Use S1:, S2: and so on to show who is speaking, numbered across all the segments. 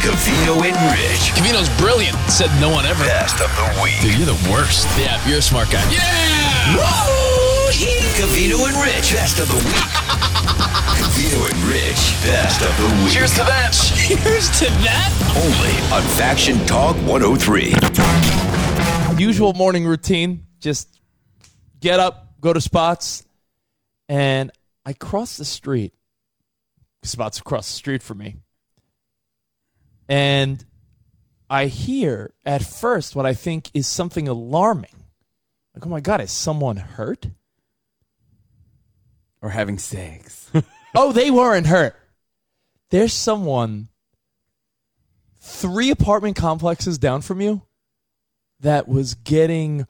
S1: Cavino and Rich.
S2: Cavino's brilliant, said no one ever.
S1: Best of the week.
S2: Dude, you're the worst. Yeah, you're a smart guy. Yeah!
S1: Whoa! Cavino and Rich. Best of the week. Cavino and Rich. Best of the week.
S2: to that. Cheers to that.
S1: Only on Faction Talk 103.
S3: usual morning routine just get up go to spots and i cross the street spots across the street from me and i hear at first what i think is something alarming like oh my god is someone hurt
S4: or having sex.
S3: oh they weren't hurt there's someone three apartment complexes down from you that was getting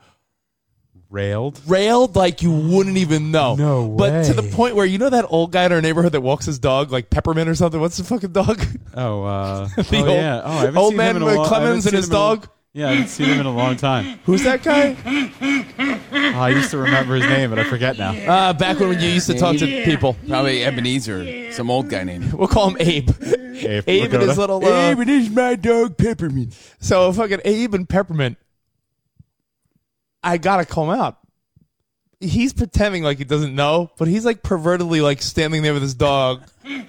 S4: Railed.
S3: railed like you wouldn't even know.
S4: No
S3: But to the
S4: way.
S3: point where you know that old guy in our neighborhood that walks his dog like Peppermint or something. What's the fucking dog?
S4: Oh, uh,
S3: The
S4: oh
S3: old-
S4: yeah. Oh, I haven't
S3: old
S4: seen
S3: man
S4: him in a
S3: with
S4: lo- I
S3: Clemens
S4: haven't seen
S3: and his
S4: him in a lo-
S3: dog?
S4: yeah, I haven't seen him in a long time. Oh,
S3: Who's that guy?
S4: I used to remember his name, but I forget now.
S3: Uh, back when you used to talk to people,
S5: Probably Ebenezer, some old guy named.
S3: we'll call him Abe. Abe and his little. Uh,
S4: Abe, it is my dog Peppermint.
S3: So fucking Abe and Peppermint. I gotta call him out. He's pretending like he doesn't know, but he's like pervertedly like standing there with his dog,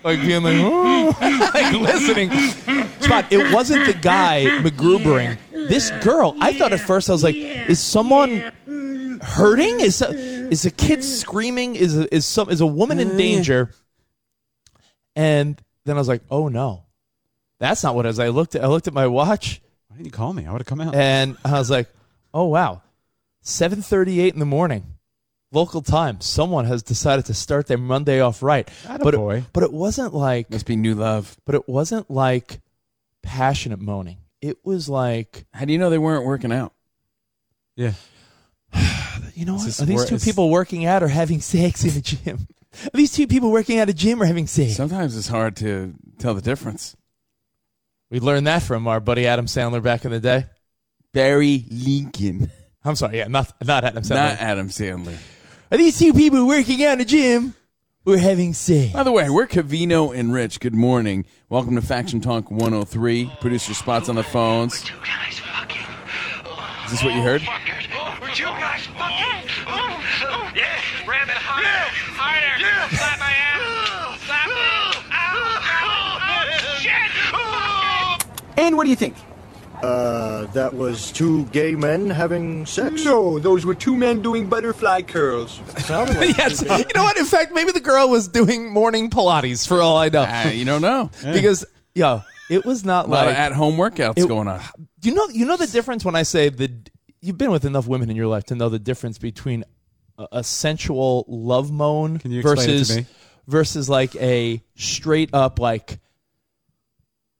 S3: like being like, "Oh," like listening. Spot. It wasn't the guy McGrubering. This girl. I thought at first I was like, is someone hurting? Is so- is a kid screaming? Is a, is some is a woman in danger? And then I was like, oh no, that's not what it is. I looked. At, I looked at my watch
S4: Why didn't you call me? I would have come out.
S3: and I was like, "Oh wow, seven thirty-eight in the morning, local time. Someone has decided to start their Monday off right." But
S4: boy.
S3: it, but it wasn't like,
S5: Must be new love.
S3: but it wasn't like passionate moaning. It was like,
S5: How do you know they weren't working out?
S4: yeah.
S3: you know, what?
S4: just
S3: are these
S4: wor-
S3: two
S4: it's-
S3: people working out or having sex in the gym? Are these two people working at a gym or having sex?
S5: Sometimes it's hard to tell the difference.
S3: we learned that from our buddy Adam Sandler back in the day.
S5: Barry Lincoln,
S3: I'm sorry, yeah, not not Adam Sandler.
S5: not Adam Sandler.
S3: are these two people working out in a gym or having sex?
S5: By the way, we're Cavino and Rich. Good morning. Welcome to Faction Talk 103. Producer spots on the phones.
S6: Two guys fucking.
S5: Is this what you heard?
S6: Fuckers. We're two guys fucking. Yeah. Ram it harder. Harder. Slap my ass. Slap it. Ow. Oh, shit.
S7: Uh, that was two gay men having sex?
S8: No, those were two men doing butterfly curls.
S3: yes. You know what? In fact, maybe the girl was doing morning Pilates for all I know.
S5: Ah, you don't know.
S3: Because yo, it was not
S5: A lot
S3: like
S5: of at-home workouts
S3: It-
S5: going on.
S3: you know you know the difference when I say the you've been with enough women in your life to know the difference between a, a sensual love moan
S4: Can you explain it to
S3: versus
S4: me?
S3: versus like a straight up like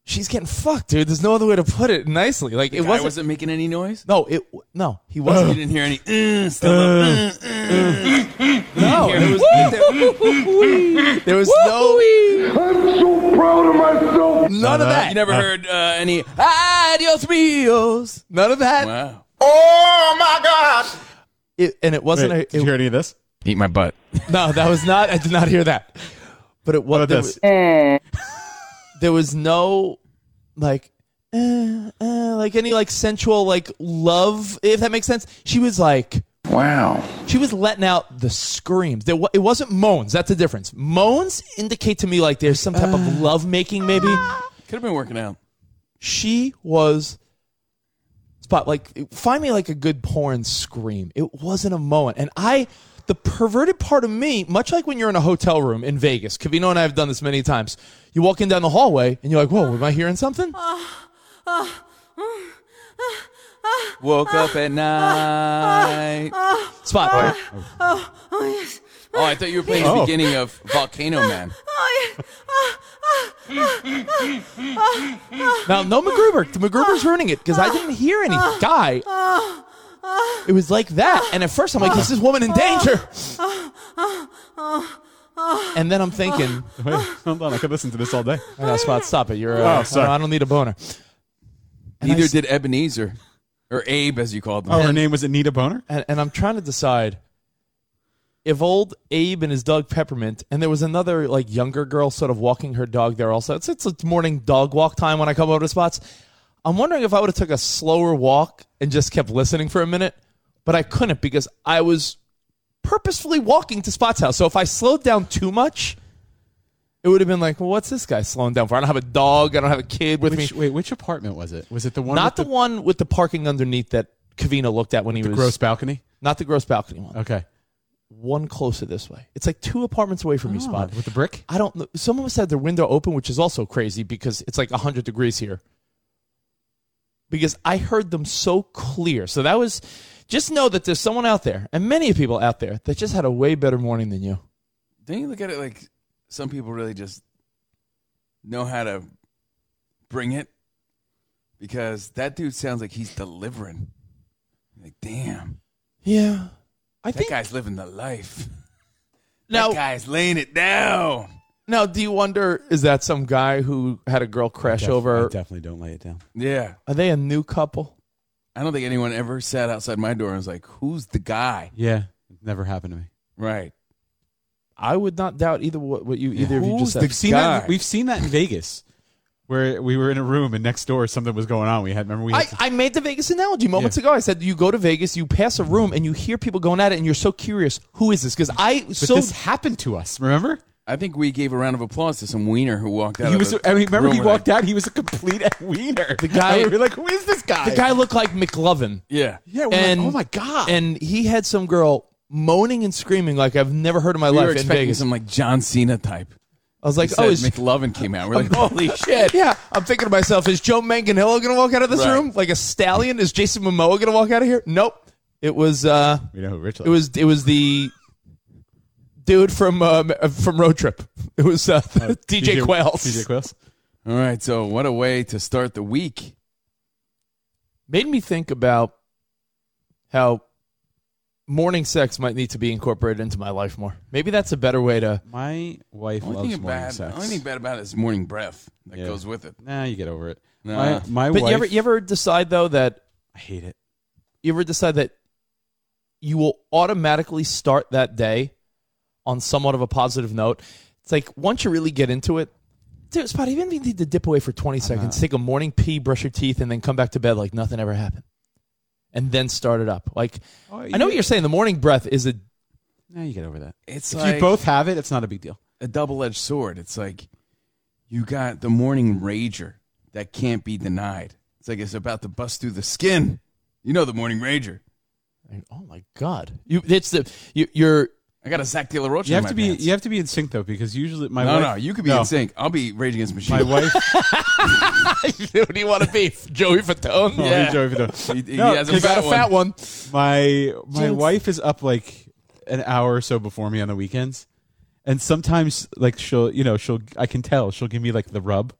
S3: she's getting fucked, dude. There's no other way to put it nicely. Like it
S5: It wasn't,
S3: wasn't.
S5: wasn't making any noise.
S3: No, it no. He
S5: You
S3: wasn't.
S5: didn't hear any. Uh, still uh,
S3: no, it was, there was no. I'm so proud of myself. None of that.
S5: you never heard uh, any. Adios míos.
S3: None of that.
S5: Wow.
S3: Oh It, and it
S4: Wait,
S3: wasn't
S4: did
S3: a.
S4: you
S3: it-
S4: hear any of this?
S5: Eat my butt.
S3: no, that was not. I did not hear that. But it was.
S4: What
S3: There,
S4: about this?
S3: was there was no like. Uh, uh, like any like sensual like love if that makes sense she was like
S5: Wow.
S3: she was letting out the screams there wa- it wasn't moans that's the difference moans indicate to me like there's some type of love making maybe
S5: Could have been working out.
S3: she was spot like find me like a good porn scream it wasn't a moment and i the perverted part of me much like when you're in a hotel room in vegas cavino and i have done this many times you walk in down the hallway and you're like whoa am i hearing something
S5: Woke up at night.
S3: spot
S5: Oh, I thought you were playing the
S4: Oh.
S5: beginning of Volcano Man.
S3: now no mcgruber mcgruber's ruining it because i didn't hear any guy it was like that and at first i'm like is this woman in danger and then i'm thinking
S4: Wait, hold on. I could listen to this all day.
S3: no, spot stop it you're uh,
S4: Oh, sorry.
S3: I don't need a boner
S5: Neither
S3: I s-
S5: did Ebenezer or Abe, as you called him.
S4: Oh, her name was Anita Boner?
S3: and, and I'm trying to decide if old Abe and his dog Peppermint, and there was another like younger girl sort of walking her dog there also. It's it's like morning dog walk time when I come over to spots. I'm wondering if I would have took a slower walk and just kept listening for a minute, but I couldn't because I was purposefully walking to Spot's house. So if I slowed down too much, it would have been like, well, what's this guy slowing down for? I don't have a dog. I don't have a kid with
S4: Which,
S3: me.
S4: wait, which apartment was it? Was it the one
S3: Not the,
S4: with
S3: one with the parking underneath that Cavino looked at when he
S4: the
S3: was
S4: gross balcony?
S3: not the gross balcony one.
S4: Okay.
S3: One closer this way. It's like two apartments away from me, Spot.
S4: Ah, With the brick?
S3: I don't know. Some of us had their window open, which is also crazy because it's like 100 degrees here. Because I heard them so clear. So that was just know that there's someone out there, and many people out there, that just had a way better morning than you.
S5: Don't you look at it like some people really just know how to bring it? Because that dude sounds like he's delivering. Like, damn,
S3: Yeah. I
S5: that
S3: think
S5: guy's living the life.
S3: now,
S5: That guy's laying it down.
S3: now, do you wonder, is that some guy who had a girl crash over?
S4: definitely don't lay it down.
S5: Yeah.
S3: Are they a new couple?
S5: I don't think anyone ever sat outside my door and was like, who's the guy?
S4: Yeah. It never happened to me.
S5: Right.
S3: I would not doubt either what, what you either of you just
S5: who's
S3: said.
S5: the
S4: Seen that-
S5: guy?
S4: we've seen that in Vegas where we were in a room and next door something was going on. We had, remember we had
S3: I, I made the Vegas analogy moments ago. I said you go to Vegas, you pass a room, and you hear people going at it, and you're so curious, who is this? Because I
S4: But
S3: so
S4: this happened to us. Remember?
S5: I think we gave a round of applause to some wiener who walked out.
S4: He
S5: of
S4: was.
S5: a
S4: I mean, remember
S5: room
S4: he
S5: where
S4: walked out. He was a complete wiener. The
S3: guy-
S4: We were like, who is this guy?
S3: the guy looked like McLovin,
S5: they- Yeah.
S4: Yeah. We're
S3: and
S4: like, oh my god.
S3: and he had some girl moaning and screaming like I've never heard in my
S5: We were
S3: life in
S5: expecting
S3: Vegas.
S5: some like John Cena type.
S3: I was like,
S5: Said
S3: oh, is,
S5: McLovin came out. We're like, holy shit.
S3: yeah. I'm thinking to myself, is Joe Manganiello going to walk out of this
S5: Right.
S3: room like a stallion? Is Jason Momoa going to walk out of here? Nope. It was uh,
S4: we know who Rich.
S3: it was it was the dude from um, from Road Trip. It was uh, DJ, Quails.
S4: DJ Quails.
S5: All right. So, what a way to start the week.
S3: made me think about how morning sex might need to be incorporated into my life more. Maybe that's a better way to.
S4: My wife
S5: Only
S4: loves
S5: thing,
S4: morning
S5: bad,
S4: sex.
S5: only thing bad about it is morning breath that
S4: Yeah.
S5: goes with it.
S4: nah, you get over it.
S5: Nah.
S4: My, my
S3: But
S4: wife.
S3: you ever you ever decide though that
S4: I hate it.
S3: you ever decide that you will automatically start that day on somewhat of a positive note. It's like once you really get into it, dude, Spot, even if you need to dip away for 20 seconds, take a morning pee, brush your teeth, and then come back to bed like nothing ever happened. And then start it up. Like, I know what you're saying. The morning breath is a
S4: Nah, Oh, you get over that.
S5: It's
S4: If
S5: like
S4: you both have it, it's not a big deal.
S5: a double edged sword. It's like you got the morning rager that can't be denied. It's like it's about to bust through the skin. You know the morning rager.
S3: And, oh my god! You it's the you, you're
S5: I got a Zach De La Rocha
S4: You
S5: in
S4: have
S5: my
S4: to be.
S5: pants.
S4: You have to be in sync though, because usually my
S5: no,
S4: wife.
S5: no, you could be in sync. I'll be Rage Against the
S4: My
S5: Machine.
S4: wife.
S3: who do you want to be, Joey Fatone?
S4: Oh,
S5: Yeah.
S4: Joey Fatone.
S5: He- he
S4: No,
S5: has a
S3: you
S5: fat
S3: got a fat one.
S4: my my
S3: Jinx.
S4: wife is up like an hour or so before me on the weekends and sometimes like she'll you know she'll i can tell she'll give me like the rub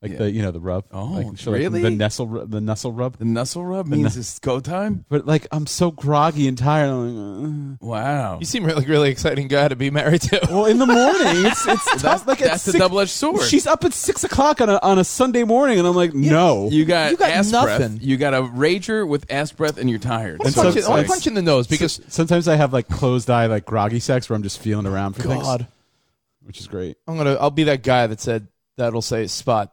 S4: like the you know the rub
S5: Oh,
S4: like, she'll, like,
S5: really?
S4: the nestle ru- the nestle rub
S5: The nuzzle rub means it's go time.
S4: but like i'm so groggy and tired I'm like,
S5: Wow,
S3: You seem really really exciting guy to be married to.
S4: "Ugh." well in the morning it's it's tough, like at
S5: that's a
S4: six-
S5: double-edged sword.
S4: she's up at six o'clock on a on a sunday morning and i'm like no
S5: you got
S3: You got
S5: ass
S3: nothing.
S5: breath. You got a rager with ass breath, and you're tired.
S3: I
S4: And so-
S3: punch, you- I
S4: like-
S3: punch you in the nose because
S4: sometimes i have like closed eye like groggy sex where i'm just feeling around for
S3: God,
S4: things which is great
S3: I'm gonna I'll be that guy that said that'll say spot.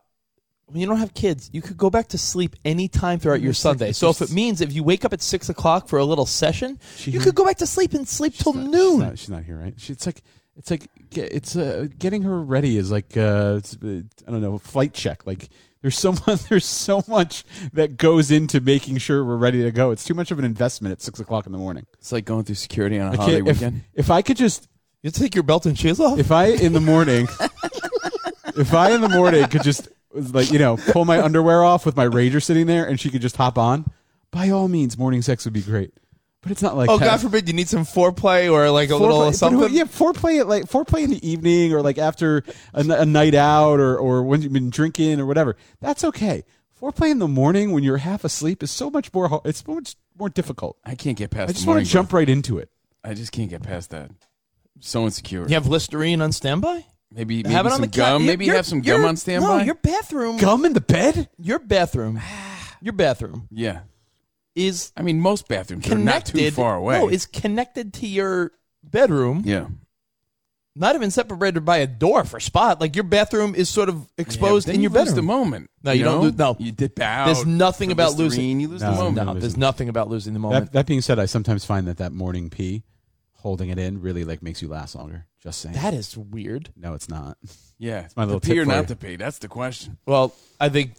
S3: When you don't have kids, you could go back to sleep any time throughout your Sunday. So if it means if you wake up at six o'clock for a little session, you could go back to sleep and sleep till
S4: not-
S3: noon.
S4: She's not, she's not here, right? She, it's like it's like ge- it's uh, getting her ready is like uh, it's, uh, I don't know flight check. Like there's so much there's so much that goes into making sure we're ready to go. It's too much of an investment at six o'clock in the morning.
S5: It's like going through security on a
S4: Okay,
S5: holiday
S4: if,
S5: weekend.
S4: if I could just
S3: You take your belt and shoes off.
S4: if I in the morning if I in the morning could just like you know pull my underwear off with my rager sitting there and she could just hop on. By all means, morning sex would be great. But it's not like
S3: oh
S4: that.
S3: God forbid you need some foreplay or like a little
S4: Foreplay-
S3: something.
S4: But, yeah, foreplay at like foreplay in the evening or like after a, n- a night out or or when you've been drinking or whatever. That's okay. Foreplay in the morning when you're half asleep is so much more. ho- It's so much more difficult.
S5: I can't get past.
S4: I just
S5: the
S4: want
S5: morning
S4: to jump right into it.
S5: breath. I just can't get past that. So insecure.
S3: You have Listerine on standby.
S5: Maybe maybe
S3: have it
S5: some
S3: on the couch.
S5: gum.
S3: You-
S5: Maybe
S3: your-
S5: have some
S3: your-
S5: gum on
S3: No,
S5: standby.
S3: your bathroom.
S4: Gum in the bed.
S3: Your bathroom. Your bathroom
S5: yeah.
S3: is
S5: I mean, most bathrooms are not
S3: connected.
S5: too far away.
S3: No, is connected to your bedroom,
S5: Yeah.
S3: not even separated by a door for spot. Like your bathroom is sort of exposed
S5: Yeah, but then
S3: in your
S5: you lose
S3: bedroom.
S5: the moment.
S3: No, you don't
S5: know?
S3: lose- no.
S5: you dip out.
S3: There's nothing
S5: The
S3: about losing-
S5: Listerine, You lose
S4: No.
S5: the moment.
S4: No.
S3: No, there's nothing about losing the moment.
S4: That, that being said, I sometimes find that that morning pee, holding it in, really like makes you last longer. Just saying.
S3: that is weird.
S4: no, it's not.
S5: Yeah, it's
S4: my little
S5: to
S4: tip
S5: pee or
S4: for
S5: not
S4: you.
S5: to pee. That's the question.
S3: Well, I think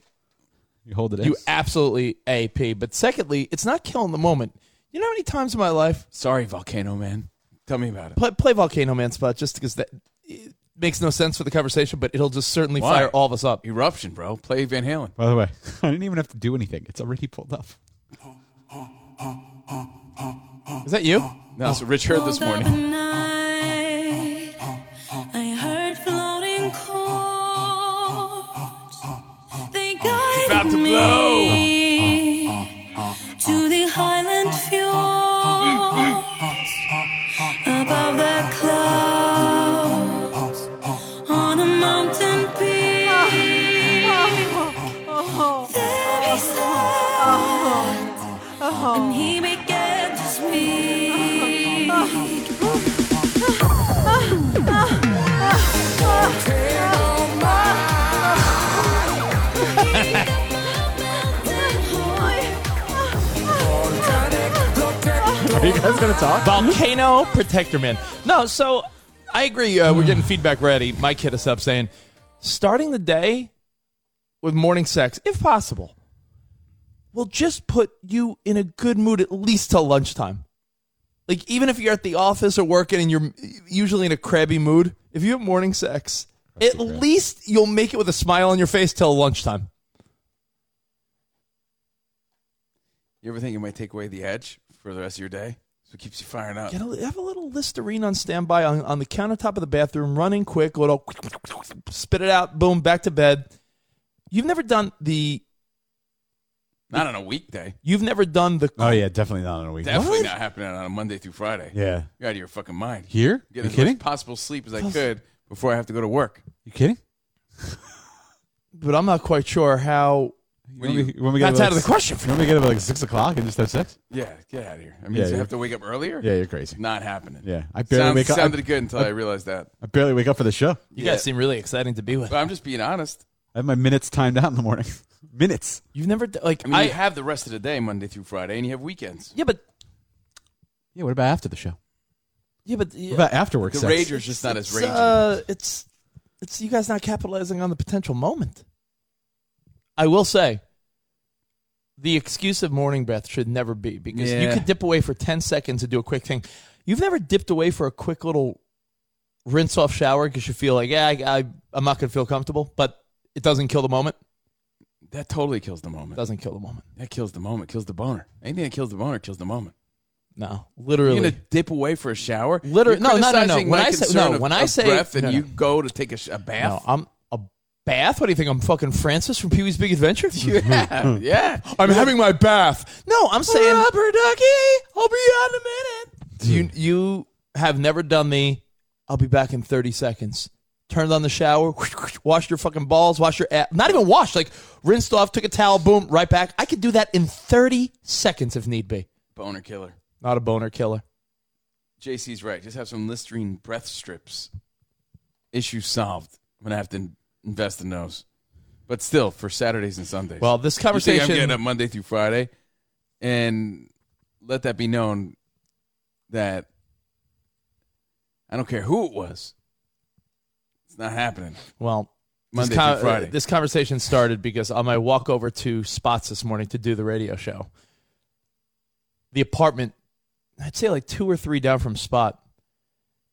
S4: You hold it in.
S3: you absolutely AP. But secondly, it's not killing the moment. You know how many times in my life
S5: Sorry, Volcano Man. Tell me about it.
S3: play, play Volcano Man spot just because that it makes no sense for the conversation, but it'll just certainly
S5: Why?
S3: fire all of us up.
S5: Eruption, bro. Play Van Halen.
S4: By the way, I didn't even have to do anything. It's already pulled up.
S3: Is that you? Oh.
S5: No, so Rich heard this morning.
S9: Overnight, I heard floating chords. They guided
S5: Oh, about to
S9: me
S5: blow.
S9: to the highland fjords. Above the clouds, on a mountain peak, there he sat, and he began to speak.
S4: Are you guys gonna talk?
S3: Volcano Protector Man. No, so I agree. Uh, we're getting feedback ready. My kid is up saying, starting the day with morning sex, if possible, will just put you in a good mood at least till lunchtime. Like, even if you're at the office or working and you're usually in a crabby mood, if you have morning sex, at least you'll make it with a smile on your face till lunchtime.
S5: You ever think it might take away the edge for the rest of your day? So it keeps you firing up.
S3: Get a, have a little Listerine on standby on, on the countertop of the bathroom, running quick, little spit it out, boom, back to bed. You've never done the
S5: Not on a weekday.
S3: you've never done the
S4: Oh yeah, definitely not on a weekend.
S5: Definitely
S3: What?
S5: not happening on a Monday through Friday.
S4: Yeah.
S5: You're out of your fucking mind.
S4: Here?
S5: Get
S4: you
S5: as
S4: kidding?
S5: much possible sleep as I could before I have to go to work.
S4: you kidding?
S3: but I'm not quite sure how
S4: When, we, when we get
S3: that's
S4: up
S3: out of
S4: like-
S3: the question for
S4: When we get up at like six o'clock and just have sex?
S5: Yeah, get out of here. I mean,
S4: Yeah,
S5: so I
S4: you're-
S5: have to wake up earlier?
S4: Yeah, you're crazy.
S5: Not happening.
S4: Yeah, I barely
S5: Sounds-
S4: wake up-
S5: Sounded good until I, realized that.
S4: I barely wake up for the show.
S3: you
S5: Yeah.
S3: guys seem really exciting to be with.
S5: But I'm just being honest.
S4: I have my minutes timed out in the morning. minutes.
S3: You've never d- like
S5: I mean, you have the rest of the day, Monday through Friday, and you have weekends.
S3: yeah, but
S4: Yeah. What about after the show?
S3: yeah, but
S4: What about after work
S5: The
S4: sex?
S5: Rager's just not as
S3: it's,
S5: raging.
S3: uh, it's it's you guys not capitalizing on the potential moment. I will say, the excuse of morning breath should never be because you
S5: Yeah.
S3: could dip away for ten seconds and do a quick thing. You've never dipped away for a quick little rinse off shower because you feel like yeah, I, I I'm not gonna feel comfortable, but it doesn't kill the moment.
S5: that totally kills the moment.
S3: Doesn't kill the moment.
S5: That kills the moment. Kills the boner. Anything that kills the boner kills the moment.
S3: No, literally.
S5: You're gonna dip away for a shower.
S3: Literally-
S5: You're
S3: no, no, no, no.
S5: criticizing
S3: When
S5: my
S3: I say-
S5: concern
S3: no,
S5: of-
S3: when I
S5: of
S3: say-
S5: breath, and
S3: no, no.
S5: you go to take a, sh- a
S3: no,
S5: bath.
S3: I'm a bath. What do you think? I'm fucking Francis from Pee Wee's Big Adventure.
S5: yeah, yeah.
S3: I'm having my bath. No, I'm saying Rubber ducky. I'll be out in a minute. You you have never done the I'll be back in 30 seconds. Turned on the shower, washed your fucking balls, washed your ass. Not even washed, like rinsed off, took a towel, boom, right back. I could do that in 30 seconds if need be.
S5: Boner killer.
S3: Not a boner killer.
S5: JC's right. Just have some Listerine breath strips. Issue solved. I'm gonna have to in- invest in those. But still, for Saturdays and Sundays.
S3: Well, this
S5: You think
S3: conversation
S5: I'm getting up Monday through Friday, and let that be known that I don't care who it was. It's not happening.
S3: Well,
S5: Monday
S3: this,
S5: through Friday.
S3: this conversation started because on my walk over to Spots this morning to do the radio show, the apartment, I'd say like two or three down from Spot,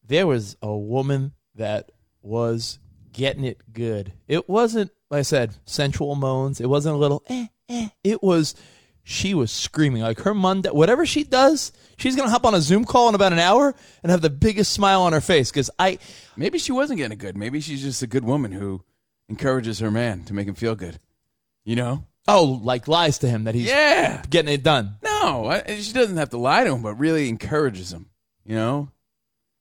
S3: there was a woman that was getting it good. It wasn't, like I said, sensual moans. It wasn't a little eh, eh. It was, she was screaming. Like her Monday, whatever she does, she's going to hop on a Zoom call in about an hour and have the biggest smile on her face because I.
S5: Maybe she wasn't getting it good. Maybe she's just a good woman who encourages her man to make him feel good. You know?
S3: Oh, like lies to him that he's
S5: Yeah.
S3: getting it done.
S5: No, I, and she doesn't have to lie to him, but really encourages him. You know,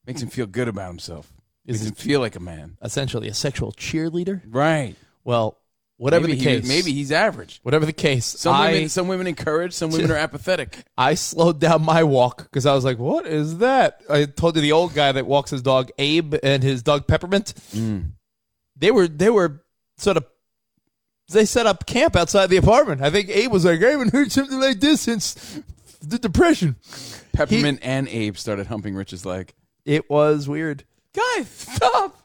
S5: makes him feel good about himself. Makes
S3: Is
S5: him feel like a man.
S3: essentially a sexual cheerleader.
S5: Right.
S3: Well, Whatever
S5: maybe
S3: the
S5: he-
S3: case,
S5: maybe he's average.
S3: whatever the case,
S5: Some
S3: I
S5: women, some women encourage. Some women are apathetic.
S3: I slowed down my walk because I was like, "What is that?" I told you the old guy that walks his dog Abe and his dog Peppermint.
S5: Mm.
S3: They were they were sort of they set up camp outside the apartment. I think Abe was like, "I haven't heard something like this since the depression."
S5: Peppermint and Abe started humping Rich's leg.
S3: It was weird.
S5: Guys, stop!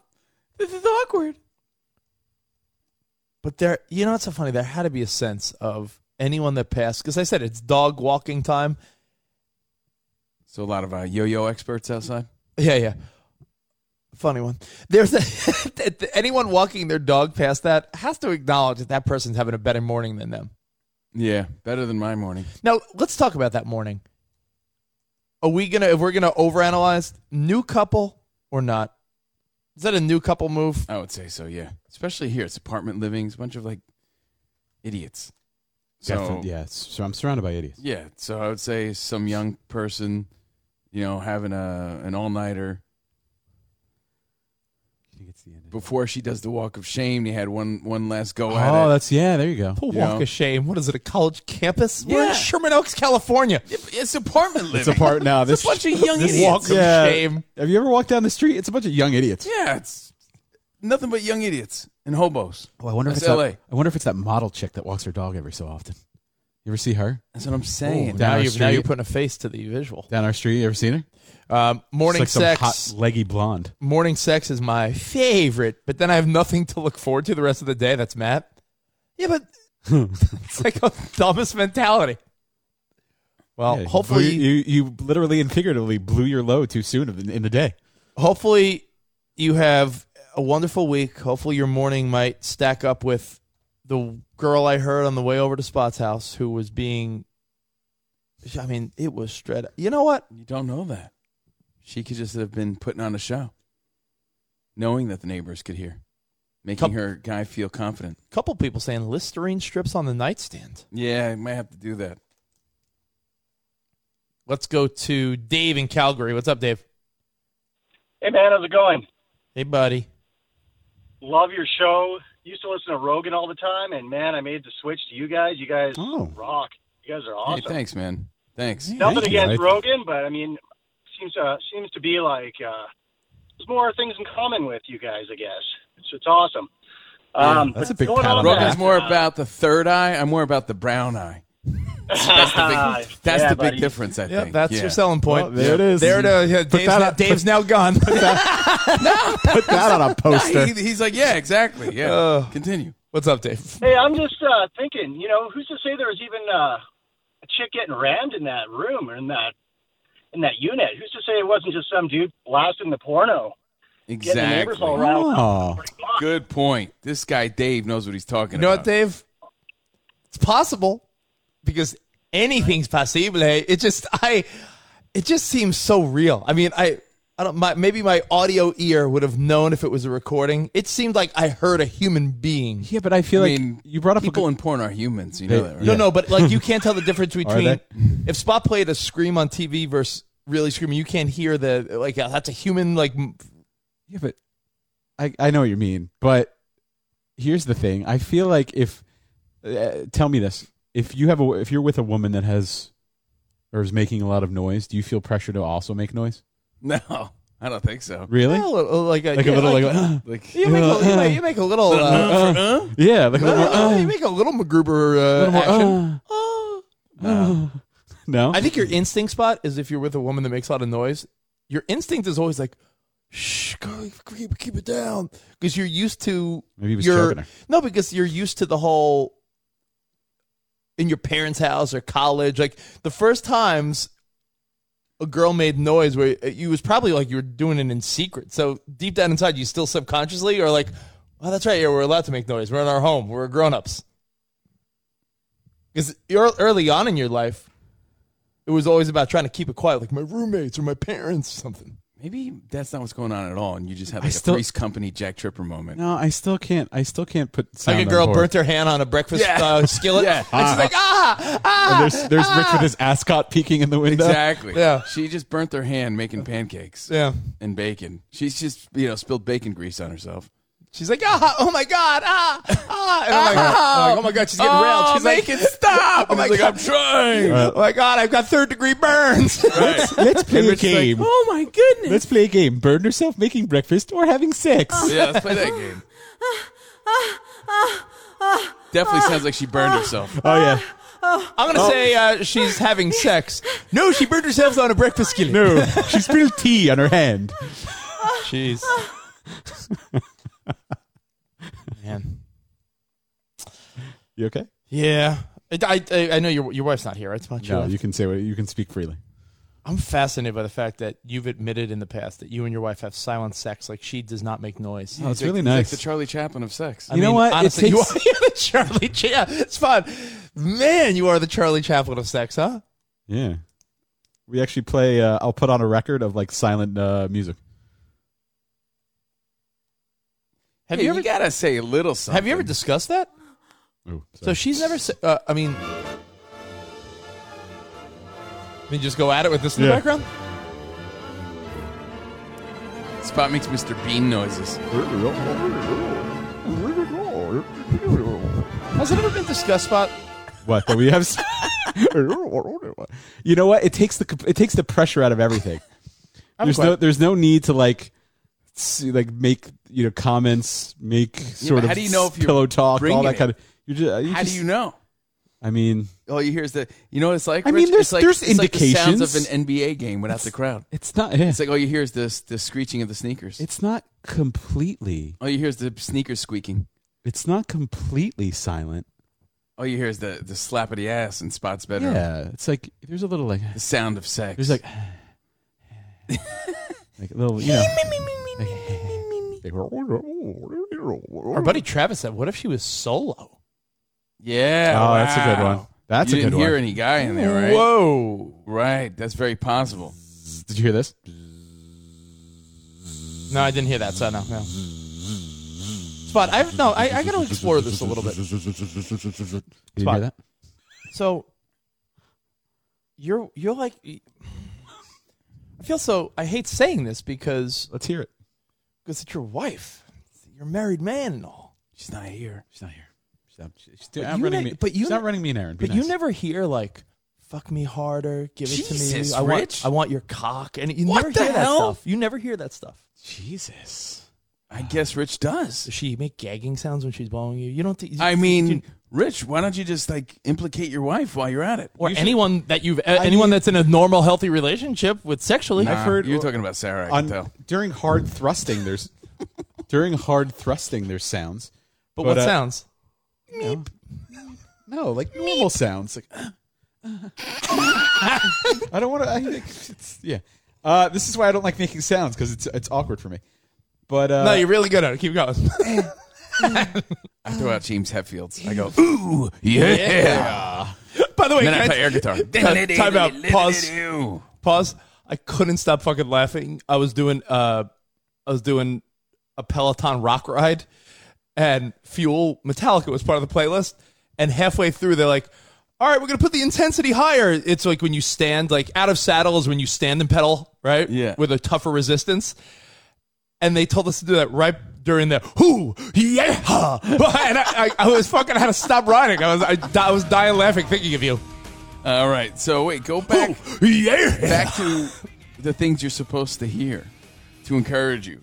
S5: This is awkward.
S3: But there, you know, it's so funny. There had to be a sense of anyone that passed because I said it's dog walking time.
S5: So a lot of uh, yo-yo experts outside.
S3: Yeah, yeah. Funny one. There's a, anyone walking their dog past that has to acknowledge that that person's having a better morning than them.
S5: Yeah, better than my morning.
S3: Now let's talk about that morning. Are we gonna if we're gonna overanalyze new couple or not? Is that a new couple move?
S5: I would say so. Yeah, especially here, it's apartment livings, a bunch of like idiots. So
S4: Definitely- yeah, it's- so I'm surrounded by idiots.
S5: yeah, so I would say some young person, you know, having a an all nighter
S4: I think it's the end.
S5: before she does the walk of shame. You had one one last go at it.
S4: Oh, that's yeah. There you go.
S3: A walk
S5: Yeah.
S3: of shame. What is it? A college campus? We're
S5: Oh. Yeah.
S3: in Sherman Oaks, California.
S5: It's apartment living.
S4: It's a part now. Uh, This
S5: bunch of young
S3: This
S5: idiots.
S3: walk of
S4: Yeah.
S3: shame.
S4: Have you ever walked down the street? It's a bunch of young idiots.
S5: Yeah, it's nothing but young idiots and hobos.
S4: Oh, I wonder if
S5: That's
S4: it's that,
S5: LA.
S4: I wonder if it's that model chick that walks her dog every so often. You ever see her
S5: That's what I'm saying.
S4: Oh, Down
S3: Now
S4: our
S3: you're now
S4: street.
S3: you're putting a face to the visual.
S4: down our street? You ever seen her?
S3: Um, morning
S4: She's like
S3: sex.
S4: some hot leggy blonde.
S3: morning sex is my favorite, but then I have nothing to look forward to the rest of the day. That's Matt. Yeah, but it's like a dumbest mentality. Well,
S4: Yeah, you
S3: hopefully,
S4: blew- you, you literally and figuratively blew your load too soon in the, in the day.
S3: hopefully you have a wonderful week. Hopefully your morning might stack up with the girl I heard on the way over to Spot's house who was being. I mean, it was straight. You know what?
S5: You don't know that. She could just have been putting on a show, knowing that the neighbors could hear, making
S3: Couple-
S5: her guy feel confident.
S3: A couple people saying Listerine strips on the nightstand.
S5: Yeah, I might have to do that.
S3: Let's go to Dave in Calgary. What's up, Dave?
S10: Hey man, how's it going?
S3: Hey, buddy.
S10: Love your show. Used to listen to Rogan all the time, and man, I made the switch to you guys. You guys
S4: Oh.
S10: rock. You guys are awesome.
S5: Hey, thanks, man. Thanks.
S10: Nothing
S4: Thank you.
S10: against
S4: I-
S10: Rogan, but I mean, seems uh, seems to be like uh, there's more things in common with you guys. I guess it's it's awesome. Um,
S4: that's
S10: but
S4: a big
S10: going
S4: pat
S10: on
S4: on the
S10: that,
S4: back.
S5: Rogan's more
S10: uh,
S5: about the third eye. I'm more about the brown eye. That's the big, that's
S10: Yeah,
S5: the big
S10: buddy.
S5: difference, I
S3: Yeah,
S5: think.
S3: that's your selling point.
S4: Well, there it is.
S3: There it is. Yeah, Dave's,
S4: that
S3: now,
S4: up-
S3: Dave's now gone.
S4: Put that on a poster.
S5: He, he's like, yeah, exactly. Yeah. Continue.
S3: Uh, What's up, Dave?
S10: Hey, I'm just uh, thinking. You know, who's to say there was even uh, a chick getting rammed in that room or in that in that unit? Who's to say it wasn't just some dude blasting the porno, getting the neighbors all
S5: Exactly.
S10: riled up?
S4: Oh,
S5: Good point. This guy Dave knows what he's talking
S3: You know what,
S5: about.
S3: Dave? It's possible because anything's possible. It just I, it just seems so real. I mean, I, I don't. My, maybe my audio ear would have known if it was a recording. It seemed like I heard a human being.
S4: yeah, but I feel
S5: I
S4: like
S5: mean,
S4: you brought up a
S5: people
S4: good,
S5: in porn are humans. You know
S4: They-
S5: that, right?
S3: No, no, but like you can't tell the difference between
S4: they?
S3: if Spot played a scream on TV versus really screaming. You can't hear the like uh, that's a human like m-
S4: Yeah, but I I know what you mean. But here's the thing: I feel like if uh, tell me this, if you have a if you're with a woman that has or is making a lot of noise, do you feel pressure to also make noise?
S5: No, I don't think so.
S4: Really?
S3: well, uh, like a,
S4: Like a
S3: yeah,
S4: little like, uh,
S5: Like,
S3: You make, a, you make, you make a little.
S5: Uh-huh.
S3: Uh,
S4: uh, yeah, like a little more,
S3: uh,
S4: uh,
S3: you make a little MacGruber uh,
S4: little more,
S3: action.
S4: uh.
S3: Uh,
S4: no.
S3: I think your instinct spot is if you're with a woman that makes a lot of noise. Your instinct is always like, "Shh, girl, keep, keep it down," because you're used to.
S4: Maybe he was
S3: your,
S4: choking her.
S3: No, because you're used to the whole. In your parents' house or college, like the first times a girl made noise where you was probably like you were doing it in secret. So deep down inside, you still subconsciously are like, "Oh, that's right. Yeah, we're allowed to make noise. We're in our home. We're grown ups." Because early on in your life, it was always about trying to keep it quiet, like my roommates or my parents or something.
S5: maybe that's not what's going on at all, and you just had
S4: I
S5: like
S4: still-
S5: a Three's Company Jack Tripper moment.
S4: no, I still can't. I still can't put sound
S3: Like a
S4: on
S3: girl
S4: board.
S3: burnt her hand on a breakfast
S5: Yeah.
S3: uh, skillet.
S5: Yeah.
S3: And she's like, ah, ah.
S4: And Oh, there's there's Rich with his ascot peeking in the window.
S5: Exactly.
S3: Yeah.
S5: She just burnt her hand making pancakes
S3: Yeah.
S5: and bacon. She's just you know spilled bacon grease on herself.
S3: She's like, ah, oh my god, ah, ah, and I'm like, I'm like, oh my god, she's getting railed. She's like,
S5: it stop.
S3: oh my god, I'm trying. Oh my god, I've got third degree burns.
S4: Uh, Let's play a game.
S5: oh my goodness.
S4: Let's play a game. Burn herself making breakfast or having sex.
S5: yeah, let's play that game. Definitely sounds like she burned herself.
S4: Oh yeah. Oh.
S3: I'm gonna say uh, she's having sex. No, she burned herself on a breakfast skillet.
S4: No, she spilled tea on her hand.
S3: Jeez. Man.
S4: You okay?
S3: Yeah. I, I, I know your your wife's not here. It's my
S4: No,
S3: child.
S4: you can say what you can speak freely.
S3: I'm fascinated by the fact that you've admitted in the past that you and your wife have silent sex. Like she does not make noise.
S4: Oh, it's
S5: He's like-
S4: really
S5: he's
S4: nice.
S5: Like the Charlie Chaplin of sex.
S3: I
S4: You know
S3: mean,
S4: what? It
S3: Honestly,
S4: takes-
S3: you are the Charlie. Cha- yeah, it's fun. Man, you are the Charlie Chaplin of sex, huh?
S4: Yeah. We actually play. Uh, I'll put on a record of like silent uh, music.
S3: Have
S5: Yeah,
S3: you ever
S5: gotta say a little something?
S3: have you ever discussed that?
S4: Ooh,
S3: So
S4: sorry.
S3: she's never. se- Uh, I mean, then just go at it with this in the
S4: Yeah.
S3: background.
S5: Spot makes Mr. Bean noises.
S3: Has it ever been discussed? Spot.
S4: what that we have. s- you know what? It takes the comp- it takes the pressure out of everything.
S3: I'm
S4: there's
S3: glad.
S4: no there's no need to like s- like make you know comments, make sort
S5: but
S4: of
S5: how do you know if you're
S4: pillow talk, all
S5: bringing
S4: that
S5: it?
S4: kind of. You just,
S5: How do you know?
S4: I mean,
S5: All you hear is the. You know what it's like?
S4: I mean,
S5: Rich?
S4: there's-
S5: it's like,
S4: there's
S5: it's like the sounds
S4: indications.
S5: of an NBA game without the crowd.
S4: it's not. Yeah,
S5: It's like all you hear is this the screeching of the sneakers.
S4: it's not completely.
S5: all you hear is the sneakers squeaking.
S4: It's not completely silent.
S5: All you hear is the the slap of the ass in Spot's bedroom.
S4: Yeah, it's like there's a little like
S5: The sound of sex.
S4: there's like like a little you know. like-
S3: Our buddy Travis said, "What if she was solo?"
S5: yeah.
S4: Oh, that's a good
S5: wow.
S4: one. That's
S5: you
S4: a
S5: didn't
S4: good one.
S5: hear any guy in there, right?
S3: Whoa!
S5: Right. That's very possible.
S4: Did you hear this?
S3: No, I didn't hear that. So no, no. Spot. I no. I, I got to explore this a little bit.
S4: Did you
S3: Spot.
S4: hear that?
S3: So you're you're like I feel so I hate saying this because
S4: Let's hear it.
S3: because it's your wife. You're a married man and all.
S5: She's not here.
S4: She's not here. She's not, she's
S3: But
S4: not
S3: you
S4: running
S3: ne-
S4: me.
S3: but you
S4: she's
S3: ne-
S4: not running me an errand. Be
S3: But
S4: nice.
S3: you never hear like fuck me harder, give it to
S5: Jesus,
S3: me. I want
S5: Rich.
S3: I want your cock and you
S5: What
S3: never
S5: the
S3: hear
S5: hell?
S3: that stuff. You never hear that stuff.
S4: Jesus.
S5: I guess Rich does.
S3: Does she make gagging sounds when she's blowing you? You don't think
S5: I mean, Rich, why don't you just like implicate your wife while you're at it?
S3: or anyone that you've uh, anyone that's in a normal healthy relationship with sexually
S5: Nah, you're talking about Sarah. I can
S4: On,
S5: tell.
S4: during hard thrusting, there's during hard thrusting, there's sounds.
S3: but, what
S4: uh,
S3: sounds?
S4: No, like normal sounds. Like I don't want to. I think it's, yeah. Uh, this is why I don't like making sounds because it's it's awkward for me. But uh,
S3: no, you're really good at it. Keep going.
S5: I throw out James Hetfields. I go, ooh, yeah.
S3: By the way,
S5: And then
S3: can
S5: I
S3: I-
S5: play air guitar.
S3: time out. Pause. pause. I couldn't stop fucking laughing. I was doing uh I was doing a Peloton rock ride and Fuel Metallica was part of the playlist and halfway through they're like all right, we're gonna put the intensity higher. It's like when you stand, like out of saddle is when you stand and pedal, right?
S5: Yeah.
S3: With a tougher resistance. And they told us to do that right during the whoo, yeah. And I, I, I was fucking I had to stop riding. I was I, di- I was dying laughing thinking of you.
S5: All right. So wait, go back
S3: Yeah.
S5: back to the things you're supposed to hear to encourage you.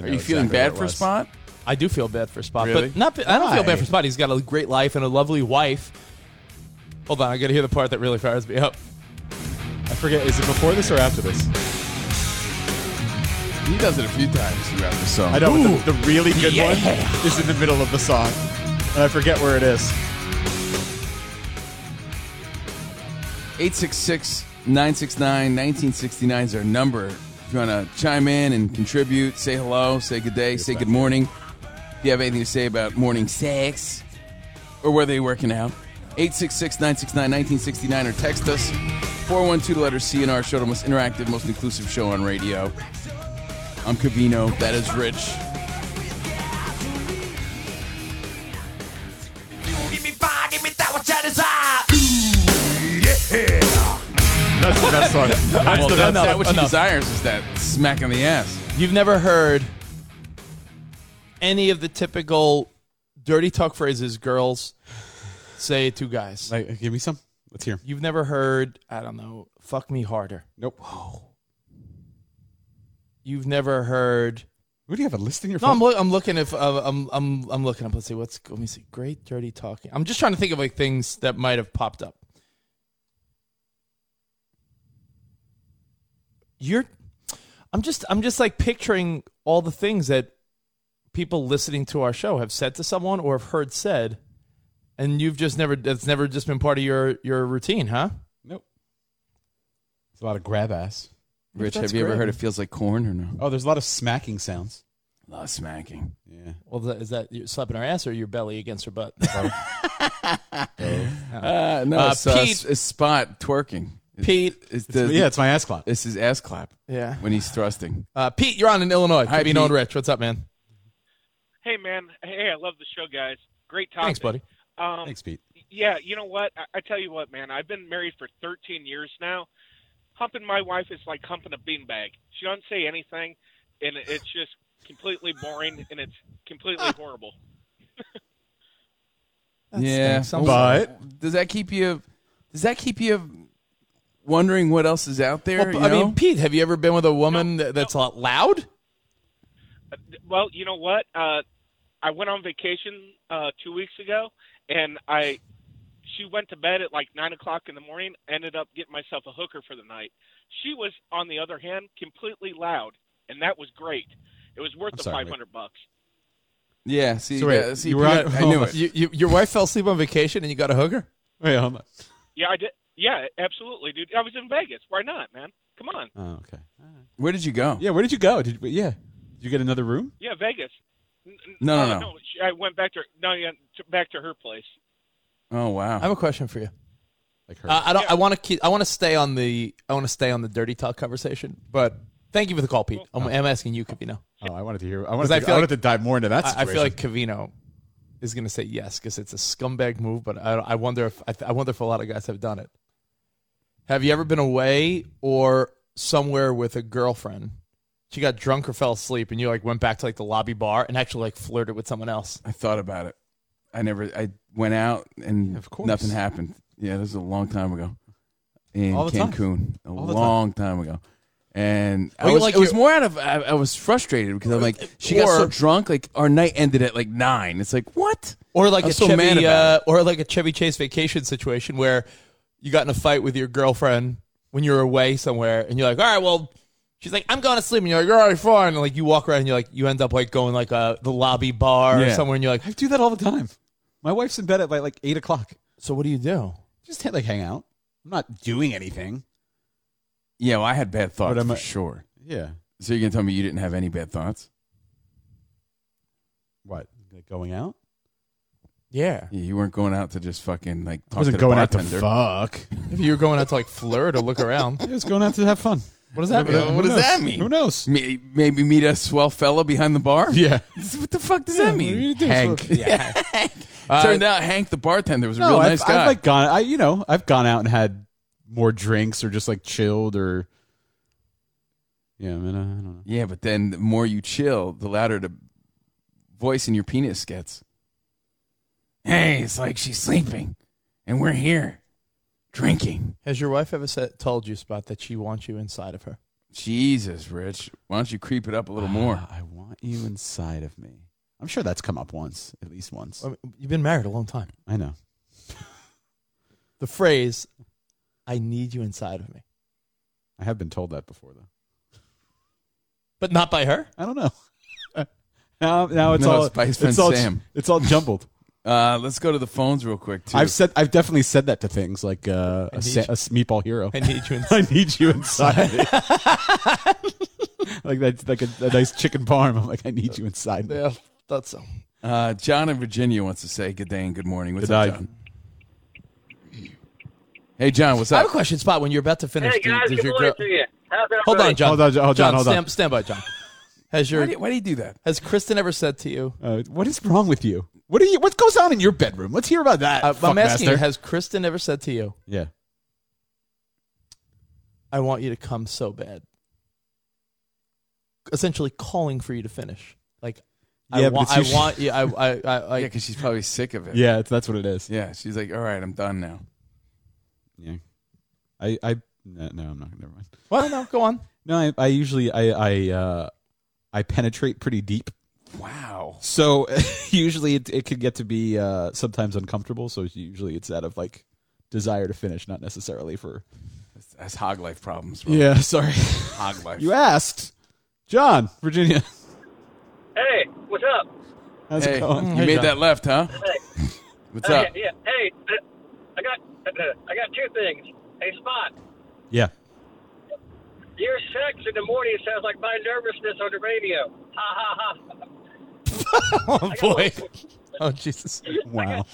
S5: Are you feeling bad for Spot?
S3: I do feel bad for Spot,
S5: Really?
S3: Uh, but not. I don't feel
S4: Why?
S3: bad for Spot. He's got a great life and a lovely wife. Hold on, I got to hear the part that really fires me up.
S4: I forget. Is it before this or after this?
S5: He does it a few times throughout the song.
S4: I know but the, the really good one is in the middle of the song, and I forget where it is.
S5: 866 969 1969 is our number. If you want to chime in and contribute, say hello, say good day, say good morning. If you have anything to say about morning sex or whether you're working out, 866 969 1969 or text us 412 the letter C in our show, the most interactive, most inclusive show on radio. I'm Cavino. That is Rich.
S4: That's the best one. That's
S5: Well,
S4: the
S5: that's
S4: best
S5: that
S4: one.
S5: what she desires is that smack on the ass.
S3: You've never heard any of the typical dirty talk phrases girls say to guys.
S4: Like, give me some. Let's hear.
S3: You've never heard, I don't know, fuck me harder.
S4: Nope.
S3: You've never heard.
S4: What do you have a list in your
S3: No,
S4: phone?
S3: I'm, loo- I'm looking if uh, I'm I'm I'm looking up. Let's see what's let me see. Great dirty talking. I'm just trying to think of like things that might have popped up. You're, I'm just I'm just like picturing all the things that people listening to our show have said to someone or have heard said, and you've just never that's never just been part of your your routine, huh?
S4: Nope. It's a lot of grab ass.
S5: Rich, have you ever heard it feels like corn or no?
S4: Oh, there's a lot of smacking sounds.
S5: A lot of smacking.
S4: Yeah.
S3: Well, that- is that you slapping her ass or your belly against her butt?
S5: Uh, no,
S3: Uh,
S5: it's, uh,
S3: Pete.
S5: s- it's spot twerking. It's-
S3: Pete.
S5: it's the,
S4: yeah, it's my ass clap.
S5: It's his ass clap.
S3: Yeah.
S5: When he's thrusting.
S3: Uh, Pete, you're on in Illinois.
S5: Hi,
S3: Hi, Being known
S5: Pete.
S3: rich. What's up, man?
S11: Hey, man. Hey, I love the show, guys. Great topic.
S3: Thanks, buddy.
S11: Um,
S4: Thanks, Pete.
S11: Yeah, you know what? I, I tell you what, man. I've been married for 13 years now. Humping my wife is like humping a beanbag. She doesn't say anything, and it- it's just completely boring, and it's completely horrible.
S5: yeah.
S3: stinks. I'm
S5: But does that keep you does that keep you wondering what else is out there?
S3: Well,
S5: you
S3: I
S5: know?
S3: mean, Pete, have you ever been with a woman that that's a lot loud?
S11: Well, you know what? Uh, I went on vacation uh, two weeks ago, and I she went to bed at like nine o'clock in the morning. Ended up getting myself a hooker for the night. She was, on the other hand, completely loud, and that was great. It was worth the
S4: sorry,
S11: five
S4: wait.
S11: hundred bucks.
S5: yeah, see,
S4: So wait,
S5: yeah, see
S4: you were
S5: Pete,
S4: at
S5: I knew
S4: home.
S5: it.
S3: You, you, your wife fell asleep on vacation and you got a hooker?
S4: Wait, hold on.
S11: Yeah, I did. Yeah, absolutely, dude. I was in Vegas. Why not, man? Come on.
S4: Oh, okay.
S5: Where did you go?
S4: Yeah, where did you go? Did yeah? Did you get another room?
S11: Yeah, Vegas. N- n-
S5: No, no,
S11: uh,
S5: no.
S11: she- I went back to no, yeah, to, back to her place.
S5: Oh
S3: I have
S5: wow.
S3: a question for you.
S4: Like her?
S3: Uh, I don't. I want to keep. I want to stay on the. I want to stay on the dirty talk conversation. But thank you for the call, Pete. I'm, I'm asking you, Cavino.
S4: oh, I wanted to hear. I wanted. To,
S3: I
S4: I,
S3: feel
S4: wanted
S3: like-
S4: to dive more into that.
S3: I, I
S4: Situation.
S3: feel like Cavino is going to say yes because it's a scumbag move. But I, I wonder if I, th- I wonder if a lot of guys have done it. Have you ever been away or somewhere with a girlfriend? She got drunk or fell asleep, and you like went back to like the lobby bar and actually like flirted with someone else.
S5: I thought about it. I never I went out and
S4: of course.
S5: nothing happened. Yeah, this was a long time ago. In
S4: All the time.
S5: Cancun. A
S4: the time.
S5: long time. ago. And
S3: Well,
S5: I
S3: you
S5: was,
S3: like
S5: it was
S3: your-
S5: more out of I, I was frustrated because I'm like
S4: Uh,
S5: she got so
S3: Or-
S5: drunk like our night ended at like nine. It's like what?
S3: Or like
S5: I'm
S3: a
S5: so
S3: Chevy,
S5: mad about
S3: uh, or like a Chevy Chase vacation situation where you got in a fight with your girlfriend when you're away somewhere, and you're like, all right, well, she's like, I'm going to sleep, and you're like, all right, fine, and like you walk around, and you're like, you end up like going like uh, the lobby bar or
S5: Yeah.
S3: somewhere, and you're like,
S4: I do that all the time. My wife's in bed at like, like eight o'clock.
S3: so what do you do?
S4: Just hit, like hang out. I'm not doing anything.
S5: Yeah, well, I had bad thoughts
S4: But I'm
S5: for
S4: a-
S5: sure.
S4: Yeah.
S5: So you're gonna tell me you didn't have any bad thoughts?
S4: What? Like going out?
S3: Yeah,
S5: Yeah, you weren't going out to just fucking like talk to the bartender.
S4: fuck.
S3: if you were going out to like flirt or look around,
S4: I was going out to have fun.
S3: what does that
S5: Yeah,
S3: mean?
S5: what does
S4: knows?
S5: that mean?
S4: Who knows?
S5: May- Maybe meet a swell fella behind the bar.
S4: Yeah.
S5: What the fuck does that
S4: what are
S5: mean?
S4: you doing?
S5: Yeah. Turned out Hank the bartender was a real
S4: I've,
S5: nice
S4: I've,
S5: guy.
S4: like gone. I you know I've gone out and had more drinks or just like chilled or. Yeah, I mean, I don't know.
S5: yeah, but then the more you chill, the louder the voice in your penis gets. Hey, it's like she's sleeping, and we're here drinking.
S3: Has your wife ever said, told you, Spot, that she wants you inside of her?
S5: Jesus, Rich, why don't you creep it up a little more?
S4: Ah, I want you inside of me. I'm sure that's come up once, at least once.
S3: I mean, you've been married a long time.
S4: I know.
S3: The phrase, "I need you inside of me,"
S4: I have been told that before, though.
S3: but not by her.
S4: I don't know. now, now it's
S5: No,
S4: all
S5: it's by his friend
S4: it's all
S5: Sam.
S4: it's all jumbled.
S5: Uh, let's go to the phones real quick. Too.
S4: I've said I've definitely said that to things like uh, a,
S3: need
S4: sa-
S3: you-
S4: a meatball hero.
S3: I need you inside.
S4: I need you inside. me. like that's like a, a nice chicken parm. I'm like, I need you inside. Me.
S3: yeah, thought so.
S5: Uh, John in Virginia wants to say good day and good morning. What's
S4: Good
S5: up,
S4: day.
S5: John? Hey, John, what's
S3: I have a
S5: up?
S3: question, Spot. When you're about to finish,
S12: Hey
S3: do-
S12: guys,
S3: does
S12: good
S3: your
S12: morning
S3: girl-
S12: to you. How's it
S3: Hold on, John.
S4: Hold on, John. Hold on, hold on.
S3: Stand, stand by, John. Has
S5: Why
S3: your
S5: do, why do you do that?
S3: has Kristen ever said to you?
S4: Uh, what is wrong with you? What are you? What goes on in your bedroom? Let's hear about that.
S3: Uh, I'm asking
S4: fuckmaster.
S3: you. Has Kristen ever said to you,
S4: yeah.
S3: "I want you to come so bad"? Essentially, calling for you to finish. Like I
S5: Yeah,
S3: want.
S5: but it's
S3: I want. Yeah, I. I. I, I
S5: yeah, because she's probably sick of it.
S4: Yeah, it's- that's what it is.
S5: Yeah, she's like, all right, I'm done now.
S4: Yeah. I I no, no I'm not. Never mind.
S3: Well, no, go on.
S4: No, I, I usually I I uh, I penetrate pretty deep.
S5: Wow.
S4: So usually it, it could get to be uh, sometimes uncomfortable. So usually it's out of like desire to finish, not necessarily for.
S5: That's hog life problems. bro.
S4: Yeah, sorry.
S5: Hog life.
S4: You asked, John, Virginia.
S10: Hey, what's up?
S4: How's
S5: Hey,
S4: it going?
S5: you made that left, huh?
S10: Hey.
S5: What's
S10: Hey,
S5: up?
S10: Yeah. Hey, I- I got I got two things. Hey, Spot,
S4: Yeah.
S10: your sex in the morning sounds like my nervousness on the radio. Ha ha ha.
S3: oh boy. Oh Jesus.
S4: Wow.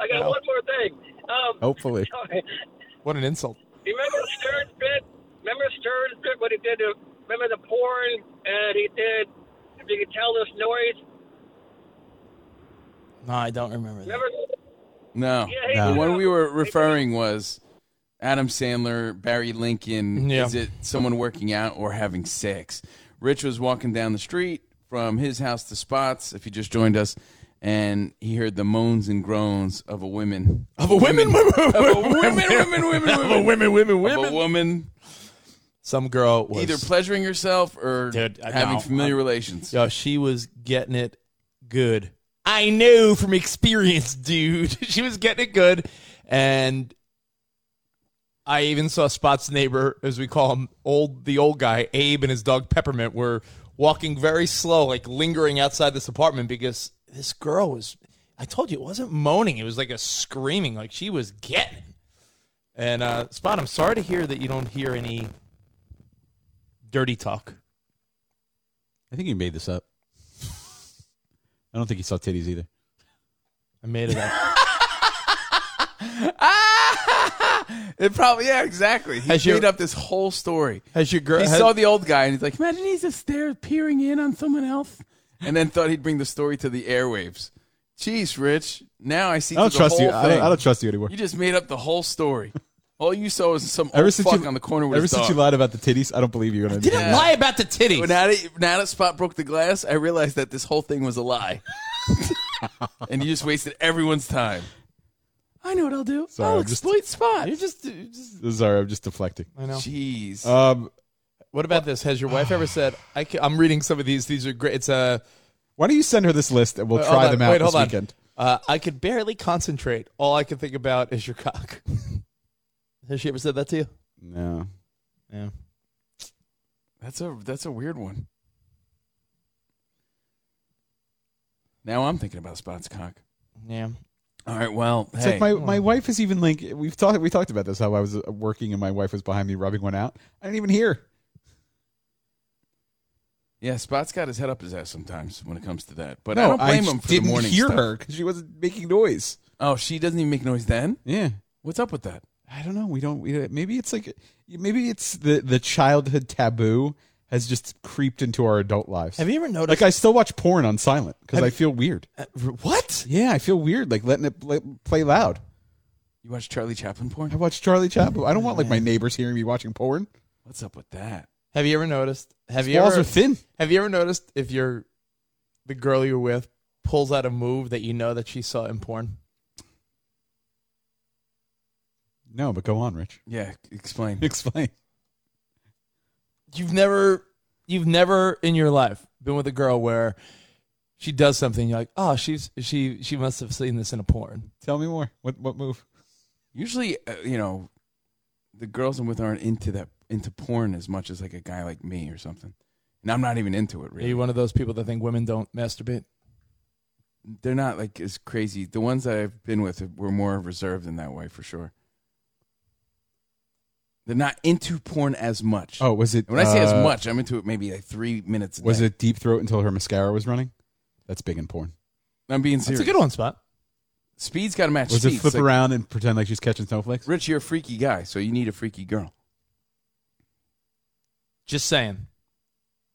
S10: I got
S3: Wow.
S10: one more thing. Um,
S4: Hopefully.
S3: What an insult.
S10: Remember Stern's bit? Remember Stern's bit? What he did to remember the porn? And he did. If you could tell this noise,
S3: No, I don't remember that.
S10: remember?
S5: No.
S10: Yeah, hey,
S5: The
S10: No.
S5: one we were referring was Adam Sandler, Barry Lincoln.
S3: Yeah.
S5: Is it someone working out or having sex? Rich was walking down the street from his house to Spots, if you just joined us, and he heard the moans and groans of a woman. Of a woman, women, women, women, women, women,
S3: Of a women, women,
S5: Of a
S3: women.
S5: woman,
S3: Some girl was
S5: either pleasuring herself or
S3: Dude, I-
S5: having
S3: no,
S5: familiar
S3: I'm-
S5: relations.
S3: Yo, she was getting it good. I know from experience, dude. she was getting it good, and I even saw Spot's neighbor, as we call him, old the old guy, Abe, and his dog Peppermint were walking very slow, like lingering outside this apartment because this girl was. I told you it wasn't moaning; it was like a screaming, like she was getting. it. And uh, Spot, I'm sorry to hear that you don't hear any dirty talk.
S4: I think he made this up. I don't think he saw titties either.
S3: I made it up.
S5: It probably, yeah, exactly. He
S3: Has
S5: made
S3: your-
S5: up this whole story.
S3: Has your girl?
S5: He
S3: has-
S5: saw the old guy and he's like, imagine he's just there peering in on someone else, and then thought he'd bring the story to the airwaves. Jeez, Rich. Now I see.
S4: I don't
S5: through the
S4: trust you.
S5: whole
S4: I don't,
S5: thing.
S4: I don't trust you anymore.
S5: You just made up the whole story. All you saw was some
S4: ever
S5: old
S4: since
S5: fuck
S4: you
S5: on the corner with
S4: ever
S5: his
S4: since
S5: dog.
S4: you lied about the titties, I don't believe you're gonna. do
S3: didn't
S4: that.
S3: lie about the titties.
S5: But now that, now that Spot broke the glass, I realized that this whole thing was a lie, and you just wasted everyone's time. I know what I'll do.
S4: Sorry,
S5: I'll
S4: I'm just-
S5: exploit Spot.
S3: just, just
S4: Sorry, I'm just deflecting.
S3: I know.
S5: Jeez.
S4: Um,
S3: What about this? Has your wife ever said, I ca "I'm reading some of these. These are great." It's a
S4: why don't you send her this list and we'll
S3: uh,
S4: try
S3: hold on,
S4: them out
S3: wait,
S4: this
S3: hold on.
S4: weekend?
S3: Uh, I could barely concentrate. All I can think about is your cock. Has she ever said that to you?
S4: No,
S3: Yeah.
S5: That's a that's a weird one. Now I'm thinking about Spot's cock.
S3: Yeah.
S5: All right, well,
S4: it's
S5: hey,
S4: like my my wife is even like we've talked we talked about this how I was uh, working and my wife was behind me rubbing one out. I didn't even hear.
S5: yeah, Spot's got his head up his ass sometimes when it comes to that. But I
S4: No,
S5: don't blame him
S4: just
S5: for
S4: didn't
S5: the morning
S4: hear
S5: stuff.
S4: her because she wasn't making noise.
S5: Oh, she doesn't even make noise then.
S4: Yeah,
S5: What's up with that?
S4: I don't know. We don't. We, maybe it's like maybe it's the the childhood taboo has just creeped into our adult lives.
S3: Have you ever noticed?
S4: like I still watch porn on silent because
S3: Have
S4: I
S3: you-
S4: feel weird.
S3: uh, what?
S4: Yeah, I feel weird like letting it play, play loud.
S5: You watch Charlie Chaplin
S4: I
S5: porn?
S4: watch Charlie Chaplin. I don't want like my neighbors hearing me watching porn.
S5: What's up with that?
S3: Have you ever noticed? Have you
S4: Walls
S3: ever?
S4: are thin.
S3: have you ever noticed if you're the girl you're with pulls out a move that you know that she saw in porn?
S4: No, but go on, Rich.
S5: Yeah, explain.
S4: Explain.
S3: you've never you've never in your life been with a girl where she does something you're like oh she's she she must have seen this in a porn
S4: Tell me more. What what move?
S5: Usually, uh, you know, the girls I'm with aren't into that into porn as much as like a guy like me or something. And I'm not even into it
S3: are
S5: really.
S3: you one of those people that think women don't masturbate
S5: they're not like as crazy. The ones that I've been with were more reserved in that way for sure. They're not into porn as much.
S4: Oh, was it
S5: And when I say as
S4: uh,
S5: much, I'm into it maybe like three minutes. A
S4: Was
S5: day.
S4: it deep throat until her mascara was running? That's big in porn.
S5: I'm being
S3: that's
S5: serious.
S3: a good one spot
S5: Speed's got to match
S4: Was
S5: speed.
S4: it flip
S5: It's like,
S4: around and pretend like she's catching snowflakes?
S5: Rich, you're a freaky guy, so you need a freaky girl.
S3: just saying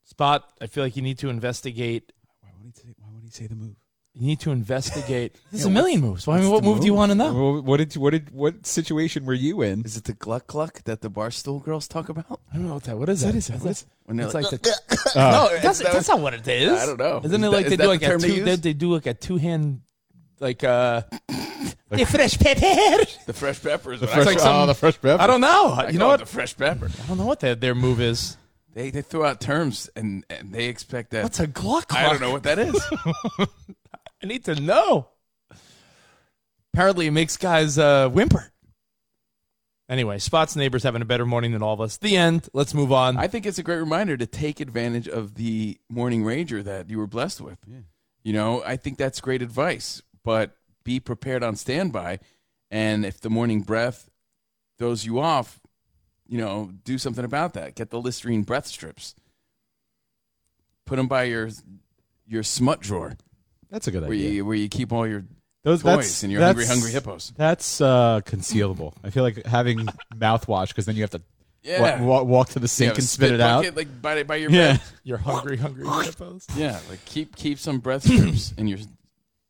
S3: spot i feel like you need to investigate
S4: Why would he say? Why would he say the move?
S3: You need to investigate. This is
S4: Yeah,
S3: a million
S4: what's-
S3: moves. Well, I mean,
S4: what's
S3: what
S4: the
S3: move, do you want to know?
S4: Wha- What did you, what did what situation were you in?
S5: Is it the gluck gluck that the barstool girls talk about?
S3: I don't know what that. What is that? Uh,
S5: What is that? What is- When they're
S3: it's
S5: like-
S3: like the,
S5: Oh.
S3: no,
S5: Is
S3: that's,
S5: that-
S3: that's not what it is.
S5: I don't know.
S3: Isn't
S5: Is
S3: it like they
S5: that- is
S3: do
S5: that
S3: like
S5: the
S3: a
S5: term they
S3: two? They,
S5: use?
S3: they do like a two hand, like uh, the fresh pepper.
S5: The fresh pepper is
S3: The
S5: what
S3: fresh-
S5: I call
S3: oh,
S5: it.
S3: the fresh pepper. I don't know.
S5: I
S3: You
S5: call
S3: know
S5: it
S3: what?
S5: The fresh pepper.
S3: I don't know what their their move is.
S5: They they throw out terms and, and they expect that.
S3: What's a gluck
S5: I don't
S3: gluck?
S5: know what that is.
S3: I need to know. Apparently, it makes guys uh, whimper. Anyway, Spot's neighbor's having a better morning than all of us. The end. Let's move on.
S5: I think it's a great reminder to take advantage of the morning rager that you were blessed with. You know, I think that's great advice, but be prepared on standby. And if the morning breath throws you off, you know, do something about that. Get the Listerine breath strips. Put them by your your smut drawer.
S4: That's a good
S5: where
S4: idea.
S5: You, where you keep all your
S4: Those
S5: toys
S4: that's,
S5: and your
S4: that's-
S5: hungry hungry hippos.
S4: That's uh, concealable. I feel like having mouthwash because then you have to
S5: Yeah.
S4: wa- wa- walk to the
S5: You
S4: sink
S5: have a
S4: and
S5: spit
S4: spit it out.
S5: bucket, like by, by your
S4: Yeah.
S5: bed.
S3: You're hungry, hungry hippos.
S5: Yeah, like keep keep some breath strips in your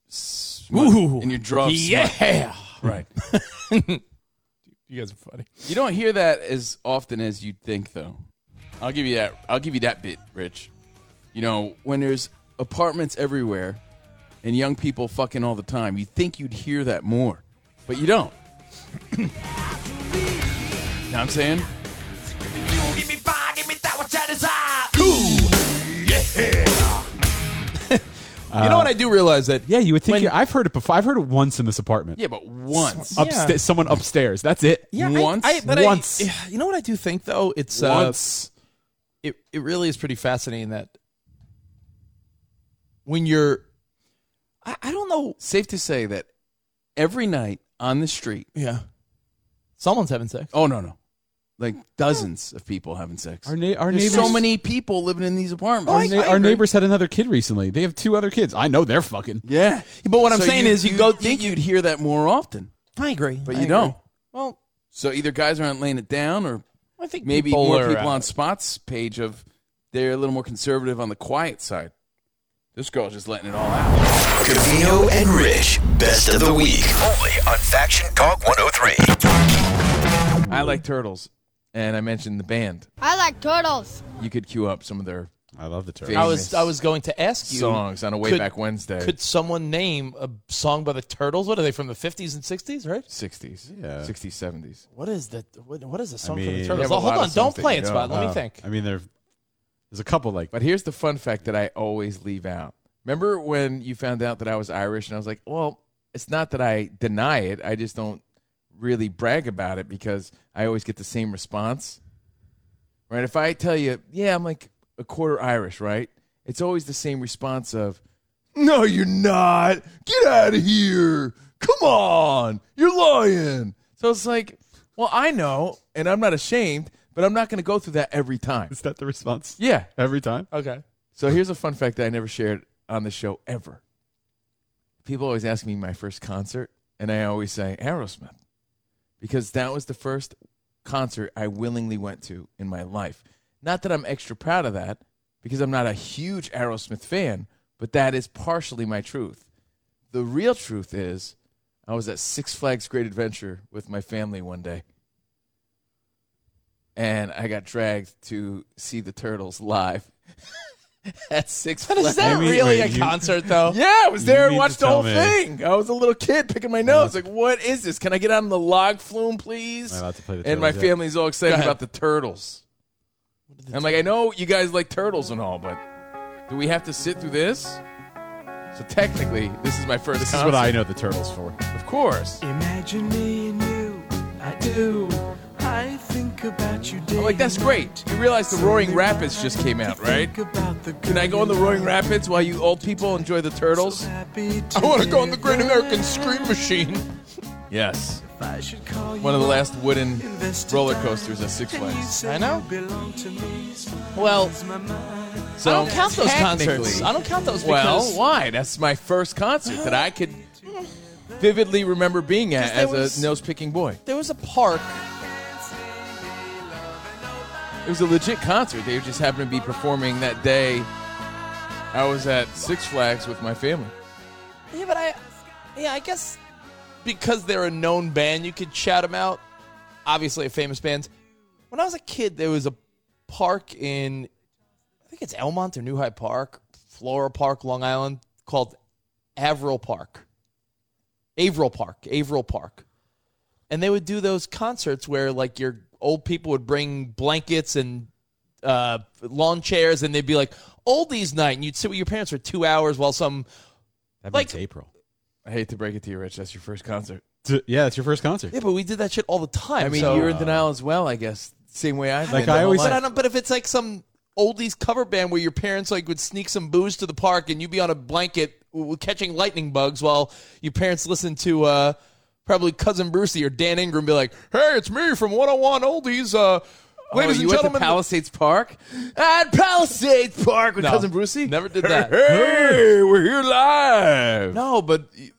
S5: smut,
S3: Ooh.
S5: in your draw. of smut.
S3: Yeah.
S5: right.
S3: You guys are funny.
S5: You don't hear that as often as you'd think, though. I'll give you that. I'll give you that bit, Rich. You know, when there's apartments everywhere and young people fucking all the time, you think you'd hear that more, but you don't. know what I'm saying?
S6: Give me five, give me that what I desire. Ooh, yeah.
S3: you know what I do realize that
S4: yeah, you would think. you I've heard it before. I've heard it once in this apartment.
S5: Yeah, but once.
S4: Upsta-
S3: Yeah.
S4: someone upstairs. That's it.
S3: Yeah, I-
S5: Once?
S3: I, but I-
S4: Once.
S3: you know what I do think though? It's uh,
S4: Once.
S3: It it really is pretty fascinating that when you're, I, I don't know.
S5: Safe to say that every night on the street.
S3: Yeah, someone's having sex.
S5: Oh no no, like dozens of people having sex.
S4: Our, na- our
S5: There's
S4: neighbors.
S5: so many people living in these
S3: Oh,
S5: apartments.
S4: our, na- our neighbors had another kid recently. They have two other kids. I know they're fucking.
S5: Yeah,
S3: But what I'm saying is, you, go
S5: think you'd hear that more often,
S3: I agree,
S5: but
S3: I
S5: you
S3: agree.
S5: don't.
S3: Well,
S5: So either guys aren't laying it down, or
S3: I think
S5: maybe
S3: people
S5: more
S3: are,
S5: people
S3: uh,
S5: on Spot's page of they're a little more conservative on the quiet side. This girl's just letting it all out.
S1: Cavino and Rich, best of the week. Only on Faction Talk 103.
S5: I like turtles, and I mentioned the band.
S13: I like turtles.
S5: You could queue up some of their
S4: I love the turtles.
S5: famous
S3: I was I was going to ask you
S5: songs on a way
S3: could-
S5: back Wednesday,
S3: Could someone name a song by the Turtles? What are they from the 50s and 60s? Right.
S5: sixties,
S4: Yeah.
S5: sixties, seventies.
S3: What is the what, what is the song from
S4: mean-
S3: the
S4: They
S3: Turtles?
S5: have a
S3: Oh, hold
S5: lot
S3: on,
S5: of
S3: don't
S5: songs that
S3: play
S5: you
S3: it,
S5: know. Uh,
S3: Spot. Let
S4: Oh,
S3: me think.
S4: I mean, there- there's a couple like.
S5: But here's the fun fact that I always leave out. Remember when you found out that I was Irish and I was like, well, it's not that I deny it. I just don't really brag about it because I always get the same response. Right? If I tell you, yeah, I'm like a quarter Irish, right? It's always the same response of, no, you're not. Get out of here. Come on. You're lying. So it's like, well, I know and I'm not ashamed, but I'm not going to go through that every time.
S4: Is that the response?
S5: Yeah.
S4: Every time.
S3: Okay.
S5: So here's a fun fact that I never shared on the show ever. People always ask me my first concert, and I always say Aerosmith because that was the first concert I willingly went to in my life. Not that I'm extra proud of that because I'm not a huge Aerosmith fan, but that is partially my truth. The real truth is I was at Six Flags Great Adventure with my family one day and I got dragged to see the Turtles live at Six Flags.
S3: Is that
S4: Maybe-
S3: really
S4: wait,
S3: a
S4: you-
S3: concert though?
S5: Yeah, I was
S4: You
S5: there and
S4: need to
S5: watched the
S4: tell
S5: whole
S4: me.
S5: thing. I was a little kid picking my nose, like, "What is this? Can I get on the log flume, please?"
S4: Am I allowed to play the
S5: and my
S4: Turtles yet?
S5: family's all excited
S3: ahead.
S5: about the turtles. I'm like, I know you guys like turtles and all, but do we have to sit through this? So technically, this is my first.
S4: This is
S5: concert.
S4: what I know the turtles for.
S5: Of course,
S14: Imagine me and you, I do. I think about you day
S5: I'm like, that's
S14: and
S5: great. You realize the Roaring Rapids just came out, right?
S14: night. About the
S5: Can I go in the Roaring Rapids while you old people enjoy the turtles?
S14: happy
S3: I want to go on the Great American Scream Machine.
S5: Yes.
S14: I should call you
S5: One of the last wooden
S14: Invested
S5: roller coasters at Six Flags.
S3: I know.
S14: belong to me.
S3: Well,
S5: So
S3: I don't count those
S5: technically-
S3: concerts. I don't count those
S5: Well,
S3: because
S5: why? That's my first concert that I could vividly remember being at
S3: 'Cause there
S5: as
S3: was-
S5: a nose picking boy.
S3: there was a park.
S5: It was a legit concert. They just happened to be performing that day. I was at Six Flags with my family.
S3: Yeah, but I, yeah, I guess because they're a known band, you could shout them out. Obviously, a famous band. When I was a kid, there was a park in, I think it's Elmont or New High Park, Flora Park, Long Island, called Averill Park. Averill Park, Averill Park. And they would do those concerts where, like, your old people would bring blankets and uh, lawn chairs, and they'd be like, oldies night. And you'd sit with your parents for two hours while some.
S4: That
S3: like,
S4: April.
S5: I hate to break it to you, Rich. That's your first concert.
S4: Yeah, it's your first concert.
S3: Yeah, but we did that shit all the time.
S5: I mean,
S3: so- uh,
S5: you were in denial as well, I guess. Same way I.
S4: Like, I always-
S3: but, I don't, but if it's like some oldies cover band where your parents like would sneak some booze to the park and you'd be on a blanket w- catching lightning bugs while your parents listen to uh, probably cousin Brucey or Dan Ingram be like, "Hey, it's me from 101 Oldies." Uh, ladies
S5: Oh,
S3: and
S5: you went to
S3: gentlemen,
S5: Palisades Park at Palisades Park with
S3: No,
S5: cousin Brucey.
S3: Never did that.
S5: Hey, we're here live.
S3: No, but y-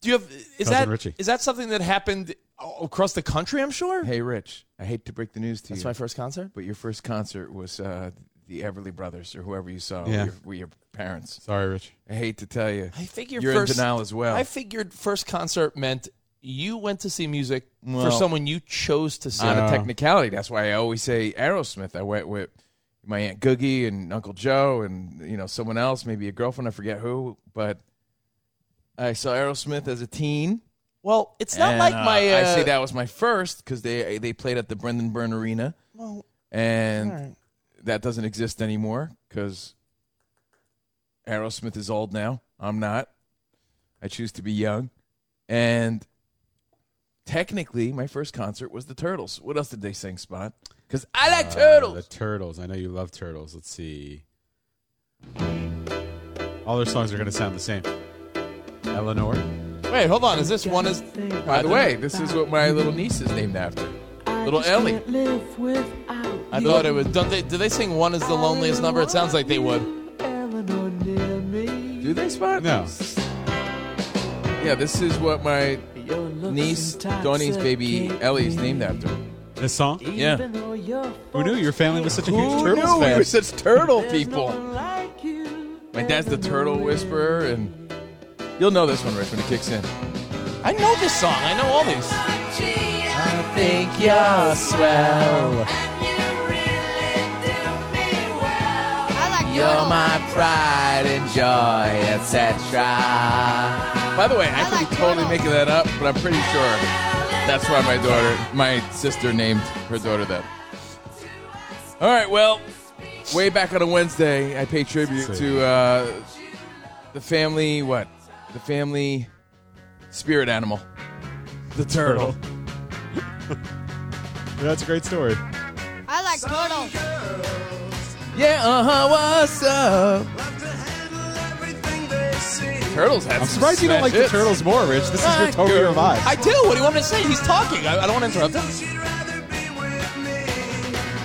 S3: do you have? Is
S5: Cousin
S3: that is
S5: Richie.
S3: that something that happened a- across the country? I'm sure.
S5: Hey, Rich. I hate to break the news to you.
S3: That's my first concert.
S5: But your first concert was uh, the Everly Brothers or whoever you
S4: Yeah.
S5: saw with, your, with your parents.
S4: Sorry, Rich.
S5: I hate to tell you.
S3: I figure
S5: you're
S3: first,
S5: in denial as well.
S3: I figured first concert meant you went to see music for
S5: Well,
S3: someone you chose to see.
S5: on a technicality. That's why I always say Aerosmith. I went with my aunt Googie and Uncle Joe, and you know someone else, maybe a girlfriend. I forget who, but I saw Aerosmith as a teen.
S3: Well, it's not
S5: And,
S3: like
S5: uh,
S3: my. Uh,
S5: I say that was my first because they they played at the Brendan Byrne Arena,
S3: Well,
S5: and
S3: all right.
S5: that doesn't exist anymore because Aerosmith is old now. I'm not. I choose to be young, and technically, my first concert was the Turtles. What else did they sing, Spot? Because I like
S4: Uh,
S5: turtles.
S4: The turtles. I know you love turtles. Let's see. All their songs are going to sound the same. Eleanor.
S3: Wait, hold on. Is this one? Is
S5: By the way, this is what my little niece is named after. Little Ellie.
S14: Live without
S3: I thought it was. Don't they? Do they sing one is the loneliest number? It sounds like they would.
S14: Eleanor near me.
S5: Do they, Spot?
S4: No.
S5: Yeah, this is what my niece, Donnie's baby Ellie, is named after.
S4: This song?
S5: Yeah.
S14: Even though you're
S4: Who knew your family was such a huge
S5: Who
S4: Turtles
S5: knew we
S4: fan?
S5: were such turtle
S14: There's
S5: people?
S14: no one like you.
S5: My dad's the turtle whisperer, and you'll know this one, Rich, when it kicks in.
S3: I know this song. I know all these.
S5: I think you're swell. You're my pride and joy, etc. By the way, I, could be totally making that up, but I'm pretty sure that's why my daughter, my sister named her daughter that. All right, well, way back on a Wednesday, I pay tribute to uh, the family, what? The family spirit animal, the turtle.
S4: That's a great story.
S13: I like turtles.
S5: Yeah, uh huh, what's up? Turtles had
S4: I'm
S5: some
S4: surprised you don't
S5: smash
S4: like the
S5: hits.
S4: Turtles more, Rich. This is
S3: Ah,
S4: your totally your vibe.
S3: I do. What do you want me to say? He's talking. I, I don't want to interrupt him.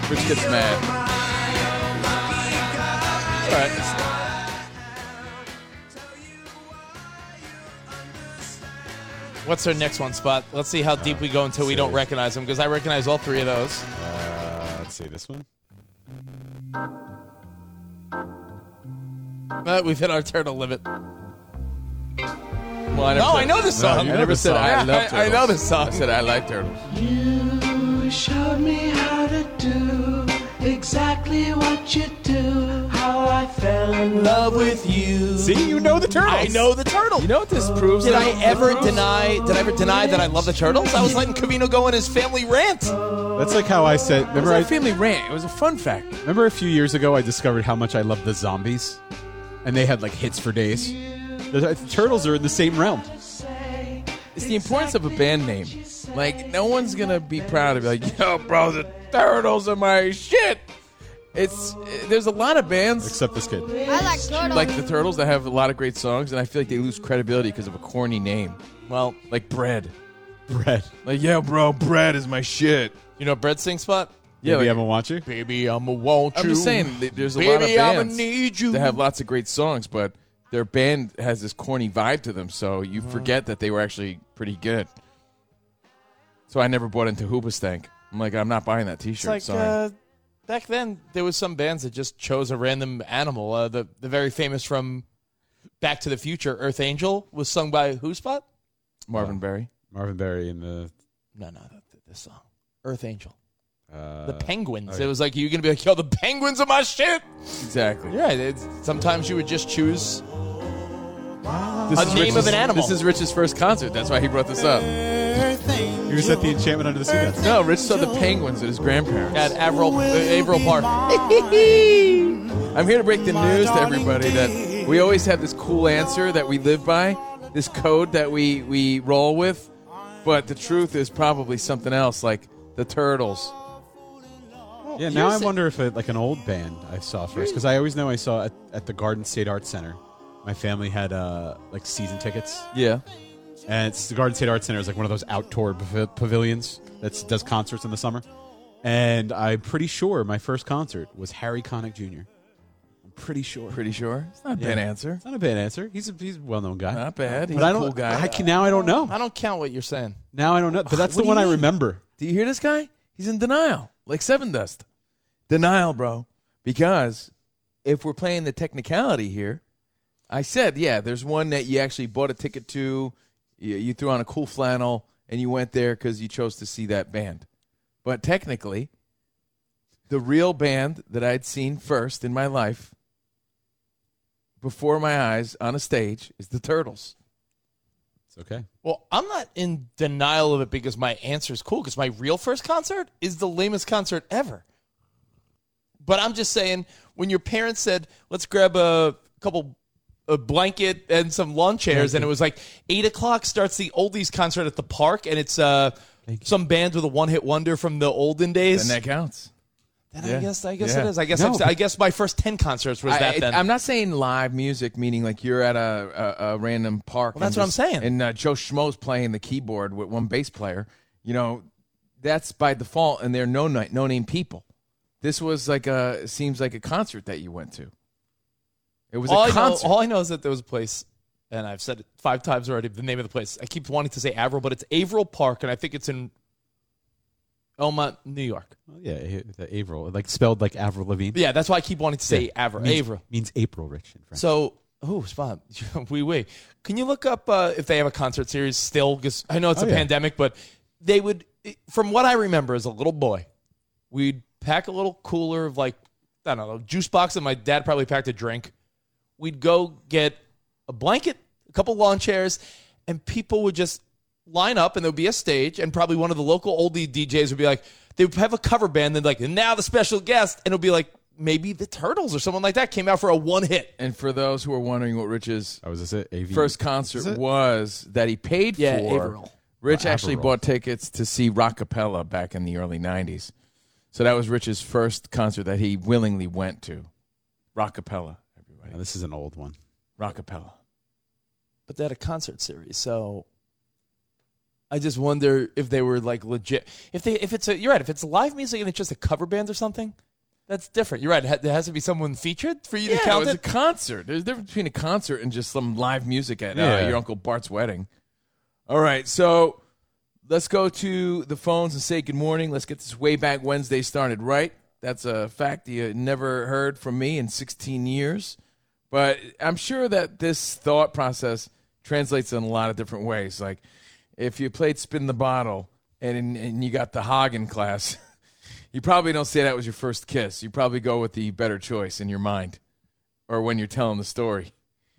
S5: Rich gets mad.
S3: All right. What's our next one spot? Let's see how deep we go until we don't recognize them because I recognize all three of those.
S4: Uh, let's see this one.
S3: Uh, we've hit our turtle limit.
S5: Well, I never
S3: No,
S5: said-
S3: I know this song.
S5: I
S3: You know
S5: never
S3: this
S5: said
S3: song.
S5: I
S3: Yeah,
S5: love turtles.
S3: I- I know this song.
S5: I said I like turtles.
S14: You showed me how to do exactly what you do. How I fell in love with you.
S4: See, you know the Turtles.
S3: I know the turtle.
S5: You know what this proves?
S3: Did
S5: though?
S3: I ever deny? Did I ever deny that I love the turtles? I was letting Camino go on his family rant.
S4: That's like how I said.
S5: It was
S4: Remember,
S5: our
S4: I,
S5: family rant. It was a fun fact.
S4: remember a few years ago, I discovered how much I love the zombies, and they had like hits for days. The, the Turtles are in the same realm.
S5: It's the importance of a band name. Like, no one's gonna be proud of like, yo, bro, the turtles are my shit. It's there's a lot of bands
S4: Except this kid.
S13: I like turtles.
S5: like the Turtles that have a lot of great songs, and I feel like they lose credibility because of a corny name,
S3: Well,
S5: like Bread.
S4: Bread.
S5: Like, yeah, bro, Bread is my shit.
S3: you know Bread Sing Spot.
S5: Yeah,
S4: Maybe
S5: like-
S4: I'm gonna watch you.
S3: Baby, I'ma want
S5: I'm
S3: you.
S5: just saying, th- there's a
S3: Baby,
S5: lot of
S3: I'ma
S5: bands
S3: need you.
S5: that have lots of great songs, but their band has this corny vibe to them, so you
S3: Uh-huh.
S5: forget that they were actually pretty good. So I never bought into Hoobastank. I'm like, I'm not buying that
S3: It's
S5: T-shirt.
S3: like
S5: Sorry.
S3: uh, back then there was some bands that just chose a random animal. Uh, the the very famous from Back to the Future, Earth Angel was sung by who spot?
S5: Marvin Berry.
S4: Marvin Berry in the
S3: No, no, th- th- this song, Earth Angel.
S4: uh,
S3: The Penguins.
S4: okay.
S3: It was like you're gonna be like, yo, the Penguins are my shit.
S5: Exactly.
S3: Yeah. It's, sometimes you would just choose
S5: This
S3: a
S5: is
S3: name of
S5: Rich's-
S3: an animal.
S5: This is Rich's first concert. That's why he brought this up.
S4: He was at the Enchantment Under the Sea. That's
S5: No, Rich saw the penguins at his grandparents.
S3: at Averill, uh, Averill Park.
S5: I'm here to break the news to everybody that we always have this cool answer that we live by, this code that we, we roll with, but the truth is probably something else, like the turtles.
S4: Yeah, now I wonder if it, like an old band I saw first because I always know I saw at, at the Garden State Arts Center. My family had uh, like season tickets.
S5: Yeah.
S4: and it's the Garden State Arts Center is like one of those outdoor pav- pavilions that does concerts in the summer. And I'm pretty sure my first concert was Harry Connick Jr. I'm pretty sure.
S5: Pretty sure. It's not a bad answer.
S4: It's not a bad answer. He's a he's a well-known guy.
S5: Not bad. He's
S4: but I
S5: a
S4: don't,
S5: cool guy.
S4: I can, now I don't know.
S3: I don't count what you're saying.
S4: Now I don't know. But that's
S5: What
S4: the
S5: do
S4: one
S5: you
S4: I
S5: mean?
S4: remember.
S5: Do you hear this guy? He's in denial, like Seven Dust. Denial, bro. Because if we're playing the technicality here, I said, yeah, there's one that you actually bought a ticket to, you, you threw on a cool flannel, and you went there because you chose to see that band. But technically, the real band that I'd seen first in my life, before my eyes on a stage, is the Turtles.
S4: It's okay.
S3: Well, I'm not in denial of it because my answer is cool. Because my real first concert is the lamest concert ever. But I'm just saying, when your parents said, "Let's grab a couple." A blanket and some lawn chairs, and it was like eight o'clock. Starts the oldies concert at the park, and it's uh some bands with a one-hit wonder from the olden days.
S5: And that counts.
S3: Then
S5: Yeah.
S3: I guess I guess
S5: Yeah.
S3: it is. I guess
S5: No,
S3: I'm-
S5: but-
S3: I guess my first ten concerts was that.
S5: I,
S3: then
S5: am not saying live music, meaning like you're at a, a, a random park.
S3: Well, that's
S5: and
S3: what I'm saying.
S5: And uh, Joe Schmo's playing the keyboard with one bass player. You know, that's by default, and they're no ni- no name people. This was like a seems like a concert that you went to. It was
S3: all
S5: a
S3: I know-
S5: concert.
S3: all I know is that there was a place, and I've said it five times already. The name of the place. I keep wanting to say Averill, but it's Averill Park, and I think it's in Elmont, New York.
S4: Well, yeah, A- the Avril, like spelled like Avril Lavigne.
S3: Yeah, that's why I keep wanting to say
S4: Yeah.
S3: Averill.
S4: Means-
S3: Averill.
S4: means April, Rich. In French.
S3: So, oh, spot, we we. Can you look up uh, if they have a concert series still? Because I know it's
S4: Oh,
S3: a
S4: yeah.
S3: pandemic, but they would. From what I remember, as a little boy, we'd pack a little cooler of like I don't know juice box, and my dad probably packed a drink. We'd go get a blanket, a couple lawn chairs, and people would just line up, and there'd be a stage, and probably one of the local oldie DJs would be like, they would have a cover band, and like, and now the special guest, and it'll be like. Maybe the Turtles or someone like that came out for a one hit.
S5: and for those who are wondering what Rich's
S4: Oh, was this it? AV?
S5: first
S4: Is
S5: concert
S4: it?
S5: was that he paid
S3: Yeah,
S5: for.
S3: Averill.
S5: Rich actually
S4: Averill.
S5: bought tickets to see Rockapella back in the early '90s, so that was Rich's first concert that he willingly went to. Rockapella,
S4: Now,
S5: everybody.
S4: this is an old one.
S5: Rockapella.
S3: but they had a concert series. So I just wonder if they were like legit. If they, if it's a, you're right. If it's live music and it's just a cover band or something, that's different. You're right. It ha- There has to be someone featured for you to
S5: Yeah, it
S3: count
S5: was
S3: it.
S5: a concert. There's a difference between a concert and just some live music at uh,
S4: Yeah.
S5: your uncle Bart's wedding. All right, so let's go to the phones and say good morning. Let's get this way back Wednesday started. Right, that's a fact you never heard from me in 16 years, but I'm sure that this thought process translates in a lot of different ways. Like if you played spin the bottle and and you got the Hagen class. You probably don't say that was your first kiss. You probably go with the better choice in your mind or when you're telling the story.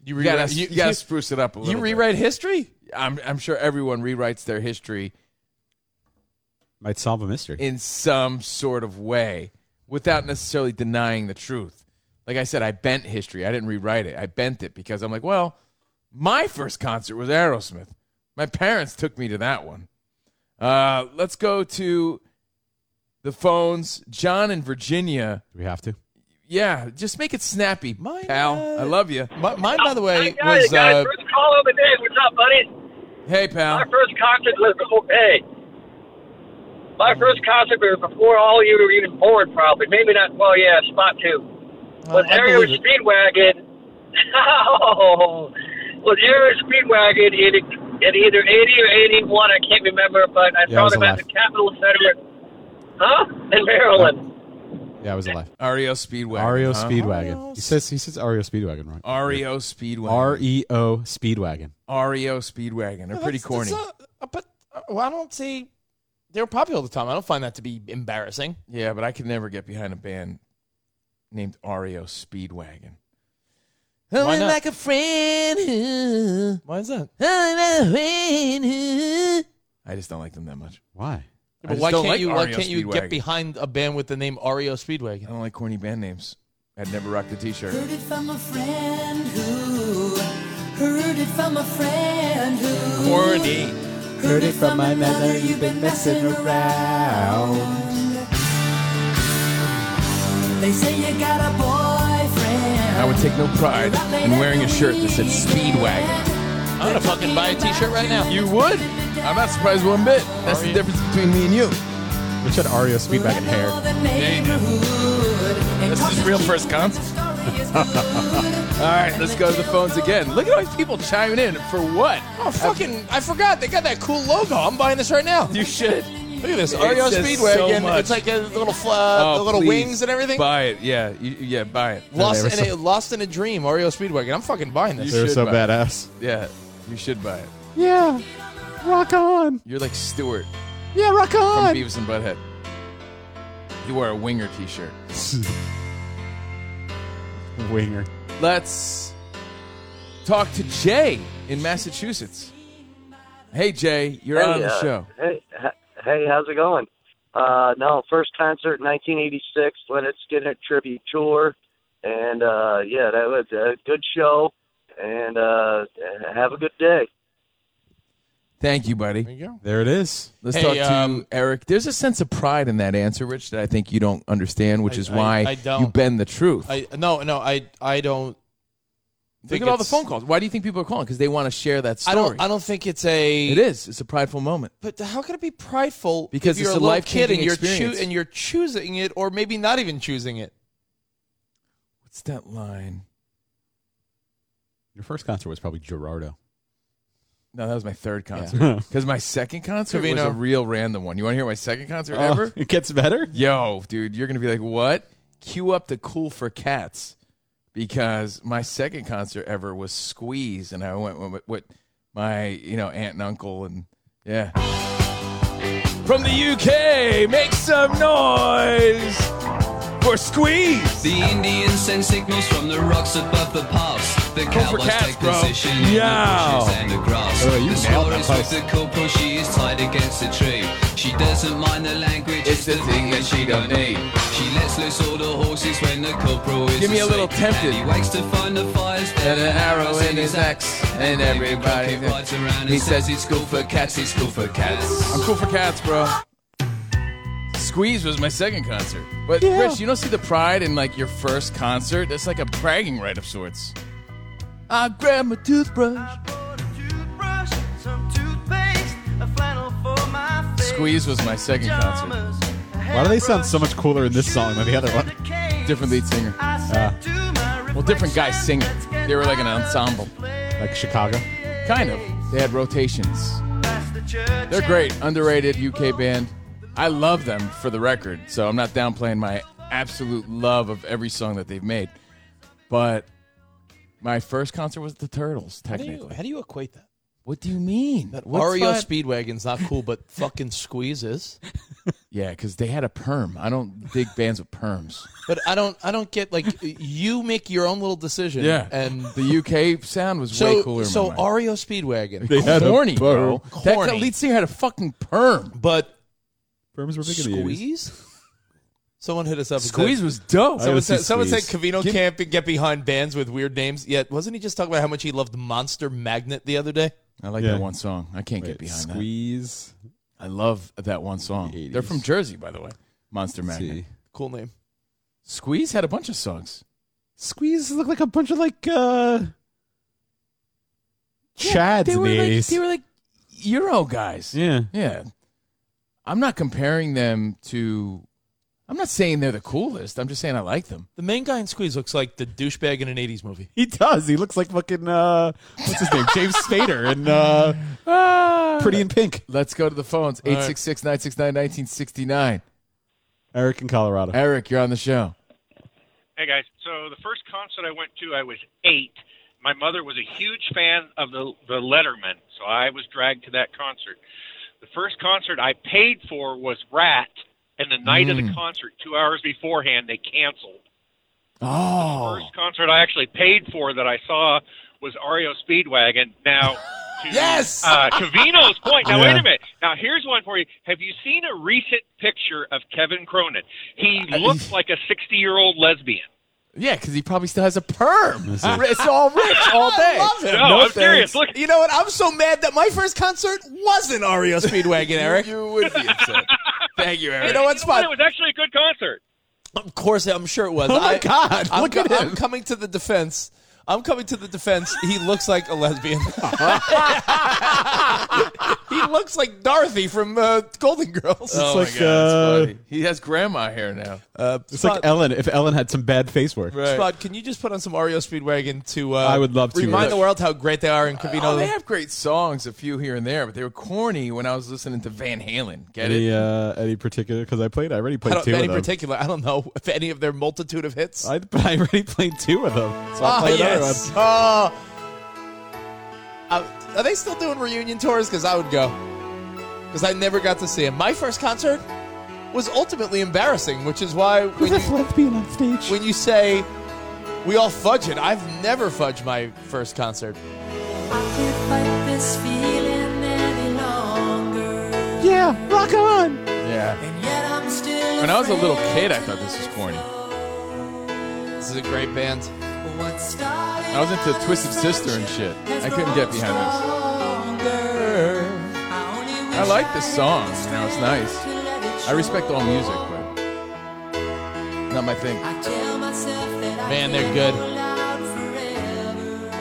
S5: You,
S3: rewrite-
S5: gotta,
S3: you-
S5: you gotta
S3: you-
S5: spruce it up a little.
S3: you
S5: bit.
S3: rewrite history.
S5: I'm I'm sure everyone rewrites their history
S4: Might solve a mystery.
S5: in some sort of way without necessarily denying the truth. Like I said, I bent history. I didn't rewrite it. I bent it because I'm like, well, my first concert was Aerosmith. My parents took me to that one. Uh, let's go to the phones. John in Virginia.
S4: Do we have to?
S5: Yeah, just make it snappy, pal. I love you.
S3: My, mine, by the way,
S10: Guys,
S3: was
S10: guys,
S3: uh,
S10: first call of the day. What's up, buddies?
S5: Hey, pal.
S10: My first concert was before. Hey, my first concert was before all you were even born, probably. Maybe not. Well, yeah, spot two. Was
S3: I
S10: Aerial
S3: believe it.
S10: Speedwagon? Oh, was Aerial Speedwagon in, in either eighty or eighty-one? I can't remember, but I
S4: Yeah, I
S10: saw
S4: was
S10: them at
S4: alive.
S10: the Capitol Center, huh? In Maryland.
S4: Yeah, I was alive.
S5: REO E Speedwagon.
S3: E
S4: REO
S5: huh?
S4: Speedwagon. He says he says REO Speedwagon wrong.
S5: REO Speedwagon.
S4: REO Speedwagon.
S5: REO E Speedwagon. They're pretty corny.
S3: Well, I don't see. They were popular at uh, the time. I don't find that to be embarrassing.
S5: Yeah, but I could never get behind a band named REO Speedwagon.
S3: Why
S5: Only
S3: not?
S5: like a friend who.
S3: Why is that?
S5: I just don't like them that much.
S4: Why?
S5: I
S3: but
S5: just
S3: why
S5: don't
S3: can't
S5: like
S3: you? Why
S5: REO
S3: can't you get
S5: Speedwagon.
S3: behind a band with the name E REO Speedwagon?
S5: I don't like corny band names. I'd never rock the T-shirt.
S9: Heard it from a friend who. Heard it from a friend who.
S5: Corny.
S4: Heard it from another. You've been messing around.
S9: They say you got a boyfriend.
S5: I would take no pride in wearing a shirt that said Speedwagon.
S3: I'm gonna fucking buy a T-shirt right now.
S5: You would? I'm not surprised one bit. That's the difference between me and you.
S4: We should REO Speedwagon hair.
S5: This is real first concert. All right, let's go to the phones again. Look at all these people chiming in for what?
S3: Oh fucking! I forgot they got that cool logo. I'm buying this right now.
S5: You should.
S3: Look at this E
S5: It
S3: REO
S5: says so
S3: Speedwagon.
S5: much.
S3: it's like a little fla-
S5: Oh,
S3: uh, the little
S5: please,
S3: wings and everything.
S5: Buy it, yeah, you, yeah, buy it.
S3: Lost in a Lost in a Dream E REO Speedwagon. I'm fucking buying this.
S5: You
S4: They're
S5: should
S4: so
S5: buy it.
S4: badass.
S5: Yeah, you should buy it.
S4: Yeah. Rock on.
S5: You're like Stewart
S4: Yeah, rock
S5: from
S4: on.
S5: Beavis and Butthead. You wore a winger T-shirt.
S4: Winger.
S5: Let's talk to Jay in Massachusetts. Hey, Jay, you're
S15: hey,
S5: on the
S15: uh,
S5: show.
S15: Hey, h- hey, how's it going? Uh, no, first concert in 1986, Leonard Skinner tribute tour, and uh, yeah, that was a good show. And uh, have a good day.
S5: Thank you, buddy.
S3: There you go.
S4: There it is.
S5: Let's
S3: Hey,
S5: talk to
S3: um,
S5: Eric. There's a sense of pride in that answer, Rich, that I think you don't understand, which
S3: I-
S5: is
S3: I-
S5: why
S3: I don't.
S5: you bend the truth.
S3: I no no I I don't.
S5: Look
S3: think
S5: at all the
S3: it's-
S5: phone calls. Why do you think people are calling? Because they want to share that story.
S3: I don't. I don't think it's a.
S5: it is. It's a prideful moment.
S3: But how can it be prideful?
S5: Because
S3: if you're
S5: it's
S3: a,
S5: a
S3: little kid
S5: life-changing
S3: and you're
S5: experience.
S3: and you're choosing it, or maybe not even choosing it.
S5: What's that line?
S4: Your first concert was probably Gerardo.
S5: No, that was my third concert.
S4: Yeah.
S5: Because my second concert was
S3: Trevino.
S5: a real random one. You want to hear my second concert
S4: Oh,
S5: ever?
S4: it gets better.
S5: Yo, dude, you're gonna be like, what? Cue up the cool for cats, because my second concert ever was Squeeze, and I went with, with my you know aunt and uncle, and yeah, from the UK, make some noise for Squeeze.
S16: The Indians send signals from the rocks above the pass. The
S5: for
S16: cowboys
S5: cats,
S16: take
S5: bro.
S16: position in the
S5: Yeah.
S16: bushes and the grass.
S5: Oh, you
S16: the
S5: nailed
S16: score
S5: that
S16: is
S5: post.
S16: with the corporal, she is tied against a tree. She doesn't mind the language, it's, the thing that she don't need. She lets loose all the horses when the corporal is
S5: Give me a
S16: asleep.
S5: little
S16: And
S5: tempted.
S16: he wakes to find the fire's dead
S5: And an arrow in his axe, and everybody.
S16: He rides around
S5: He
S16: and says it's cool for cats, it's cool for cats.
S5: I'm cool for cats, bro. Squeeze was my second concert. But Rich, you don't see the pride in like your first concert? That's like a bragging right of sorts. I grabbed my toothbrush. Squeeze was my second concert.
S4: Why do they sound so much cooler in this song than the other one?
S5: Different lead singer.
S4: Ah,
S5: Well, different guys singing. They were like an ensemble.
S4: like Chicago.
S5: Kind of. They had rotations. They're great, underrated UK band. I love them for the record, so I'm not downplaying my absolute love of every song that they've made. But my first concert was the Turtles,
S3: How do you,
S5: technically.
S3: how do you equate that?
S5: What do you mean?
S3: That E
S5: What's
S3: REO
S5: that?
S3: Speedwagon's not cool, but fucking Squeeze is.
S5: Yeah, because they had a perm. I don't dig bands with perms.
S3: But I don't. I don't get like you make your own little decision.
S5: Yeah.
S3: and
S5: The UK sound was
S3: so
S5: way cooler.
S3: so
S5: than mine.
S3: REO Speedwagon.
S4: They had a
S5: corny, bro.
S4: perm.
S5: That- That
S3: Corny.
S5: lead singer had a fucking perm.
S3: But
S4: Firms were big in the 80s.
S3: Squeeze. Someone hit us up. and said-
S5: Squeeze was dope.
S4: I
S3: Someone
S4: would
S3: said,
S4: see
S3: someone said
S4: Squeeze.
S3: Cavino can't be- get behind bands with weird names. Yet wasn't he just talking about how much he loved Monster Magnet the other day?
S5: I like
S4: Yeah.
S5: that one song. I can't get
S4: Wait,
S5: behind that.
S4: Squeeze.
S5: I love that one song.
S4: The 80s.
S5: They're from Jersey, by the way. Monster
S4: Let's
S5: Magnet.
S4: see.
S3: Cool name.
S5: Squeeze had a bunch of songs.
S4: Squeeze looked like a bunch of like uh Chads in the
S5: like,
S4: eighties.
S5: they were like Euro guys.
S4: yeah.
S5: Yeah. I'm not comparing them to. I'm not saying they're the coolest. I'm just saying I like them.
S3: The main guy in Squeeze looks like the douchebag in an '80s movie.
S4: He does. He looks like fucking uh what's his name? James Spader and
S5: Ah.
S4: uh Pretty in Pink.
S5: Let's go to the phones
S3: right.
S5: 866 969 1969.
S4: Eric in Colorado.
S5: Eric, you're on the show.
S17: Hey guys, so the first concert I went to, I was eight. My mother was a huge fan of the the Letterman, so I was dragged to that concert. The first concert I paid for was Rat, and the night of the
S5: Mm.
S17: concert, two hours beforehand, they canceled.
S5: Oh.
S17: First concert I actually paid for that I saw was Ario Speedwagon. Now, to,
S5: Yes!
S17: uh, Cavino's point. Now wait
S5: Yeah.
S17: a minute. Now here's one for you. Have you seen a recent picture of Kevin Cronin? He looks like a 60 year old lesbian.
S5: Yeah, because he probably still has a perm.
S4: Is
S3: it-
S5: It's all rich all day.
S3: Love him. You know what? I'm so mad that my first concert wasn't REO Speedwagon, Eric.
S5: you would be upset. Thank you, Eric.
S3: You know what, Spot?
S17: It was actually a good concert.
S3: Of course, I'm sure it was.
S5: Oh, my
S3: I,
S5: God.
S3: I'm,
S5: Look
S3: co-
S5: at him.
S3: I'm coming to the defense. I'm coming to the defense. He looks like a lesbian. he looks like Dorothy from uh, Golden Girls.
S5: Oh my
S4: like,
S5: God, that's
S4: uh,
S5: funny. he has grandma hair now.
S3: Uh,
S4: It's like Ellen. If Ellen had some bad face work,
S3: Spud, can you just put on some REO Speedwagon to? Uh,
S4: I would love to.
S3: remind
S4: Look.
S3: the world how great they are and Cavino.
S5: Oh, they have great songs, a few here and there, but they were corny when I was listening to Van Halen. Get it?
S4: any, uh, any particular? Because I played. I already
S3: I
S4: played
S3: don't,
S4: two of
S3: any
S4: them.
S3: particular, I don't know if any of their multitude of hits.
S4: I, but I already played two of them. So I'll
S3: Ah,
S4: play another
S3: yes.
S4: one.
S3: Ah. Uh, are they still doing reunion tours? Because I would go. Because I never got to see him. My first concert was ultimately embarrassing, which is why when you,
S4: lesbian on stage?
S3: when you say we all fudge it, I've never fudged my first concert.
S9: this feeling any longer.
S4: Yeah, rock on.
S5: Yeah.
S9: Yet I'm still
S5: When I was a little kid,
S9: afraid
S5: I thought this was corny.
S3: This is a great band.
S9: what started
S5: I was into Twisted Sister and shit. I couldn't get behind this. I like this song. You know, it's nice. I respect all music, but not my thing.
S9: I tell myself that I
S3: Man, they're good.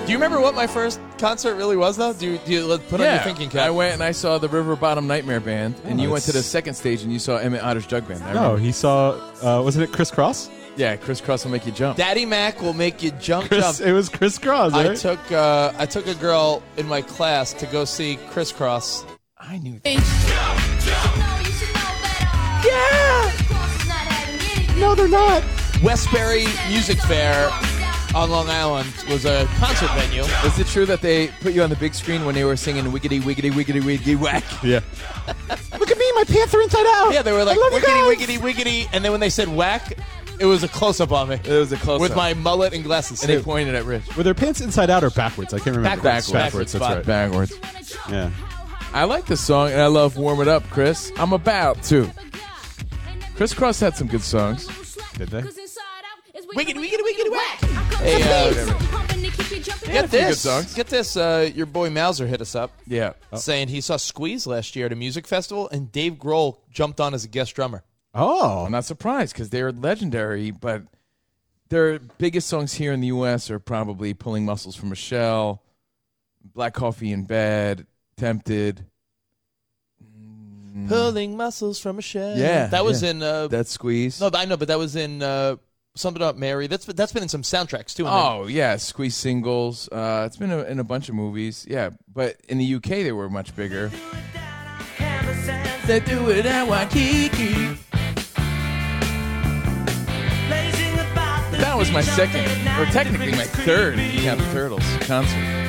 S3: Do you remember what my first concert really was, though? Do you, do you let's put on your thinking cap?
S5: I went and I saw the River Bottom Nightmare Band, and
S4: Oh,
S5: you went to the
S4: it's-
S5: second stage and you saw Emmett Otter's Jug Band. I
S4: No,
S5: remember.
S4: he saw. Uh, wasn't it Chris Cross?
S5: Yeah, Criss Cross will make you jump.
S3: Daddy Mac will make you jump,
S4: Chris.
S3: jump.
S4: It was Chris Cross.
S3: I
S4: right?
S3: took uh, I took a girl in my class to go see Crisscross.
S5: I knew
S4: no, they're not.
S3: Westbury Music Fair on Long Island was a concert venue.
S5: Is it true that they put you on the big screen when they were singing wiggity wiggity wiggity wiggity whack?
S4: Yeah. Look at me. My pants are inside out.
S3: Yeah, they were like
S4: I love you
S3: wiggity
S4: guys.
S3: wiggity wiggity, and then when they said whack, it was a close up on me
S5: It was a close
S3: with
S5: up.
S3: my mullet and glasses.
S5: and they pointed at Rich.
S4: Were their pants inside out or backwards? I can't remember.
S3: Backwards,
S4: Backwards.
S3: backwards,
S4: that's right.
S5: Backwards.
S4: Yeah.
S5: I like this song and I love Warm It Up, Chris. I'm about to. Criss Cross had some good songs.
S4: Did they?
S9: Wicked, wicked, wicked, whack.
S3: Hey, uh,
S5: Yeah,
S3: get
S5: pretty good
S3: this,
S5: songs.
S3: get this. Uh, your boy Mauser hit us up
S5: Yeah. Oh.
S3: saying he saw Squeeze last year at a music festival, and Dave Grohl jumped on as a guest drummer.
S4: Oh,
S5: I'm not surprised because they're legendary, but their biggest songs here in the U.S. are probably Pulling Muscles from a Shell, Black Coffee in Bed, Tempted.
S3: Pulling muscles from a shell.
S5: Yeah,
S3: that was
S5: yeah.
S3: in. Uh,
S5: That Squeeze.
S3: no, but I know, but that was in uh, something about Mary. That's that's been in some soundtracks too. in there.
S5: Oh yeah, squeeze singles. Uh, it's been a, in a bunch of movies. Yeah, but in the UK they were much bigger. They do it at Waikiki. That was my second, or technically my third, Cap Turtles concert.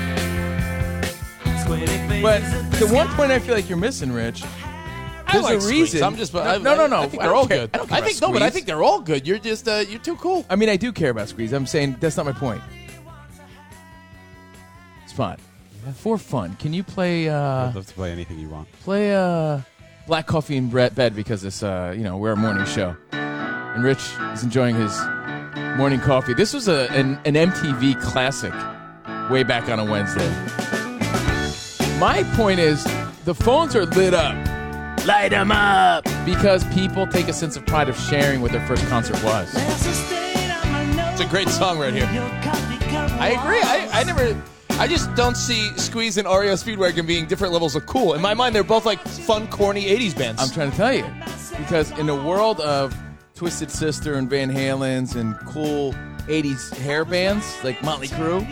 S5: But the one point I feel like you're missing, Rich,
S3: I
S5: there's
S3: like
S5: a
S3: Squeeze.
S5: reason.
S3: I'm just
S5: no,
S3: I,
S5: no, no, no.
S3: I think
S5: I
S3: they're
S5: don't
S3: all
S5: care-
S3: good.
S5: I don't care about
S3: think no, but I
S5: Squeeze.
S3: think they're all good. You're just uh, you're too cool.
S5: I mean, I do care about Squeeze. I'm saying that's not my point. It's fun. For fun, can you play uh,
S4: I'd love to play anything you want.
S5: play uh, Black Coffee in Bre- Bed because it's uh, you know we're a morning show, and Rich is enjoying his morning coffee. This was a an, an MTV classic way back on a Wednesday. My point is the phones are lit up. Light them up because people take a sense of pride of sharing what their first concert was.
S3: It's a great song right here. I agree. I, I never. I just don't see Squeeze and REO Speedwagon being different levels of cool. In my mind, they're both like fun, corny '80s bands.
S5: I'm trying to tell you. Because in the world of Twisted Sister and Van Halen's and cool 80s hair bands like Motley Crue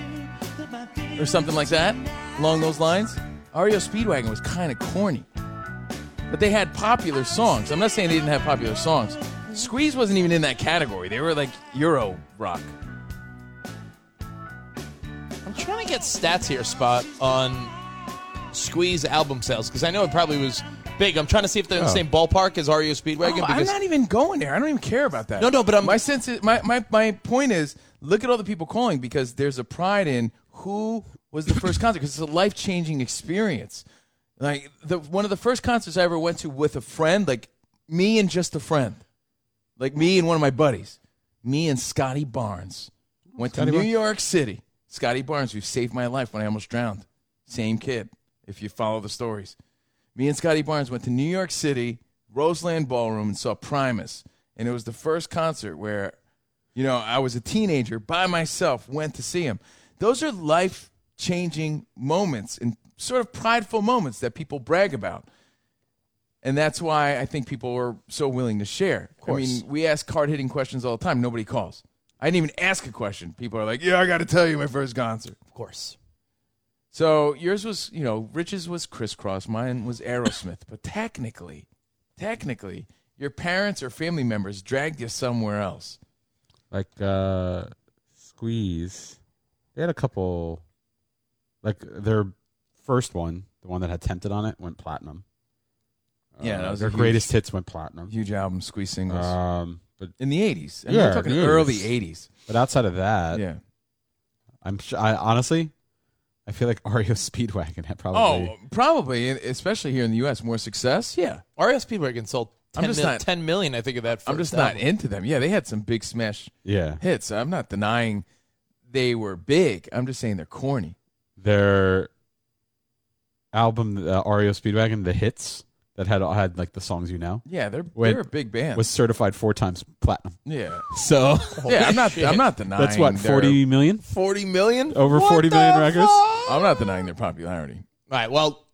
S5: or something like that, along those lines, REO Speedwagon was kind of corny. But they had popular songs. I'm not saying they didn't have popular songs, Squeeze wasn't even in that category. They were like Euro rock.
S3: I'm trying to get stats here, Spot, on Squeeze album sales because I know it probably was big. I'm trying to see if they're in the
S5: Oh.
S3: same ballpark as REO Speedwagon.
S5: Oh, I'm
S3: because
S5: not even going there. I don't even care about that.
S3: No, no, but I'm-
S5: my sense is my, my my point is look at all the people calling because there's a pride in who was the first concert because it's a life changing experience. Like the one of the first concerts I ever went to with a friend, like me and just a friend, like me and one of my buddies, me and Scotty Barnes went
S4: Scotty
S5: to New
S4: Barnes.
S5: York City. Scotty Barnes, who saved my life when I almost drowned. Same kid, if you follow the stories. Me and Scotty Barnes went to New York City, Roseland Ballroom, and saw Primus. And it was the first concert where, you know, I was a teenager by myself, went to see him. Those are life changing moments and sort of prideful moments that people brag about. And that's why I think people are so willing to share. I mean, we ask card hitting questions all the time. Nobody calls. I didn't even ask a question. People are like, yeah, I got to tell you my first concert. Of
S3: course.
S5: So yours was, you know, Rich's was crisscross, mine was Aerosmith. but technically, technically, your parents or family members dragged you somewhere else.
S4: like uh squeeze they had a couple like their first one the one that had tempted on it went platinum
S5: Yeah,
S4: Uh,
S5: that was a
S4: their
S5: huge-
S4: greatest hits went platinum
S5: huge album squeeze singles
S4: um but
S5: in the 80s. I mean,
S4: yeah
S5: we're talking
S4: the
S5: early 80s.
S4: but outside of that
S5: yeah
S4: i'm sure i honestly i feel like ario speedwagon had probably
S5: Oh, probably, especially here in the U.S., more success. Yeah.
S3: REO Speedwagon sold 10,
S5: I'm just
S3: mil-
S5: not-
S3: 10 million, I think, of that. First
S5: I'm just
S3: album.
S5: not into them. Yeah, they had some big smash
S4: Yeah.
S5: hits. I'm not denying they were big. I'm just saying they're corny.
S4: their album uh, REO Speedwagon, the hits that had had like the songs you know.
S5: Yeah, they're-
S4: went-
S5: they're a big band.
S4: Was certified four times platinum.
S5: Yeah.
S4: So
S5: Yeah, I'm not. I'm not denying.
S4: That's what
S5: their-
S4: forty million.
S5: Forty million.
S4: Over
S5: What
S4: 40 million
S5: the
S4: records?
S5: fuck? I'm not denying their popularity.
S3: All right. Well,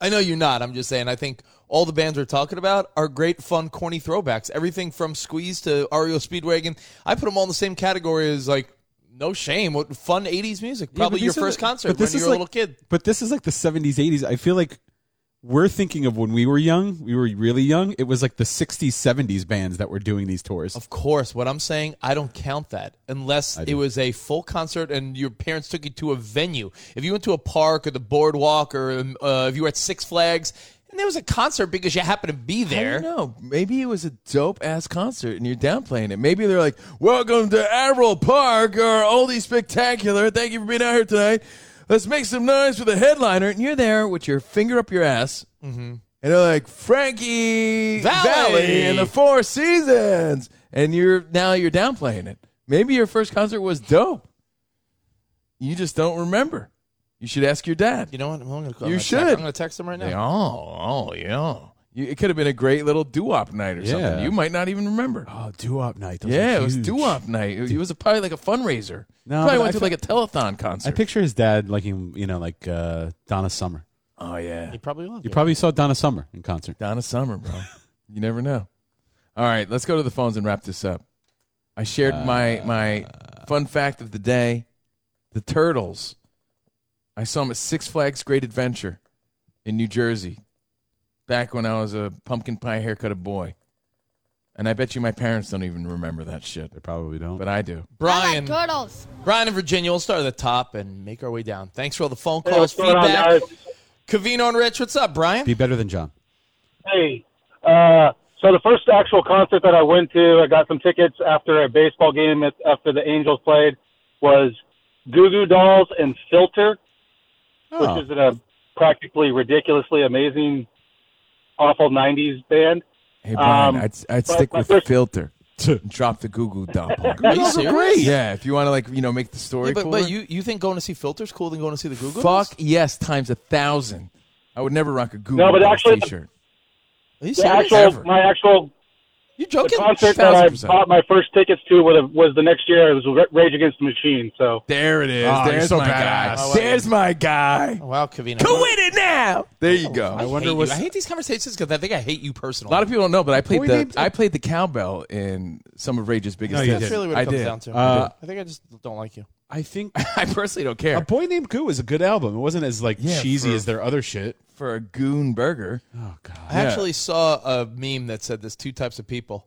S3: I know you're not. I'm just saying. I think all the bands we're talking about are great, fun, corny throwbacks. Everything from Squeeze to REO Speedwagon. I put them all in the same category as like No Shame. What fun '80s music? Probably your first concert when you were a little kid.
S4: But this is like the seventies, eighties. I feel like we're thinking of when we were young. We were really young. It was like the sixties, seventies bands that were doing these tours.
S3: Of course, what I'm saying, I don't count that unless
S4: I
S3: it
S4: do.
S3: was a full concert and your parents took you to a venue. If you went to a park or the boardwalk or um, uh, if you were at Six Flags and there was a concert because you happened to be
S5: I
S3: there.
S5: don't know. Maybe it was a dope ass concert and you're downplaying it. Maybe they're like, "Welcome to Admiral Park or Oldie Spectacular. Thank you for being out here tonight. Let's make some noise for the headliner." And you're there with your finger up your ass,
S3: Mhm.
S5: and they're like, "Frankie
S3: Valley."
S5: Valley and the Four Seasons," and you're now you're downplaying it. Maybe your first concert was dope. You just don't remember. You should ask your dad.
S3: You know what? I'm going to call.
S5: You
S3: I'm gonna text-
S5: should.
S3: I'm going to text them right now.
S5: Yeah, Oh, oh, yeah. You, it could have been a great little doo-wop night or
S4: Yeah.
S5: something. You might not even remember.
S4: Oh, doo-wop night. Those
S5: yeah,
S4: are
S5: it was
S4: huge.
S5: doo-wop night. It, it was probably like a fundraiser.
S4: No,
S5: probably
S4: but
S5: went
S4: I
S5: to
S4: feel-
S5: like a telethon concert.
S4: I picture his dad liking, you know, like uh, Donna Summer.
S5: oh yeah,
S3: you probably was.
S4: You probably saw Donna Summer in concert.
S5: Donna Summer, bro. you never know. All right, let's go to the phones and wrap this up. I shared
S3: Uh,
S5: my my fun fact of the day: the turtles. I saw them at Six Flags Great Adventure in New Jersey, back when I was a pumpkin pie haircut of boy. And I bet you my parents don't even remember that shit. They
S4: probably don't.
S5: But I do.
S8: Oh
S3: Brian.
S13: Turtles.
S3: Brian in Virginia. We'll start at the top and make our way down. Thanks for all the phone
S13: Hey, what's
S3: calls,
S13: going on,
S3: feedback. Cavino and Rich, what's up, Brian?
S4: Be better than John.
S18: Hey, uh, so the first actual concert that I went to, I got some tickets after a baseball game that, after the Angels played, was Goo Goo Dolls and Filter,
S4: Oh.
S18: which is a practically ridiculously amazing, awful '90s band.
S5: Hey Brian,
S18: Um,
S5: I'd, I'd
S18: but
S5: stick
S18: my
S5: with
S18: first-
S5: filter. and drop the Goo Goo Dolls.
S3: Are you serious?
S5: Yeah, if you want to like you know make the story.
S3: Yeah, but,
S5: cooler.
S3: but you, you think going to see Filter's cool than going to see the Google?
S5: Fuck yes, times a thousand. I would never rock a Goo Goo
S18: No, but
S5: Dolls
S18: actually-
S5: t-shirt.
S3: Are you
S18: The
S3: serious?
S18: actual, my actual
S3: you joking?
S18: The concert that I
S5: 1000%.
S18: bought my first tickets to was, was the next year. It was Rage Against the Machine. So
S5: there it is.
S3: Oh, you're
S5: There's
S3: so
S5: my
S3: badass.
S5: guy. There's my guy.
S3: wow, Cavino.
S5: Quit it now. There you go.
S3: I wonder. I hate these conversations because I think I hate you
S5: A
S3: personally.
S5: lot of people don't know, but I played
S3: Well, we
S5: the
S3: need to-
S5: I played the cowbell in some of Rage's biggest.
S3: No, you didn't.
S5: hits.
S3: That's really what it
S5: I
S3: comes
S5: did.
S3: down
S5: Uh,
S3: to.
S5: I did.
S3: I think I just don't like you.
S4: I think
S5: I personally don't care.
S4: A Boy Named Goo is a good album. It wasn't as like
S5: Yeah,
S4: cheesy
S5: for-
S4: as their other shit.
S5: For a goon burger.
S4: Oh god.
S3: I actually saw a meme that said there's two types of people: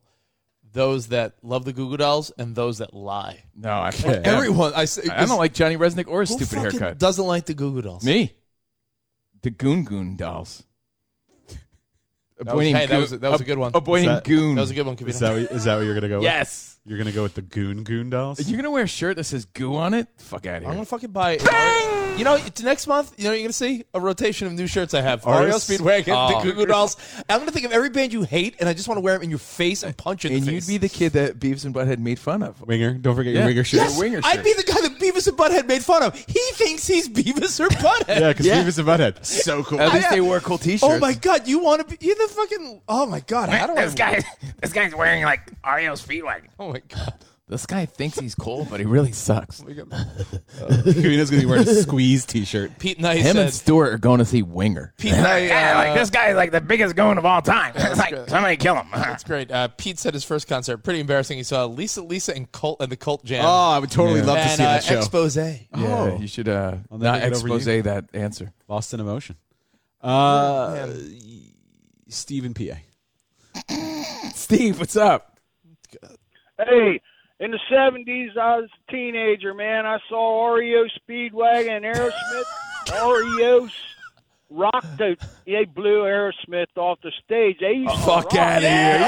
S3: those that love the Goo Goo Dolls and those that lie.
S5: No, I
S3: Everyone, I, say-
S5: I don't like Johnny Resnick or his
S3: Who
S5: stupid
S3: fucking
S5: haircut.
S3: Doesn't like the Goo Goo Dolls.
S5: Me, the Goon Goon dolls. A
S3: That was- hey, that was a- that was a good one.
S5: A boy
S4: Is
S5: named
S4: that-
S5: Goon.
S4: Is that, what- is that what you're gonna go with?
S5: Yes.
S4: You're gonna go with the Goon Goon dolls.
S5: You're gonna wear a shirt that says Goo on it? Fuck out
S3: I'm
S5: of here.
S3: gonna fucking buy. an Oreo- You know, it's next month, you know, what you're gonna see a rotation of new shirts I have.
S5: Artists?
S3: Oreo Speedwagon,
S5: Oh.
S3: the Goo Goo Dolls. I'm gonna think of every band you hate, and I just want to wear them in your face and punch you in
S5: And
S3: the
S5: you'd
S3: face.
S5: be the kid that Beavis and Butthead made fun of.
S4: Winger. Don't forget
S5: Yeah.
S4: your winger shirt.
S5: Yes. Winger
S3: I'd
S5: shirt.
S3: be the guy that Beavis and Butthead made fun of. He thinks he's Beavis or Butthead.
S4: Yeah, because Beavis and Butthead. So cool.
S5: At least they wore cool t-shirts.
S3: Oh my god, you want to be? You're the fucking. Oh my god, how do I?
S5: this guy's wearing like Ario's Speedwagon.
S3: Oh my god.
S5: This guy thinks he's cool, but he really sucks.
S4: Karina's gonna be wearing a squeeze t-shirt.
S3: Pete Knight
S5: Him
S3: said.
S5: and Stuart are going to see Winger.
S3: Pete Knight. uh,
S5: guy is like the biggest goon of all time. It's like somebody kill him.
S3: That's great. Uh, Pete said his first concert, pretty embarrassing. He saw Lisa, Lisa, and Cult and the Cult Jam.
S4: Oh, I would totally
S3: Yeah.
S4: love to
S3: and,
S4: see that
S3: uh,
S4: show.
S3: Expose.
S5: Yeah,
S4: Oh.
S5: you should uh,
S4: I'll never
S5: not
S4: get over
S5: expose
S4: you.
S5: that answer.
S4: Lost in emotion. Uh,
S3: Man.
S4: Stephen PA.
S5: Steve, what's up?
S19: Hey, in the seventies, I was a teenager, man. I saw REO Speedwagon, Aerosmith, E REO rocked the. They blew E Aerosmith off the stage. They used to
S5: Fuck
S19: rock.
S5: out of here.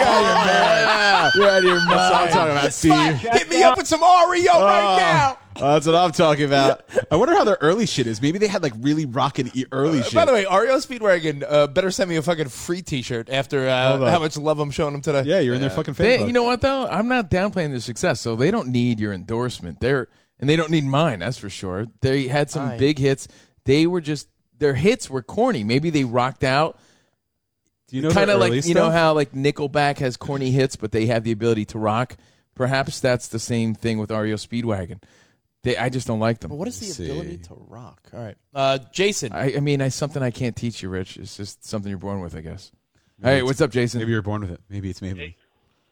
S5: You're out of your mind. You're out of your mind.
S4: That's what I'm talking about, Steve.
S3: Hit me up with some Oreo right now.
S4: Oh, that's what I'm talking about. I wonder how their early shit is. Maybe they had like really rockin' e- early shit.
S3: Uh, By the way, Oreo Speedwagon uh, better send me a fucking free T-shirt after uh,
S4: Hold on.
S3: how much love I'm showing him today.
S4: yeah, you're in their fucking
S5: They-
S4: Facebook.
S5: you know what though? I'm not downplaying their success, so they don't need your endorsement. They're and they don't need mine. That's for sure. They had some
S3: Aye.
S5: big hits. They were just their hits were corny. Maybe they rocked out.
S4: Do you know
S5: kind
S4: their
S5: of like
S4: early
S5: you know
S4: stuff?
S5: how like Nickelback has corny hits, but they have the ability to rock. Perhaps that's the same thing with REO Speedwagon. They, I just don't like them.
S3: But what is the
S4: see.
S3: ability to rock? All right, uh, Jason.
S5: I, I mean, I something I can't teach you, Rich. It's just something you're born with, I guess. hey, what's up, Jason?
S4: Maybe you're born with it. Maybe it's maybe.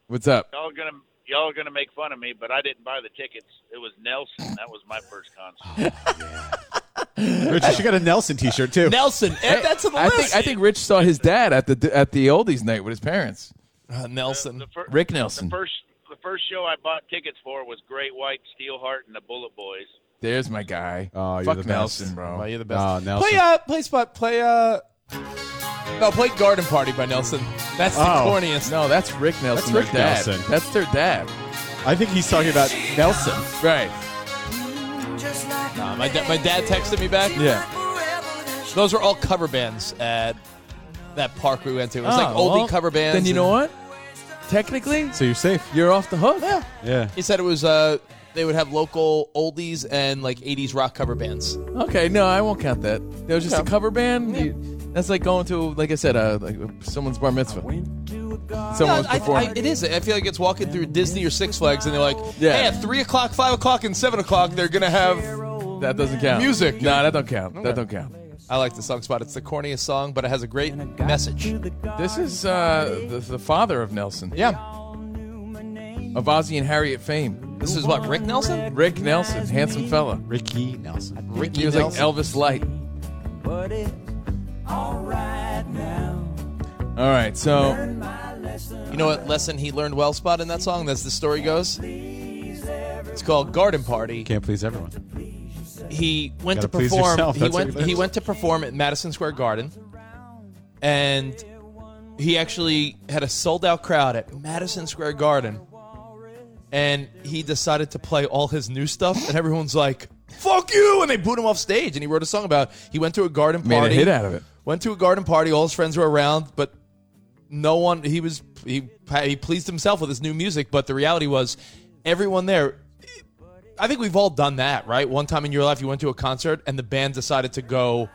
S5: What's up?
S20: Y'all gonna y'all gonna make fun of me, but I didn't buy the tickets. It was Nelson. That was my first concert.
S5: Oh,
S4: Rich, you should get a Nelson T-shirt too.
S3: Nelson, add that to the
S5: I
S3: list.
S5: think I think Rich saw his dad at the at the oldies night with his parents.
S3: Uh, Nelson.
S20: The fir-
S5: Rick Nelson.
S20: The first the first show I bought tickets for was Great White, Steelheart, and the Bullet Boys.
S5: There's my guy.
S4: Oh, you're
S5: Fuck
S4: the best.
S5: Nelson, bro.
S3: Oh, you're the best.
S4: Oh, Nelson.
S3: Play uh, play spot. Play uh. No, play Garden Party by Nelson. That's the
S4: Oh.
S3: corniest.
S5: No, that's Rick Nelson.
S4: Rick
S5: their dad.
S4: Nelson.
S5: That's their dad.
S4: I think he's talking about Nelson.
S5: Right.
S3: Nah, Uh, my, da- my dad texted me back.
S5: Yeah.
S3: Those were all cover bands at that park we went to. It was like
S5: Oh,
S3: oldie
S5: well,
S3: cover bands.
S5: Then you
S3: and-
S5: know what? Technically,
S4: So you're safe.
S5: you're off the hook.
S3: Yeah.
S4: Yeah.
S3: He said it was uh they would have local oldies and like 80s rock cover bands.
S5: Okay, no, I won't count that. That was just a
S3: Okay.
S5: cover band. You- that's like going to, like I said, uh, like someone's bar mitzvah. Someone was
S3: I,
S5: performing.
S3: I, it is. I feel like it's walking through Disney or Six Flags, and they're like,
S5: Yeah.
S3: "Hey, at three o'clock, five o'clock, and seven o'clock, they're gonna have."
S5: that doesn't count.
S3: Music.
S5: No, that don't count. That don't count.
S3: I like the song spot. It's the corniest song, but it has a great message.
S5: This is uh, the, the father of Nelson,
S3: Yeah,
S5: of Ozzy and Harriet fame.
S3: this is what Rick Nelson.
S5: Rick Nelson, handsome fella.
S4: Ricky Nelson.
S3: Ricky
S5: He was like
S3: Nelson.
S5: Elvis Light.
S14: But it's alright now.
S5: All right, so
S3: You know what lesson he learned well spot in that song? As the story goes, it's called Garden Party.
S4: Can't please everyone.
S3: he went to
S4: Gotta please
S3: perform.
S4: yourself,
S3: He
S4: that's what
S3: went.
S4: it is.
S3: He went to perform at Madison Square Garden, and he actually had a sold out crowd at Madison Square Garden. And he decided to play all his new stuff, and everyone's like, "Fuck you!" And they booed him off stage. And he wrote a song about he went to a garden party,
S5: Made a hit out of it.
S3: Went to a garden party. All his friends were around, but no one. He was he he pleased himself with his new music, but the reality was, everyone there I think we've all done that, right? One time in your life, you went to a concert and the band decided to go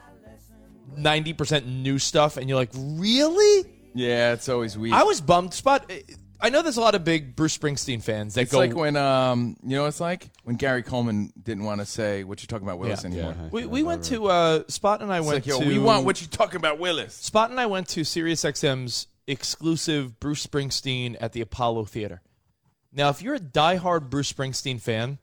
S3: 90% new stuff, and you're like, really?
S5: yeah, it's always weak.
S3: I was bummed. Spot. I know there's a lot of big Bruce Springsteen fans that
S5: It's
S3: go.
S5: like when um, you know, what it's like when Gary Coleman didn't want to say what you're talking about Willis
S3: Yeah.
S5: anymore.
S4: Yeah.
S3: we, we went to uh, Spot and I
S5: It's
S3: went
S5: like, yo,
S3: to.
S5: we want what you're talking about Willis.
S3: Spot and I went to SiriusXM's exclusive Bruce Springsteen at the Apollo Theater. Now, if you're a diehard Bruce Springsteen fan,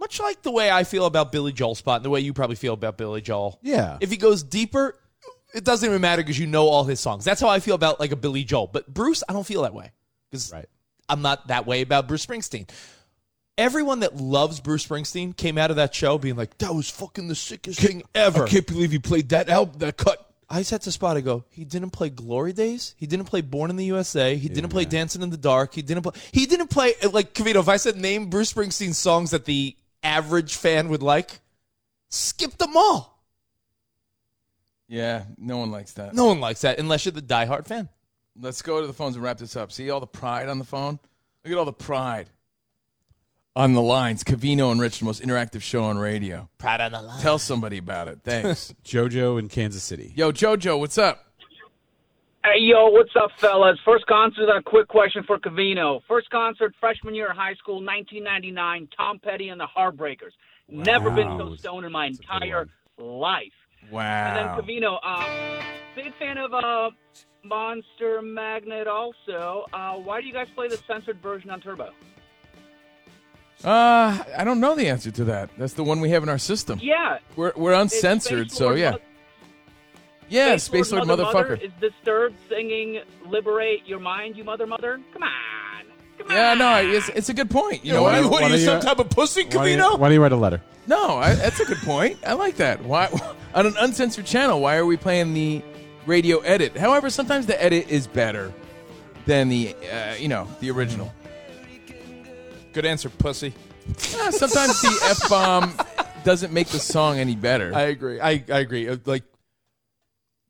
S3: Much like the way I feel about Billy Joel spot and the way you probably feel about Billy Joel.
S4: Yeah.
S3: If he goes deeper, it doesn't even matter because you know all his songs. That's how I feel about like a Billy Joel. But Bruce, I don't feel that way because I'm not that way about Bruce Springsteen. Everyone that loves Bruce Springsteen came out of that show being like, "That was fucking the sickest thing ever."
S4: I can't believe you played that album, that cut.
S3: I said to Spot, I go, he didn't play Glory Days. He didn't play Born in the USA. He didn't play Dancing in the Dark. He didn't play. He didn't play like Cavito. If I said name Bruce Springsteen songs that the average fan would like, skip them all.
S5: Yeah, no one likes that.
S3: No one likes that unless you're the diehard fan.
S5: Let's go to the phones and wrap this up. See all the pride on the phone? Look at all the pride.
S4: On the
S5: Lines, Cavino and Rich, the most interactive show on radio.
S3: Pride on the line.
S5: Tell somebody about it. Thanks.
S4: JoJo in Kansas City.
S5: Yo, JoJo, what's up?
S12: Hey, yo, what's up, fellas? First concert, a quick question for Cavino. First concert, freshman year of high school, 1999, Tom Petty and the Heartbreakers. Never been so stoned in my entire life. And then Cavino, uh, big fan of uh, Monster Magnet also. Uh, why do you guys play the censored version on Turbo?
S5: Uh, I don't know the answer to that. That's the one we have in our system.
S12: Yeah.
S5: We're, we're
S12: It's
S5: uncensored,
S12: Space
S5: so
S12: Lord
S5: yeah.
S12: Mother-
S5: yeah, Space Lord,
S12: Mother,
S5: Motherfucker.
S12: Mother is disturbed singing "Liberate Your Mind, You Mother Mother." Come on.
S5: yeah, no, it's, it's a good point. You know
S4: why
S5: what?
S4: do you- what are Why you, do some you- type
S5: of pussy,
S4: Why don't, you, why don't you write a letter?
S5: No, I, that's a good point. I like that. Why on an uncensored channel? Why are we playing the radio edit? However, sometimes the edit is better than the uh, you know the original.
S3: Good answer, pussy.
S5: Eh, sometimes the f bomb doesn't make the song any better.
S3: I agree. I, I agree. Uh, Like,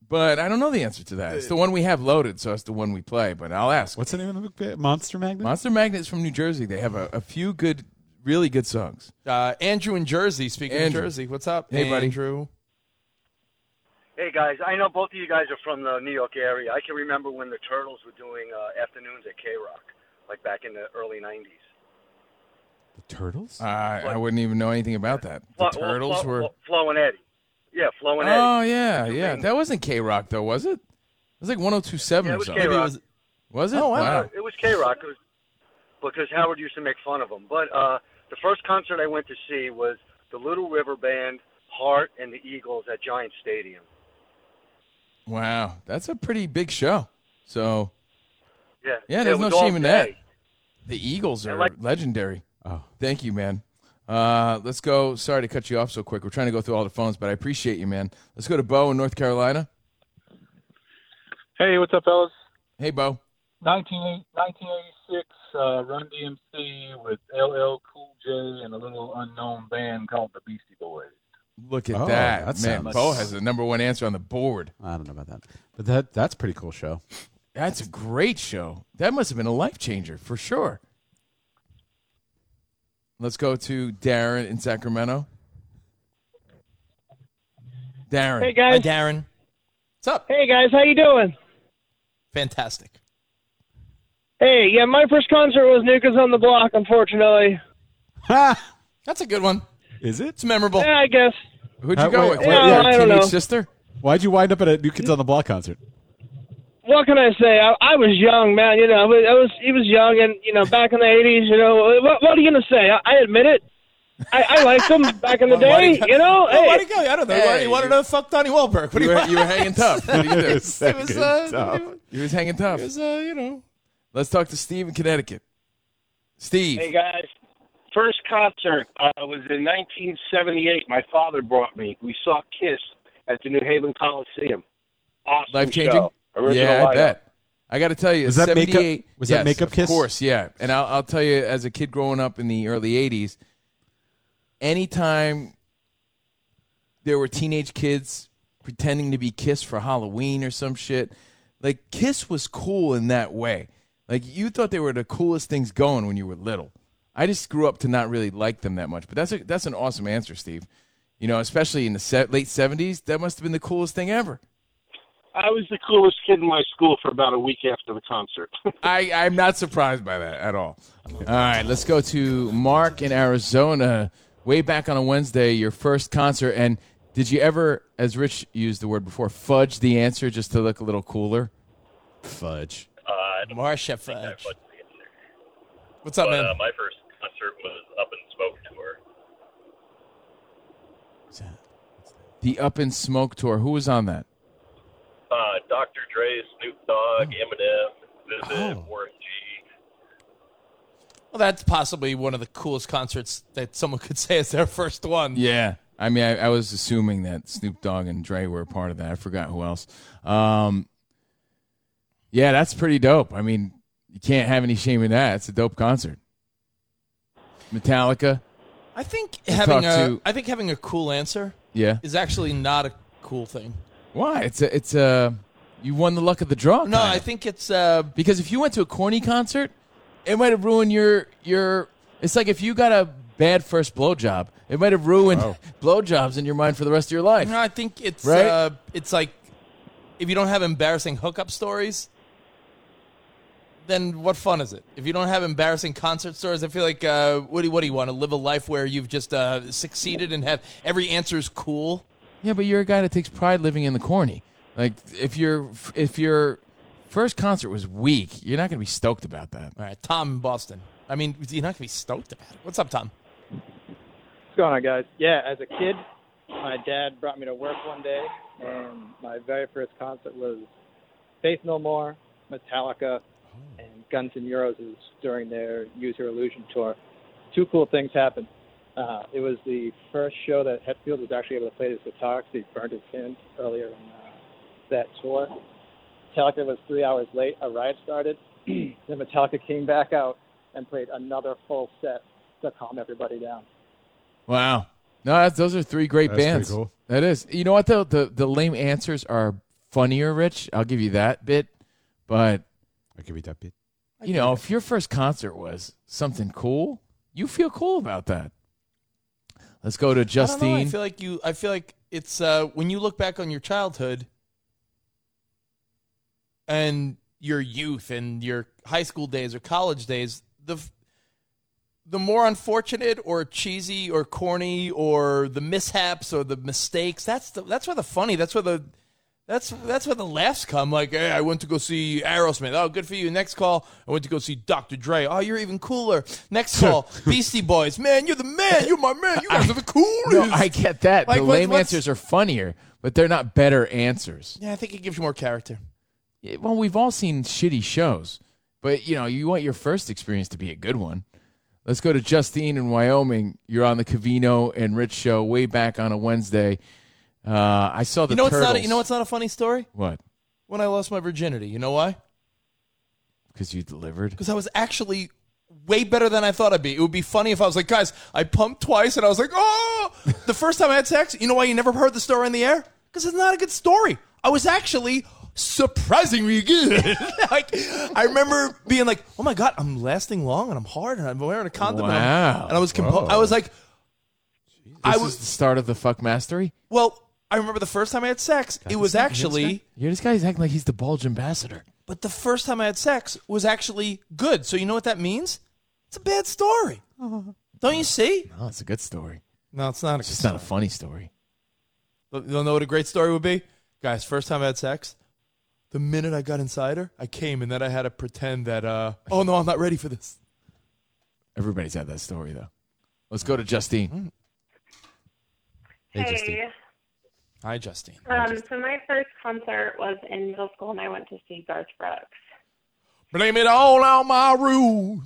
S5: but I don't know the answer to that. It's the one we have loaded, so it's the one we play. But I'll ask.
S4: What's the name of the band? Monster Magnet.
S5: Monster Magnet is from New Jersey. They have a, a few good, really good songs.
S3: Uh, Andrew in Jersey. Speaking
S5: Andrew.
S3: of Jersey, what's up?
S5: Hey, buddy.
S3: Andrew.
S21: Hey guys, I know both of you guys are from the New York area. I can remember when the Turtles were doing uh, afternoons at K Rock, like back in the early '90s.
S4: Turtles?
S5: Uh, I wouldn't even know anything about that. The
S21: Flo- well,
S5: Turtles
S21: Flo-
S5: were.
S21: well, Flo and Eddie. Yeah, Flo and Eddie.
S5: Oh yeah, yeah. That wasn't K Rock though, was it? It was like 102.7
S21: Yeah, it
S5: or
S21: was
S5: something.
S21: K-Rock.
S5: Was, was it?
S3: Oh,
S21: Uh, It was K Rock because Howard used to make fun of them. But uh, the first concert I went to see was the Little River Band, Heart, and the Eagles at Giant Stadium.
S5: Wow, that's a pretty big show. So
S21: Yeah,
S5: yeah,
S21: it
S5: there's
S21: was
S5: no shame
S21: all
S5: in that.
S21: day.
S5: The Eagles
S21: I
S5: are
S21: like-
S5: legendary.
S4: Oh,
S5: thank you, man. Uh, let's go. Sorry to cut you off so quick. We're trying to go through all the phones, but I appreciate you, man. Let's go to Bo in North Carolina.
S22: Hey, what's up, fellas?
S5: Hey, Bo.
S22: 19, 1986, uh, Run DMC with LL Cool J and a little unknown band called the Beastie Boys.
S5: Look at
S4: Oh,
S5: that,
S4: that
S5: man.
S4: sounds-
S5: Bo has the number one answer on the board.
S4: I don't know about that, but that that's pretty cool show.
S5: That's a great show. That must have been a life changer for sure. Let's go to Darren in Sacramento. Darren. Uh,
S11: Hey,
S3: Hi,
S11: guys.
S3: Darren. What's up?
S11: Hey guys, how you doing?
S3: Fantastic.
S11: Hey, yeah, my first concert was Nuka's on the Block, unfortunately.
S3: That's a good one.
S4: Is it?
S3: It's memorable.
S11: Yeah, I guess.
S5: Who'd
S4: Uh,
S11: you go with? Yeah, I don't know.
S5: sister?
S4: Why'd you wind up at a New Kids on the Block concert?
S11: What can I say? I, I was young, man. You know, I was, I was he was young, and you know, back in the '80s, you know, what, what are you gonna say? I, I admit it. I, I liked him back in the
S3: Why'd
S11: day.
S3: he go-
S11: You know,
S3: Well,
S11: hey.
S3: why'd he go? I don't know. Why- he wanted to fuck Donnie Wahlberg. What do
S5: You were- you were
S3: want?
S5: hanging tough. What do you do?
S3: it was, it was, uh,
S5: He was hanging tough.
S3: it was, uh, you know.
S5: Let's talk to Steve in Connecticut. Steve.
S23: Hey guys, first concert uh, was in 1978. My father brought me. We saw Kiss at the New Haven Coliseum. Awesome
S5: Life changing?
S23: show. Original
S5: Yeah, I
S23: lineup.
S5: bet. I got to tell you,
S4: Was that makeup-
S5: 78
S4: was that
S5: yes,
S4: makeup
S5: of
S4: kiss?
S5: course, yeah. And I'll, I'll tell you, as a kid growing up in the early 80s, anytime there were teenage kids pretending to be Kiss for Halloween or some shit, like Kiss was cool in that way. Like you thought they were the coolest things going when you were little. I just grew up to not really like them that much. But that's a, that's an awesome answer, Steve. You know, especially in the se- late 70s, that must have been the coolest thing ever.
S23: I was the coolest kid in my school for about a week after the concert.
S5: I, I'm not surprised by that at all. All right, let's go to Mark in Arizona. Way back on a Wednesday, your first concert. And did you ever, as Rich used the word before, fudge the answer just to look a little cooler? Fudge.
S11: Uh,
S3: Marsha Fudge.
S24: What's
S3: up,
S24: but,
S3: man?
S24: Uh, my first concert was Up in Smoke tour.
S5: The Up in Smoke tour. Who was on that?
S2: Uh, Dr. Dre, Snoop Dogg, Eminem, Vivid, Warren G.
S3: Well, that's possibly one of the coolest concerts that someone could say is their first one.
S5: Yeah. I mean, I, I was assuming that Snoop Dogg and Dre were a part of that. I forgot who else. Um, yeah, that's pretty dope. I mean, you can't have any shame in that. It's a dope concert. Metallica.
S3: I think
S5: We
S3: having
S5: talked
S3: a, I
S5: to-
S3: think having a cool answer
S5: Yeah.
S3: is actually not a cool thing.
S5: Why? It's a, it's a, you won the luck of the draw.
S3: No,
S5: kinda.
S3: I think it's uh,
S5: because if you went to a corny concert, it might have ruined your your. It's like if you got a bad first blowjob, it might have ruined
S3: Oh.
S5: blowjobs in your mind for the rest of your life.
S3: No, I think it's
S5: Right?
S3: uh, it's like if you don't have embarrassing hookup stories, then what fun is it? If you don't have embarrassing concert stories, I feel like uh, what do you- what do you want to live a life where you've just uh, succeeded and have every answer is cool?
S5: Yeah, but you're a guy that takes pride living in the corny. Like if your if your first concert was weak, you're not going to be stoked about that.
S3: All right, Tom in Boston. I mean, you're not gonna be stoked about it. What's up, Tom?
S7: What's going on, guys? Yeah, as a kid, my dad brought me to work one day, and my very first concert was Faith No More, Metallica, and Guns N' Roses during their Use Your Illusion tour. Two cool things happened. Uh, it was the first show that Hetfield was actually able to play his guitar because he burned his hand earlier in uh, that tour. Metallica was three hours late. A riot started. then Metallica came back out and played another full set to calm everybody down.
S5: Wow. No, that's, those are three great
S4: That's pretty
S5: bands.
S4: cool.
S5: That is. You know what though? The the lame answers are funnier, Rich. I'll give you that bit. But
S4: I give you that bit.
S5: You know, if your first concert was something cool, you feel cool about that. Let's go to
S3: I, don't know. I
S5: Justine.
S3: feel like you. I feel like it's uh, when you look back on your childhood and your youth and your high school days or college days. The f- the more unfortunate or cheesy or corny or the mishaps or the mistakes. That's the that's where the funny. That's where the that's that's where the laughs come. Like, hey, I went to go see Aerosmith. Oh, good for you. Next call, I went to go see Dr. Dre. Oh, you're even cooler. Next call, Beastie Boys. Man, you're the man. You're my man. You guys are the coolest.
S5: no, I get that.
S3: Like,
S5: the
S3: what-
S5: lame
S3: what's-
S5: answers are funnier, but they're not better answers.
S3: Yeah, I think it gives you more character.
S5: Yeah, well, we've all seen shitty shows, but you know, you want your first experience to be a good one. Let's go to Justine in Wyoming. You're on the Cavino and Rich show way back on a Wednesday. Uh, I saw the
S3: You know, it's
S5: turtles.
S3: not. A, you know, it's not a funny story.
S5: what?
S3: When I lost my virginity, you know why?
S5: Because you delivered.
S3: Because I was actually way better than I thought I'd be. It would be funny if I was like, guys, I pumped twice, and I was like, oh, the first time I had sex. You know why you never heard the story in the air? Because it's not a good story. I was actually surprisingly good. like, I remember being like, oh my god, I'm lasting long, and I'm hard, and I'm wearing a condom. and I'm-
S5: Wow.
S3: And I was compo-
S5: Whoa.
S3: I was like,
S5: This
S3: I
S5: is the start of the fuck mastery.
S3: well, I remember the first time I had sex. it was actually.
S5: You're this guy's acting like he's the bulge ambassador.
S3: but the first time I had sex was actually good. So you know what that means? It's a bad story. Don't you see?
S5: No, it's a good story.
S3: No, it's not. A
S5: It's just not a funny story.
S3: You don't know what a great story would be? Guys, first time I had sex, the minute I got inside her, I came and then I had to pretend that, uh, oh no, I'm not ready for this.
S5: Everybody's had that story though. Let's go to
S4: Mm-hmm.
S5: Justine.
S8: Hey.
S3: Hi, Justine.
S8: Um, so my first concert was in middle school, and I went to see Garth Brooks.
S3: Blame it all on my rules.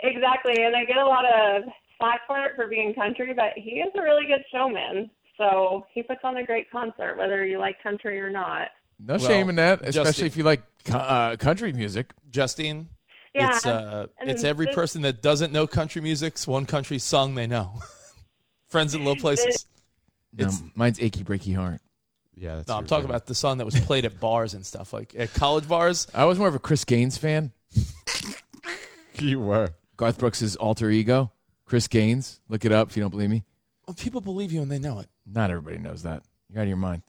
S8: Exactly, and I get a lot of slack for it for being country, but he is a really good showman. So he puts on a great concert, whether you like country or not.
S5: No
S3: Well,
S5: shame in that, especially
S3: Justine.
S5: if you like co- uh, country music.
S3: Justine,
S8: Yeah,
S3: it's, uh,
S8: and
S3: it's every
S8: this-
S3: person that doesn't know country music's one country song they know. Friends in Low Places.
S5: No, mine's achy breaky heart.
S4: Um, Yeah, that's
S3: No, I'm talking about the song that was played at bars and stuff, like at college bars.
S5: I was more of a Chris Gaines fan.
S4: you were
S5: Garth Brooks' alter ego, Chris Gaines. Look it up if you don't believe me.
S3: Well, people believe you and they know it.
S5: Not everybody knows that. You're out of your mind.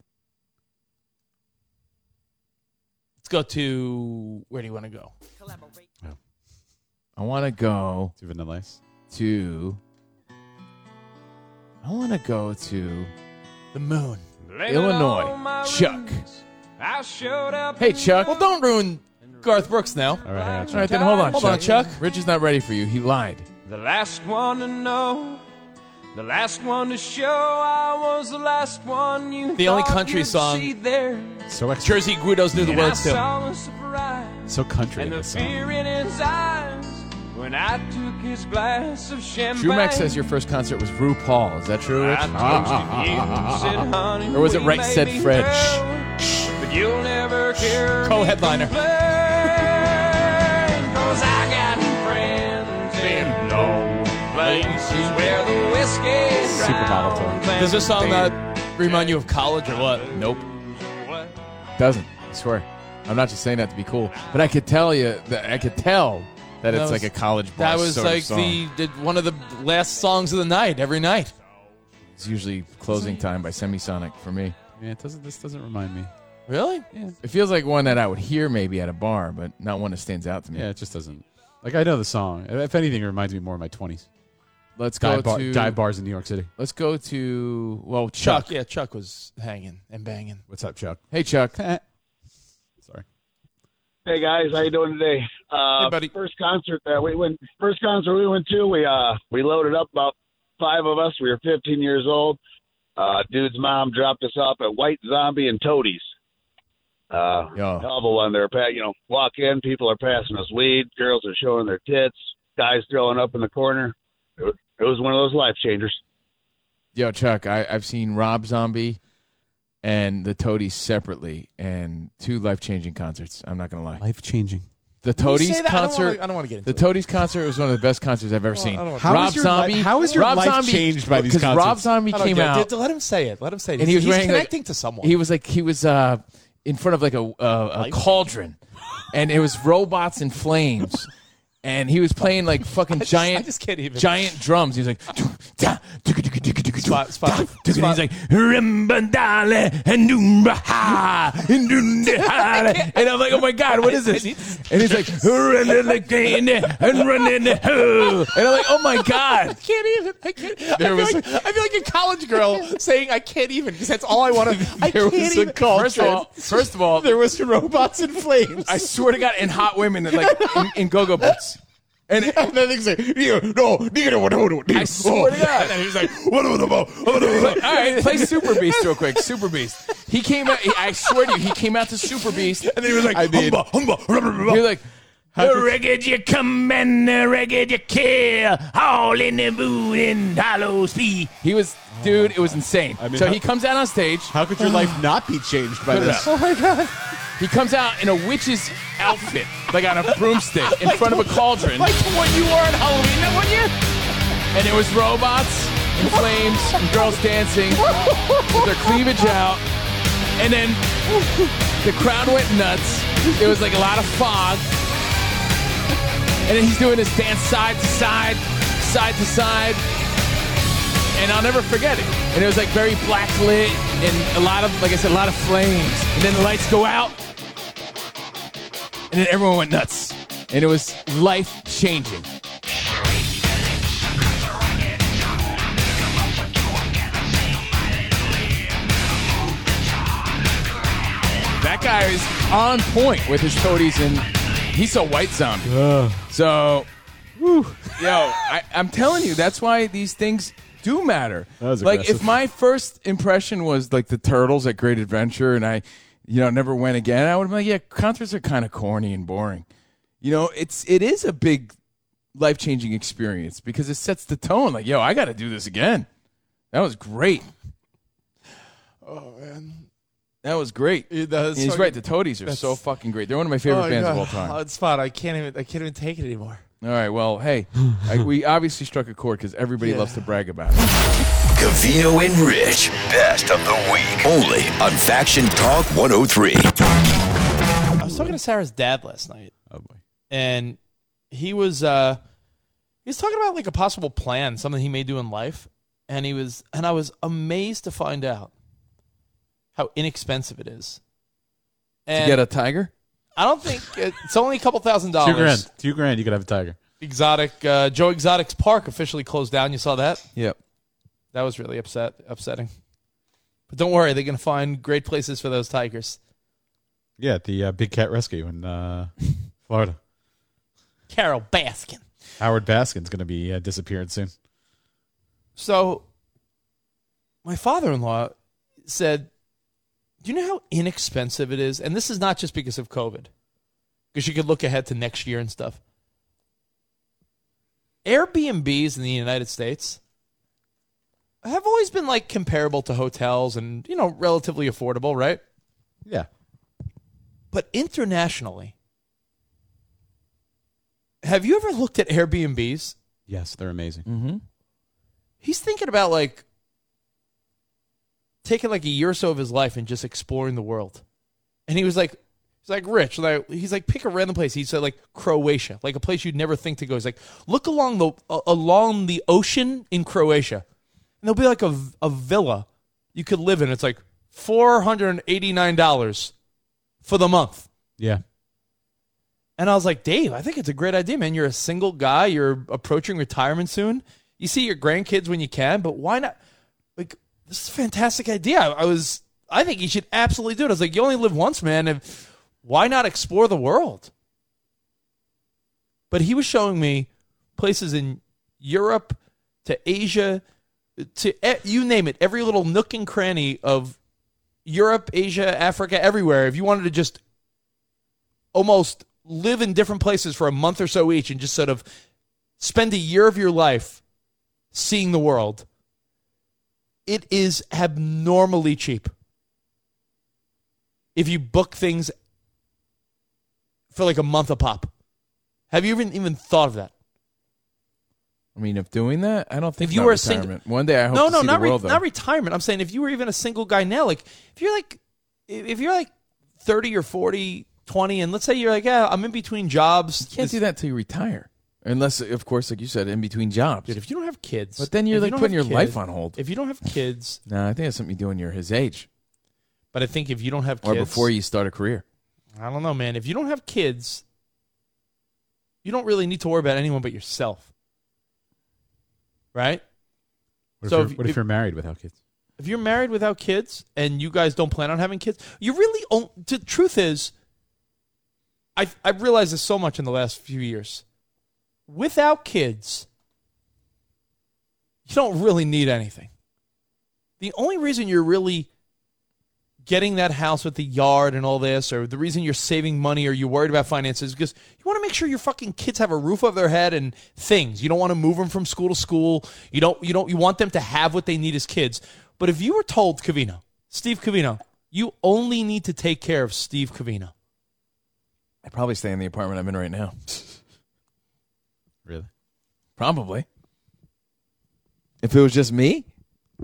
S3: Let's go to where do you want to go?
S5: I want to go
S4: to Vanillice.
S5: To I want to go to
S3: the moon,
S5: Illinois. Chuck.
S6: I showed up.
S5: Hey, Chuck. Well,
S3: don't ruin Garth Brooks now. All
S5: right,
S6: Chuck.
S5: then hold on,
S6: Hold
S5: Chuck.
S6: on, Chuck.
S5: Rich is not ready for you. He lied.
S6: The last one to know
S12: The last one to show, I was the last one you.
S3: The only
S12: thought
S3: country
S12: you'd
S3: song.
S12: see there.
S4: So extra.
S3: Jersey Guidos knew the
S12: And I
S3: words too.
S12: saw the surprise
S4: So country.
S12: and
S4: in
S12: the
S4: this song.
S12: fear in his eyes when I took his glass of champagne.
S5: Trumax says your first concert was RuPaul. Is that true, Rich?
S12: honey,
S5: or was it
S12: we
S5: Right
S12: may
S5: Said
S12: be
S5: Fred?
S12: But you'll never hear me
S5: Co-headliner.
S12: complain, 'cause I got friends in long places where the whiskey
S5: Supermodel talk.
S3: Does this song uh, remind you of college or what?
S5: Nope. Doesn't. I swear. I'm not just saying that to be cool, but I could tell you that I could tell that, it's
S3: was-
S5: like a college bar
S3: That was
S5: sort of
S3: like
S5: song.
S3: the, the one of the last songs of the night every night.
S5: It's usually closing time by Semisonic for me.
S4: Yeah, it doesn't. This doesn't remind me.
S3: Really?
S4: Yeah.
S5: It feels like one that I would hear maybe at a bar, but not one that stands out to me.
S4: Yeah, it just doesn't. Like I know the song. If anything, it reminds me more of my twenties.
S5: Let's
S4: dive
S5: go
S4: bar,
S5: to-
S4: dive bars in New York City.
S5: Let's go to well, Chuck.
S3: Chuck, yeah, Chuck was hanging and banging.
S4: What's up, Chuck?
S5: Hey, Chuck.
S15: Hey guys, how you doing today? Uh, First concert that we went. First concert we went to. We uh we loaded up about five of us. We were 15 years old. Uh, dude's mom dropped us off at White Zombie and Toadies. Uh, hell of a one there, Pat. You know, walk in, people are passing us weed. Girls are showing their tits. Guys throwing up in the corner. It was, it was one of those life changers.
S5: Yo, Chuck, I, I've seen Rob Zombie and the Toadies separately, and two life changing concerts. I'm not gonna lie,
S4: life changing.
S5: The
S3: When you say
S5: Toadies
S3: that, I don't
S5: concert.
S3: wanna- I don't wanna get into Oh,
S5: the Toadies concert was one of the best concerts I've ever seen.
S3: I don't wanna-
S5: Rob Zombie. Rob Zombie, Because Rob Zombie
S3: I don't
S5: came
S3: get it.
S5: out.
S3: Dude, Let him say it. Let him say it.
S5: and he was
S3: He's
S5: wearing like-
S3: connecting to someone.
S5: He was like he was uh, in front of like a uh, a cauldron, and it was robots and flames, and he was playing like fucking
S3: just-
S5: giant
S3: I just can't even.
S5: giant drums. He's like. Spot, spot, He's like, "Rimbandale and Numbraha and Nundehale." and I'm like, oh my god, what is this? And he's like, "Run in the cane and run in the hole." and I'm like, oh my god,
S3: I can't even. I, can't, I, feel
S5: There was
S3: like, I feel like a college girl saying I can't even because that's all I want to. I
S5: There
S3: can't
S5: was a
S3: even.
S5: cauldron. First of all- first of all-
S3: there was robots in flames.
S5: I swear to God, and hot women that like in, in go-go boots. And, and then things like, no, I swear to God. And he's like, what are the All right, play Super Beast real quick. Super Beast. He came out, he- I swear to you, he came out to Super Beast. And then he was like, humba, humba. You're like, the wreckage you come and the wreckage you kill, all in the moon and hollow sea. He was, dude, it was insane.
S4: mean,
S5: so
S4: how-
S5: he comes out on stage. How
S4: could your life not be changed by this?
S3: Oh my god.
S5: He comes out in a witch's outfit, like on a broomstick, in front of a cauldron.
S3: Like the one you wore on Halloween that one year.
S5: and it was robots and flames and girls dancing with their cleavage out. And then the crowd went nuts. There was like a lot of fog. And then he's doing this dance side to side, side to side. And I'll never forget it. And it was like very black lit and a lot of, like I said, a lot of flames. And then the lights go out. And then everyone went nuts. And it was life changing. That guy is on point with his toadies, and he's a white zombie. So, yo, I, I'm telling you, that's why these things do matter.
S4: was
S5: like,
S4: aggressive.
S5: if my first impression was like the turtles at Great Adventure, and I, you know, never went again, I would be like, yeah, concerts are kind of corny and boring. You know, it's it is a big life changing experience because it sets the tone. Like, yo, I got to do this again. That was great.
S3: Oh man.
S5: That was great.
S3: that's
S5: And he's
S3: fucking-
S5: right. The Toadies are
S3: that's-
S5: so fucking great. They're one of my favorite
S3: Oh,
S5: bands
S3: God.
S5: of all time.
S3: Oh, it's fun. I can't even. I can't even take it anymore.
S5: All right. Well, hey, I, we obviously struck a chord because everybody
S3: Yeah.
S5: loves to brag about it.
S24: Cavino and Rich, best of the week. Only on Faction Talk 103.
S3: I was talking to Sarah's dad last night. Oh boy. And he was uh he was talking about like a possible plan, something he may do in life. And he was and I was amazed to find out how inexpensive it is.
S5: to get a tiger.
S3: I don't think it's only a couple thousand dollars.
S4: Two grand. Two grand. You could have a tiger.
S3: Exotic uh, Joe Exotic's Park officially closed down. You saw that?
S5: Yep.
S3: That was really upset upsetting. But don't worry, they're gonna find great places for those tigers.
S4: Yeah, at the uh, Big Cat Rescue in uh, Florida.
S3: Carol Baskin.
S4: Howard Baskin's going to be uh, disappearing soon.
S3: So, my father in law said, Do you know how inexpensive it is? And this is not just because of COVID, because you could look ahead to next year and stuff. Airbnbs in the United States have always been like comparable to hotels and, you know, relatively affordable, right?
S4: Yeah.
S3: But internationally, have you ever looked at Airbnbs?
S4: Yes, they're amazing. Mm-hmm.
S3: He's thinking about like taking like a year or so of his life and just exploring the world. And he was like, he's like rich. Like he's like pick a random place. He said like Croatia, like a place you'd never think to go. He's like look along the uh, along the ocean in Croatia, and there'll be like a v- a villa you could live in. It's like four hundred and eighty nine dollars for the month.
S4: Yeah.
S3: And I was like, Dave, I think it's a great idea, man. You're a single guy. You're approaching retirement soon. You see your grandkids when you can, but why not? Like, this is a fantastic idea. I, I was, I think you should absolutely do it. I was like, you only live once, man. And why not explore the world? But he was showing me places in Europe to Asia to e- you name it, every little nook and cranny of Europe, Asia, Africa, everywhere. If you wanted to just almost live in different places for a month or so each and just sort of spend a year of your life seeing the world, it is abnormally cheap. If you book things for like a month a pop, have you even even thought of that?
S9: I mean, if doing that, I don't think
S3: If you
S9: about
S3: were a single-
S9: retirement. One day, I hope
S3: no,
S9: to
S3: no,
S9: see
S3: not
S9: the world,
S3: re-
S9: though.
S3: not retirement. I'm saying if you were even a single guy now, like if you're like if if you're like 30 or 40, 20, and let's say you're like, yeah, I'm in between jobs.
S9: You can't do that till you retire, unless, of course, like you said, in between jobs.
S3: if you don't have kids,
S9: but then you're
S3: if you
S9: like
S3: don't
S9: putting your
S3: have
S9: life
S3: kids-
S9: on hold.
S3: If you don't have kids,
S9: No, I think that's something you do when you're his age,
S3: but I think if you don't have
S9: or
S3: kids-
S9: before you start a career.
S3: I don't know, man. If you don't have kids, you don't really need to worry about anyone but yourself, right?
S4: What, if,
S3: So
S4: you're,
S3: if-
S4: what if
S3: if-
S4: you're married without kids?
S3: If you're married without kids and you guys don't plan on having kids, you really own. The truth is, I I realized this so much in the last few years. Without kids, you don't really need anything. The only reason you're really getting that house with the yard and all this, or the reason you're saving money or you're worried about finances, is because you want to make sure your fucking kids have a roof over their head and things. You don't want to move them from school to school. You don't. You don't. You want them to have what they need as kids. But if you were told, Cavino, Steve Cavino, you only need to take care of Steve Cavino.
S9: I probably stay in the apartment I'm in right now.
S4: really?
S9: Probably. If it was just me,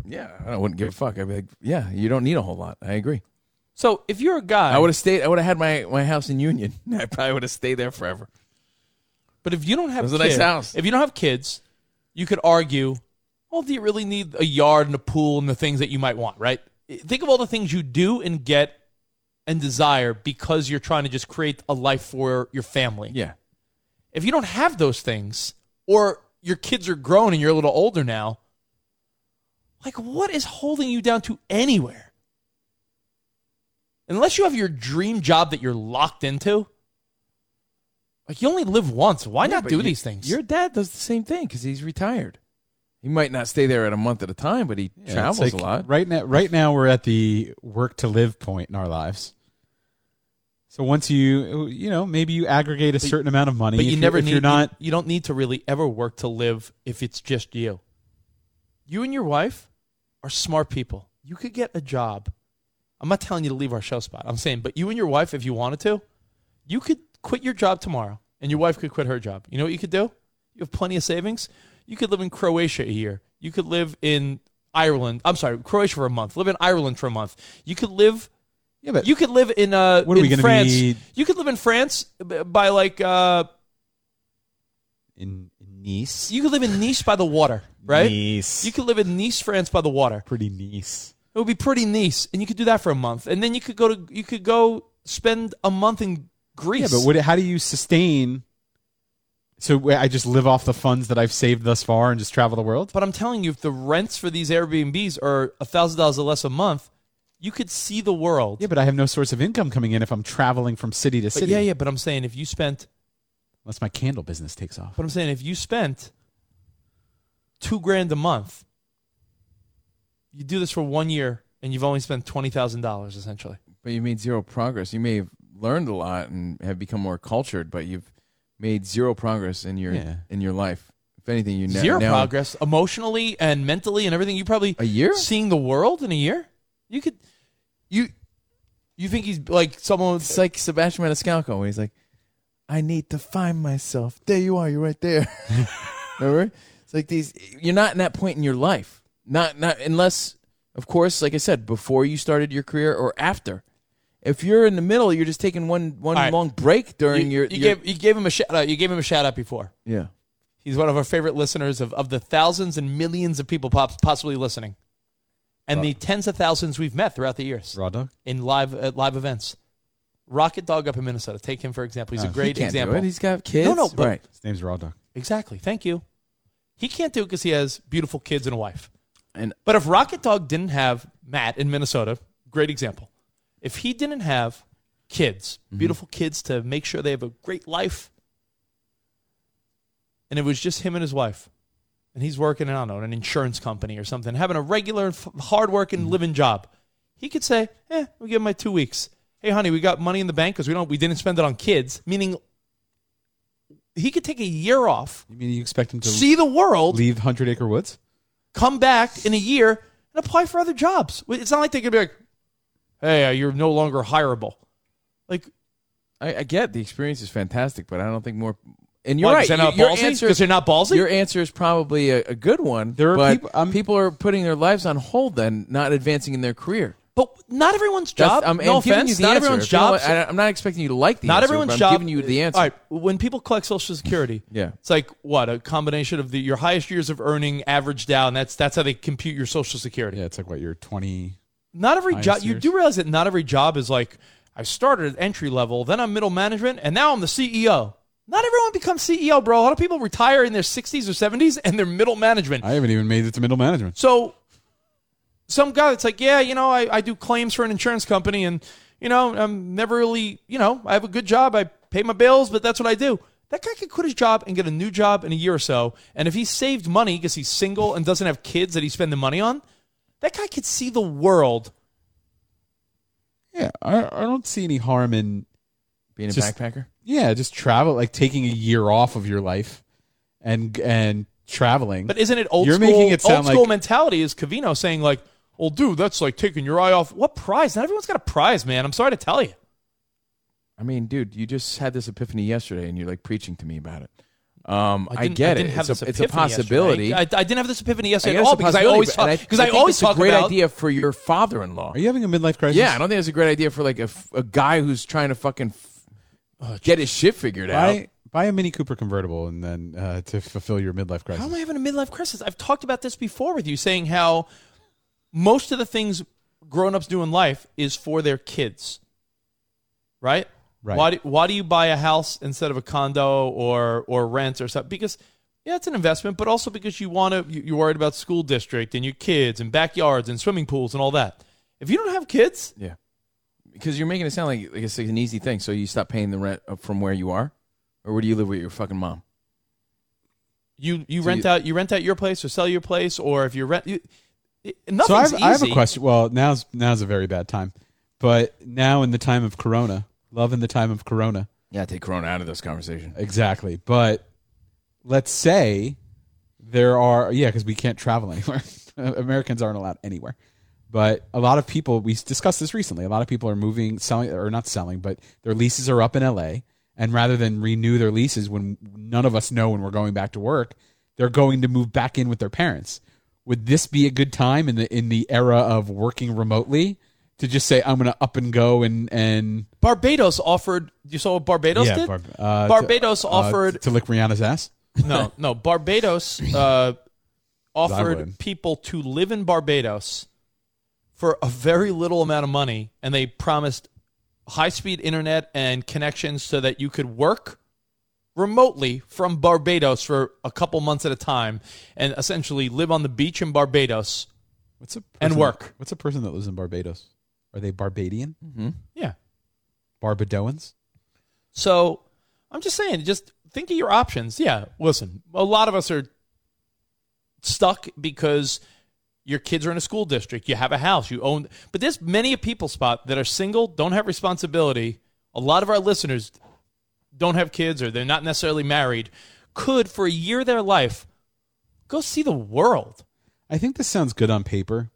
S9: yeah, I don't- wouldn't give a fuck. I'd be like, yeah, you don't need a whole lot. I agree.
S3: So if you're a guy,
S9: I would have stayed. I would have had my, my house in Union. I probably would have stayed there forever.
S3: But if you don't have
S9: It was a
S3: kids,
S9: nice house.
S3: If you don't have kids, you could argue, well, do you really need a yard and a pool and the things that you might want, right? Think of all the things you do and get and desire because you're trying to just create a life for your family.
S9: Yeah.
S3: If you don't have those things, or your kids are grown and you're a little older now, like what is holding you down to anywhere? Unless you have your dream job that you're locked into, like you only live once. Why
S9: Yeah,
S3: not
S9: but
S3: do
S9: you-
S3: these things?
S9: Your dad does the same thing because he's retired. He might not stay there at a month at a time, but he
S4: Yeah, it's
S9: travels
S4: like
S9: a lot.
S4: Right now, right now we're at the work to live point in our lives. So once you, you know, maybe you aggregate a certain amount of money.
S3: But
S4: If
S3: you
S4: you're-
S3: never
S4: if
S3: need,
S4: you're not.
S3: You, you don't need to really ever work to live if it's just you. You and your wife are smart people. You could get a job. I'm not telling you to leave our show spot. I'm saying, but you and your wife, if you wanted to, you could quit your job tomorrow, and your wife could quit her job. You know what you could do? You have plenty of savings. You could live in Croatia a year. You could live in Ireland. I'm sorry, Croatia for a month. Live in Ireland for a month. You could live.
S4: Yeah, but
S3: you could live in uh
S4: What are we
S3: in
S4: gonna
S3: France.
S4: be-
S3: You could live in France b- by like uh
S4: in Nice.
S3: You could live in Nice by the water, right?
S4: Nice.
S3: You could live in Nice, France by the water.
S4: Pretty Nice.
S3: It would be pretty nice, and you could do that for a month, and then you could go to you could go spend a month in Greece.
S4: Yeah, but what, how do you sustain? So wh- I just live off the funds that I've saved thus far and just travel the world.
S3: But I'm telling you, if the rents for these Airbnbs are thousand dollars or less a month, you could see the world.
S4: Yeah, but I have no source of income coming in if I'm traveling from city to
S3: But
S4: city.
S3: yeah, yeah. But I'm saying if you spent,
S4: Unless my candle business takes off.
S3: but I'm saying if you spent two grand a month you do this for one year and you've only spent twenty thousand dollars essentially.
S5: But you made zero progress. You may have learned a lot and have become more cultured, but you've made zero progress in your
S3: Yeah.
S5: in your life. If anything, you na-
S3: Zero
S5: now,
S3: progress emotionally and mentally and everything. You probably a year seeing the world in a year. You could you you think he's like someone?
S5: It's like Sebastian Maniscalco when he's like, "I need to find myself." There you are. You're right there. Remember? It's like these. You're not in that point in your life. Not not unless, of course, like I said, before you started your career or after. If you're in the middle, you're just taking one one
S3: All right.
S5: long break during
S3: you,
S5: your.
S3: you
S5: your-
S3: gave you gave him a shout out. You gave him a shout out before.
S5: yeah.
S3: He's one of our favorite listeners of, of the thousands and millions of people pop, possibly listening, and the tens of thousands we've met throughout the years. Raw
S4: dog
S3: in live at live events. Rocket Dog up in Minnesota. Take him for example. He's
S4: Uh,
S3: a great
S4: he can't do
S3: example.
S4: it. He's
S5: got
S3: No, no, but
S4: His name's Raw Dog.
S3: Exactly. Thank you. He can't do it because he has beautiful kids and a wife. And but if Rocket Dog didn't have Matt in Minnesota, great example. If he didn't have kids, beautiful kids to make sure they have a great life, and it was just him and his wife, and he's working, I don't know, in an insurance company or something, having a regular, f- hardworking, living job, he could say, "Eh, we give him my two weeks. Hey, honey, we got money in the bank because we don't, we didn't spend it on kids." Meaning, he could take a year off
S4: You mean you expect him to
S3: See the world.
S4: leave Hundred Acre Woods?
S3: come back in a year and apply for other jobs. It's not like they could be like, "Hey, uh, you're no longer hireable." Like,
S5: I, I get the experience is fantastic, but I don't think more. And
S3: Why,
S5: you're
S3: 'cause
S5: right.
S3: they're not
S5: your
S3: ballsy?
S5: answer-
S3: 'Cause they're not ballsy?
S5: Your answer is probably a, a good one. There are people. people are putting their lives on hold, then not advancing in their career.
S3: But not everyone's
S5: That's- um,
S3: job.
S5: I'm-
S3: no
S5: I'm giving you
S3: offense.
S5: the
S3: Not
S5: answer.
S3: everyone's
S5: If you don't
S3: job.
S5: like- I- I'm not expecting you to like the
S3: Not
S5: answer,
S3: everyone's
S5: but I'm
S3: job.
S5: giving you the answer.
S3: All right. When people collect Social Security,
S5: Yeah.
S3: it's like what a combination of the your highest years of earning averaged out, and that's that's how they compute your Social Security.
S4: Yeah, it's like what you're 20.
S3: Not every
S4: Highest
S3: job. You
S4: years.
S3: do realize that not every job is like I started at entry level, then I'm middle management, and now I'm the CEO. Not everyone becomes CEO, bro. A lot of people retire in their 60s or 70s and they're middle management.
S4: I haven't even made it to middle management.
S3: So some guy that's like, yeah, you know, I, I do claims for an insurance company and, you know, I'm never really, you know, I have a good job. I pay my bills, but that's what I do. That guy could quit his job and get a new job in a year or so. And if he saved money because he's single and doesn't have kids that he spend the money on, that guy could see the world.
S4: Yeah, I, I don't see any harm in
S5: being
S3: a backpacker?
S4: Yeah, just travel, like taking a year off of your life and and traveling.
S3: But isn't it old
S4: You're
S3: school?
S4: making it sound
S3: old school
S4: like
S3: mentality is Cavino saying like, "Well, dude, that's like taking your eye off what prize? Not everyone's got a prize, man. I'm sorry to tell you."
S5: I mean, dude, you just had this epiphany yesterday, and you're like preaching to me about it. Um, I,
S3: didn't-
S5: get
S3: didn't
S5: it.
S3: have this
S5: it's, a, it's a
S3: epiphany yesterday.
S5: possibility.
S3: I, I didn't have this epiphany
S5: I
S3: yesterday
S5: guess
S3: at all
S5: it's a
S3: because I
S5: possibility,
S3: always
S5: but I-
S3: talk because
S5: I
S3: I,
S5: think
S3: always
S5: it's a
S3: talk
S5: great
S3: about
S5: idea for your father-in-law.
S4: Are you having a midlife crisis?
S5: Yeah, I don't think it's a great idea for like a, f- a guy who's trying to fucking f-
S3: Oh,
S5: get his shit figured out.
S4: buy, buy a Mini Cooper convertible and then uh, to fulfill your midlife crisis.
S3: How am I having a midlife crisis? I've talked about this before with you, saying how most of the things grown-ups do in life is for their kids, right?
S4: Right.
S3: Why do, why do you buy a house instead of a condo or or rent or something? Because yeah, it's an investment, but also because you want to. you- You're worried about school district and your kids and backyards and swimming pools and all that. If you don't have kids,
S5: Yeah, because you're making it sound like, like it's like an easy thing. So you stop paying the rent uh, from where you are, or where do you live with your fucking mom?
S3: you you
S5: So
S3: rent
S5: you-
S3: out you rent out your place or sell your place or if you rent you, it, nothing's
S4: so I have,
S3: easy.
S4: I have a question. Well, now's now's a very bad time, but now in the time of Corona, love in the time of Corona.
S5: Yeah, take Corona out of this conversation.
S4: Exactly, but let's say there are yeah, because we can't travel anywhere. Americans aren't allowed anywhere. But a lot of people, we discussed this recently. A lot of people are moving, selling, or not selling, but their leases are up in LA. And rather than renew their leases when none of us know when we're going back to work, they're going to move back in with their parents. Would this be a good time in the in the era of working remotely to just say I'm going to up and go and and
S3: Barbados offered. You saw what Barbados did?
S4: Barb- uh,
S3: Barbados
S4: to- uh,
S3: offered.
S4: to lick Rihanna's ass.
S3: no, no. Barbados uh, offered
S4: would.
S3: people to live in Barbados for a very little amount of money, and they promised high speed internet and connections so that you could work remotely from Barbados for a couple months at a time and essentially live on the beach in Barbados
S4: What's a
S3: and
S4: person-
S3: work.
S4: What's a person that lives in Barbados? Are they Barbadian? Mm-hmm.
S3: Yeah.
S4: Barbadoans.
S3: So I'm just saying, just think of your options. Yeah, listen, a lot of us are stuck because Your kids are in a school district. You have a house. You own. But there's many a people spot that are single, don't have responsibility. A lot of our listeners don't have kids or they're not necessarily married. Could for a year of their life go see the world.
S4: I think this sounds good on paper.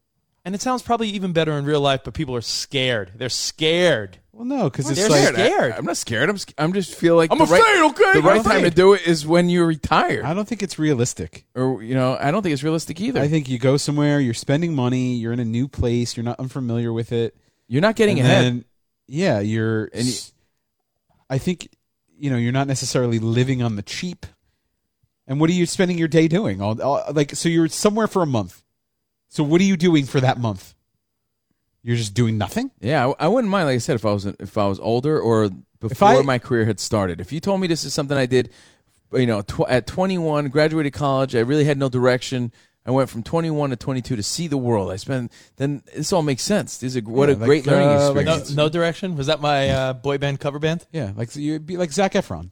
S3: And it sounds probably even better in real life, but people are scared. They're scared.
S4: Well, no, because
S3: They're scared.
S5: I, am not scared. I'm. sc- I'm just feel like
S3: I'm
S5: the right,
S3: afraid, okay?
S5: The
S3: I'm
S5: right time to
S3: afraid.
S5: do it is when you're retired.
S4: I don't think it's realistic.
S5: Or you know, I don't think it's realistic either.
S4: I think you go somewhere, you're spending money, you're in a new place, you're not unfamiliar with it.
S5: You're not getting
S4: and
S5: ahead.
S4: then- yeah, you're. And I think you know you're not necessarily living on the cheap. And what are you spending your day doing? All, all like so, you're somewhere for a month. So what are you doing for that month? You're just doing nothing.
S5: Yeah, I, I wouldn't mind. Like I said, if I was if I was older or before
S4: I-
S5: my career had started. If you told me this is something I did, you know, tw- at 21, graduated college, I really had no direction. I went from 21 to 22 to see the world. I spent then this all makes sense. These are what a
S3: Yeah, like,
S5: great learning
S3: uh, like-
S5: experience.
S3: No, no direction. Was that my uh, boy band cover band?
S4: Yeah, like you'd be like Zach Efron.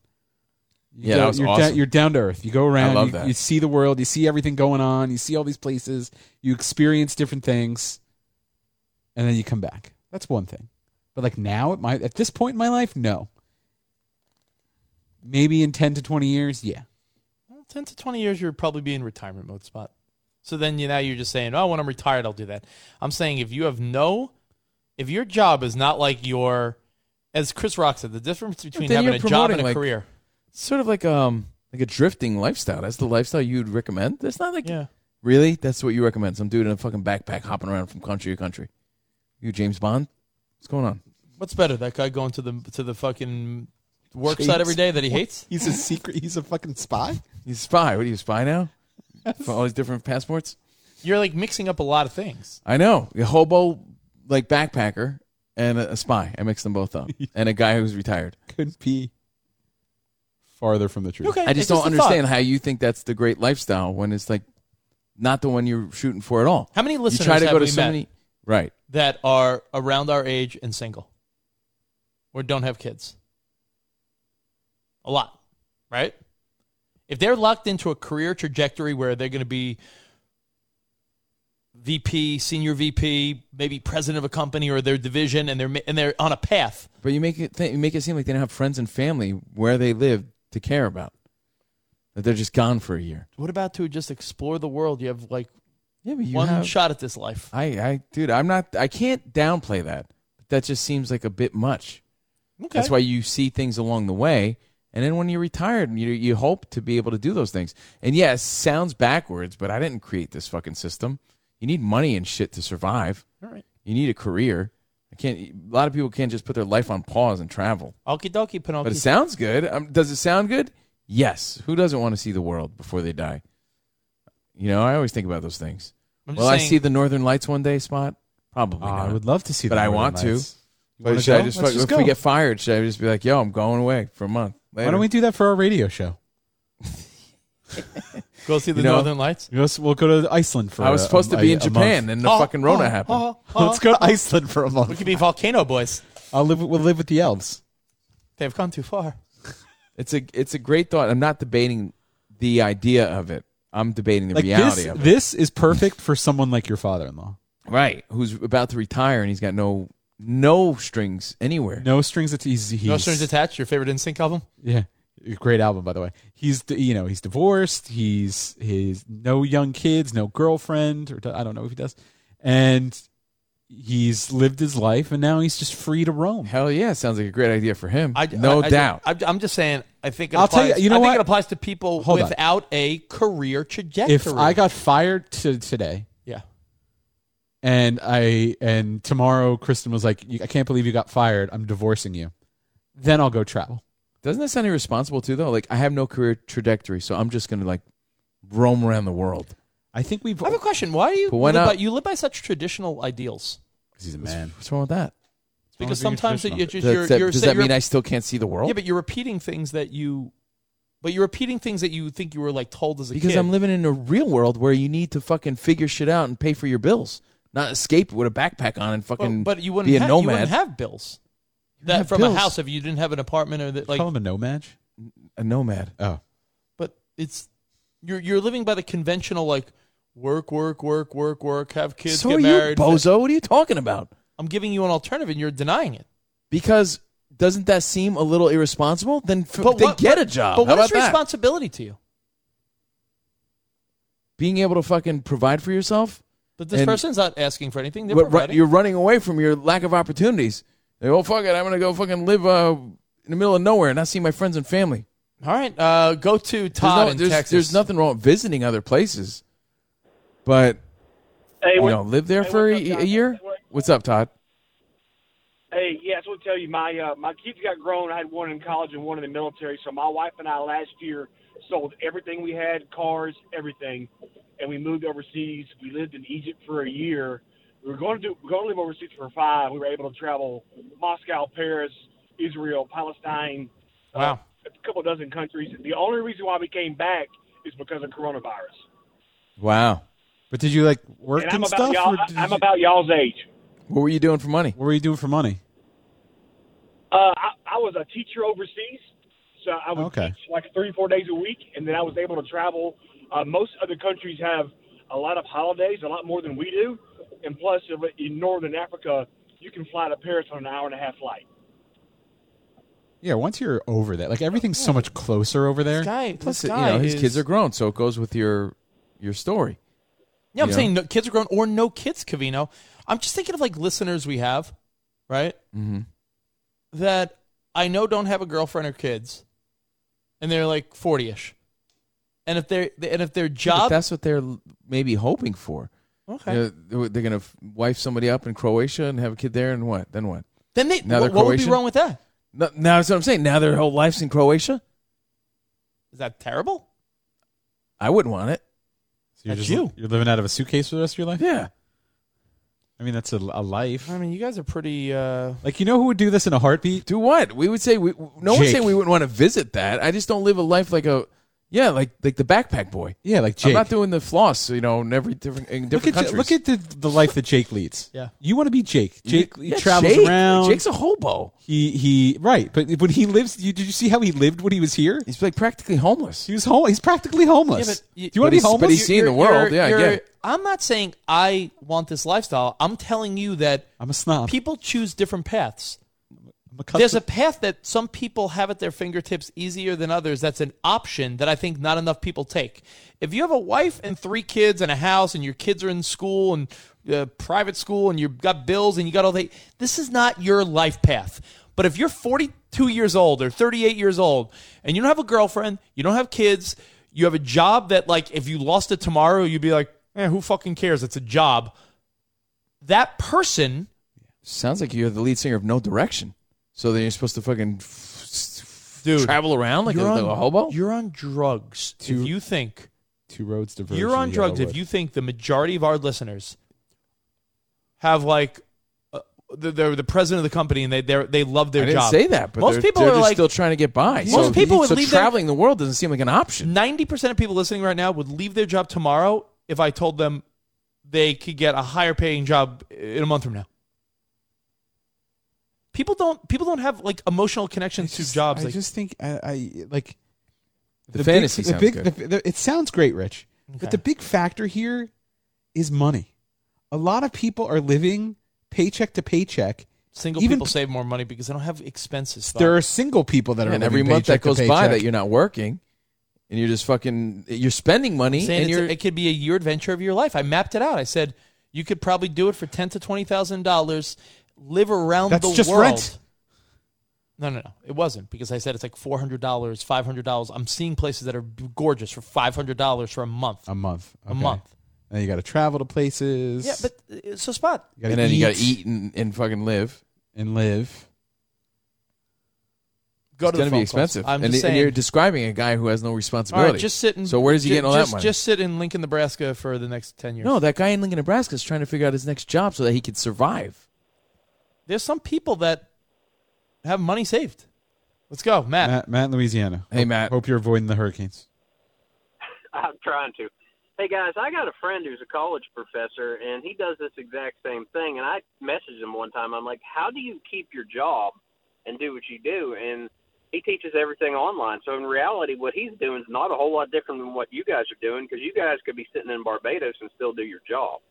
S4: You
S5: Yeah,
S4: go-
S5: that was
S4: you're,
S5: awesome.
S4: down, you're down to earth. You go around.
S5: I love
S4: you,
S5: that.
S4: you see the world. You see everything going on. You see all these places. You experience different things, and then you come back. That's one thing. But like now, at my at this point in my life, no. Maybe in ten to twenty years, yeah.
S3: Well, Ten to twenty years, you'd probably be in retirement mode spot. So then you now you're just saying, oh, when I'm retired, I'll do that. I'm saying if you have no, if your job is not like your, as Chris Rock said, the difference between
S5: Then
S3: having
S5: you're
S3: a job and
S5: promoting,
S3: a
S5: like,
S3: career.
S5: Sort of like um like a drifting lifestyle. That's the lifestyle you'd recommend. That's not like
S3: Yeah.
S5: really. That's what you recommend. Some dude in a fucking backpack hopping around from country to country. You James Bond? What's going on?
S3: What's better, that guy going to the to the fucking work site every day that he hates?
S4: He's a secret. He's a fucking spy.
S5: He's a spy. What are you a spy now? For all these different passports.
S3: You're like mixing up a lot of things.
S5: I know a hobo like backpacker and a, a spy. I mixed them both up, and a guy who's retired.
S4: Could be farther from the truth.
S5: I just don't understand how you think that's the great lifestyle when it's like not the one you're shooting for at all.
S3: How many listeners
S5: you try to
S3: have
S5: go to
S3: we
S5: so
S3: met?
S5: many? Right.
S3: that are around our age and single or don't have kids. A lot, right? If they're locked into a career trajectory where they're going to be VP, senior VP, maybe president of a company or their division, and they're ma- and they're on a path.
S5: But you make it th- you make it seem like they don't have friends and family where they live to care about. That they're just gone for a year.
S3: What about to just explore the world? You have like
S5: you
S3: one
S5: have-
S3: shot at this life.
S5: I, I, dude, I'm not. I can't downplay that. But that just seems like a bit much.
S3: Okay.
S5: That's why you see things along the way, and then when you're retired, you you hope to be able to do those things. And yes, sounds backwards, but I didn't create this fucking system. You need money and shit to survive.
S3: All right.
S5: You need a career. I can't. A lot of people can't just put their life on pause and travel.
S3: Okie dokie, Pinocchio.
S5: But it sounds good. Um, does it sound good? Yes. Who doesn't want to see the world before they die? You know, I always think about those things.
S3: I'm just
S5: Will I
S3: saying-
S5: see the Northern Lights one day, Spot? Probably.
S4: Ah, I
S5: not.
S4: would love to see
S5: but
S4: the
S5: I
S4: Northern
S5: want
S4: Lights.
S5: to.
S4: You
S5: But
S4: wanna
S5: should I
S4: go?
S5: just,
S4: Let's
S5: fuck-
S4: just
S5: if we
S4: go.
S5: get fired, should I just be like, "Yo, I'm going away for a month"?
S4: Why
S5: later?
S4: don't we do that for our radio show?
S3: Go see the
S5: You know-
S3: Northern Lights.
S4: We'll s- We'll go to Iceland for.
S5: I was
S4: a-
S5: supposed to
S4: a-
S5: be in
S4: a
S5: Japan,
S4: month.
S5: and the fucking Rona happened.
S4: Let's go to Iceland for a
S3: We
S4: month.
S3: could be volcano boys.
S4: I'll live. We'll live with the elves.
S3: They've gone too far.
S5: It's a it's a great thought. I'm not debating the idea of it. I'm debating the reality
S4: this,
S5: of it.
S4: this is perfect for someone like your father-in-law.
S5: Right. Who's about to retire and he's got no no strings anywhere.
S4: No strings. It's he's, he's
S3: No strings attached. Your favorite Instinct album.
S4: Yeah, great album by the way. He's d- you know he's divorced. He's he's no young kids, no girlfriend, or d- I don't know if he does. And he's lived his life, and now he's just free to roam.
S5: Hell yeah, sounds like a great idea for him.
S4: I,
S5: no doubt.
S3: I, am just saying. I think it
S4: I'll tell
S3: applies,
S4: you- you know
S3: I think
S4: what?
S3: it applies to people
S4: Hold on.
S3: without a career trajectory.
S4: if I got fired to today,
S3: yeah,
S4: and I and tomorrow Kristen was like, "You- I can't believe you got fired. I'm divorcing you. Then I'll go travel.
S5: Doesn't that sound irresponsible too though? Like I have no career trajectory, so I'm just gonna like roam around the world.
S4: I think we've.
S3: I have a question. Why do you
S5: But why
S3: live
S5: not?
S3: by, you live by such traditional ideals?
S4: He's a man.
S5: What's wrong with that?
S3: It's because sometimes it, it's just
S5: Does
S3: you're,
S5: that,
S3: you're
S5: does
S3: say
S5: that
S3: you're-
S5: mean I still can't see the world?
S3: Yeah, but you're repeating things that you, but you're repeating things that you think you were like told as a
S5: because
S3: kid.
S5: I'm living in a real world where you need to fucking figure shit out and pay for your bills, not escape with a backpack on and fucking
S3: but, but you wouldn't
S5: be a
S3: ha- you
S5: nomad.
S3: wouldn't have bills.
S5: don't
S3: That
S5: have
S3: from
S5: bills.
S3: a house if you didn't have an apartment or that like
S4: Call him a nomad.
S5: a nomad.
S4: Oh,
S3: but it's you're you're living by the conventional like Work, work, work, work, work. Have kids.
S5: So
S3: get
S5: are you,
S3: married.
S5: bozo. What are you talking about?
S3: I'm giving you an alternative, and you're denying it.
S5: Because doesn't that seem a little irresponsible? Then f-
S3: But
S5: then
S3: what-
S5: get a
S3: but-
S5: job.
S3: But
S5: How
S3: what is
S5: about that?
S3: responsibility to you?
S5: Being able to fucking provide for yourself.
S3: But this
S5: and-
S3: person's not asking for anything. They're
S5: But ru-
S3: providing.
S5: you're running away from your lack of opportunities. Like, oh fuck it, I'm gonna go fucking live uh, in the middle of nowhere and not see my friends and family.
S3: All right, uh, go to Todd
S5: there's
S3: in
S5: there's,
S3: Texas.
S5: There's nothing wrong with visiting other places, but you
S22: what-
S5: know, live there for a, a year. What's up, Todd?
S22: Hey, yes, I'll tell you, my uh, my kids got grown. I had one in college and one in the military. So my wife and I last year sold everything we had, cars, everything, and we moved overseas. We lived in Egypt for a year. We were going to do, we were going to live overseas for five. We were able to travel Moscow, Paris, Israel, Palestine,
S3: wow.
S22: a couple dozen countries. The only reason why we came back is because of coronavirus.
S5: Wow.
S4: But did you like work and,
S22: And I'm about
S4: stuff?
S22: y'all-
S4: or did
S22: I'm
S4: you-
S22: about y'all's age.
S5: What were you doing for money?
S4: What were you doing for money?
S22: Uh, I, I was a teacher overseas, so I would
S4: Okay.
S22: teach like three, four days a week, and then I was able to travel. Uh, most other countries have a lot of holidays, a lot more than we do, and plus, if, in northern Africa, you can fly to Paris on an hour and a half flight.
S4: Yeah, once you're over that, like everything's so much closer over there.
S3: guy- Plus,
S5: you know, his kids are grown, so it goes with your your story.
S3: Yeah, I'm
S5: You know?
S3: saying no, kids are grown or no kids, Cavino. I'm just thinking of like listeners we have, right?
S5: Mm-hmm.
S3: That I know don't have a girlfriend or kids, and they're like 40 ish. And if they're and if their
S5: But
S3: job,
S5: that's what they're l- maybe hoping for.
S3: Okay.
S5: You know, they're- they're gonna f- wife somebody up in Croatia and have a kid there, and what? Then what?
S3: then they
S5: now they're
S3: what, what would be
S5: Croatian?
S3: wrong with that?
S5: No, now that's what I'm saying. Now their whole life's in Croatia.
S3: Is that terrible?
S5: I wouldn't want it.
S4: So you're
S3: That's
S4: just,
S3: you.
S4: You're living out of a suitcase for the rest of your life.
S5: Yeah.
S4: I mean, that's a, a life.
S3: I mean, you guys are pretty. uh
S4: Like you know who would do this in a heartbeat?
S5: Do what? We would say we. No one's
S4: Jake.
S5: saying we wouldn't want to visit that. I just don't live a life like a yeah, like like the backpack boy.
S4: Yeah, like Jake.
S5: I'm not doing the floss, you know, in every different in
S4: Look
S5: different
S4: at Ja-
S5: countries.
S4: look at the, the life that Jake leads.
S3: Yeah.
S4: You want to be Jake.
S5: You-
S4: Jake he
S5: yeah,
S4: travels
S5: Jake.
S4: around.
S5: Jake's a hobo.
S4: He he right, but when he lives, you, did you see how he lived when he was here?
S5: He's like practically homeless.
S4: He was home. He's practically homeless. Do you want to be homeless?
S3: I'm not saying I want this lifestyle. I'm telling you that
S4: I'm a snob.
S3: People choose different paths. There's a path that some people have at their fingertips easier than others. That's an option that I think not enough people take. If you have a wife and three kids and a house, and your kids are in school and uh, private school, and you've got bills and you got all that, this is not your life path. But if you're 42 years old or 38 years old and you don't have a girlfriend, you don't have kids, you have a job that, like, if you lost it tomorrow, you'd be like, eh, who fucking cares? It's a job. That person
S5: Sounds like you're the lead singer of No Direction. So then you're supposed to fucking f- f- travel around like a,
S3: you're
S5: like
S3: on-
S5: a hobo.
S3: You're on drugs. if you think
S4: two roads diverge.
S3: you're on
S4: in
S3: drugs, if
S4: Yellowwood.
S3: you think the majority of our listeners have like uh, the- they're the president of the company and they they're, they love their
S5: I didn't
S3: job.
S5: say that, but
S3: most
S5: they're-
S3: people
S5: they're
S3: are
S5: just
S3: like
S5: still trying to get by.
S3: Most
S5: So-
S3: people would
S5: so
S3: leave
S5: traveling the world doesn't seem like an option.
S3: Ninety percent of people listening right now would leave their job tomorrow if I told them they could get a higher paying job in a month from now. People don't people don't have like emotional connections to jobs.
S4: I
S3: like,
S4: just think I, I like
S5: The
S4: big-
S5: fantasy sounds
S4: big,
S5: good.
S4: The, the- it sounds great, Rich,
S5: Okay.
S4: but the big factor here is money. A lot of people are living paycheck to paycheck.
S3: single
S4: even
S3: people save more money because they don't have expenses.
S4: there are single people that are
S5: and
S4: living
S5: every month
S4: paycheck
S5: that
S4: to
S5: goes by
S4: paycheck.
S5: that you're not working, and you're just fucking you're spending money,
S3: saying
S5: and
S3: it's-
S5: you're
S3: it could be a year adventure of your life. I mapped it out. I said you could probably do it for ten to twenty thousand dollars. Live around
S4: That's
S3: the
S4: just
S3: world.
S4: rent.
S3: No, no, no. It wasn't because I said it's like four hundred dollars, five hundred dollars. I'm seeing places that are gorgeous for five hundred dollars for a month.
S4: a month,
S3: A month.
S4: and you got to travel to places.
S3: Yeah, but uh, so spot.
S4: You gotta
S5: and then you got to
S4: eat.
S5: eat and, and fucking live
S4: and live.
S3: Go
S5: it's
S3: to the phone
S5: gonna be
S3: calls.
S5: expensive.
S3: I'm
S5: and,
S3: just
S5: and you're
S3: saying.
S5: describing a guy who has no
S3: All
S5: responsibility.
S3: right, just sit. In,
S5: so where's he
S3: ju-
S5: getting all
S3: just,
S5: that money?
S3: Just sit in Lincoln, Nebraska for the next ten years.
S5: no, that guy in Lincoln, Nebraska is trying to figure out his next job so that he could survive.
S3: there's some people that have money saved. Let's go, Matt.
S4: Matt, Matt, in Louisiana. Hey, Matt. Hope you're avoiding the hurricanes.
S12: I'm trying to. Hey guys, I got a friend who's a college professor, and he does this exact same thing. And I messaged him one time. I'm like, "How do you keep your job and do what you do?" And he teaches everything online. So in reality, what he's doing is not a whole lot different than what you guys are doing because you guys could be sitting in Barbados and still do your job.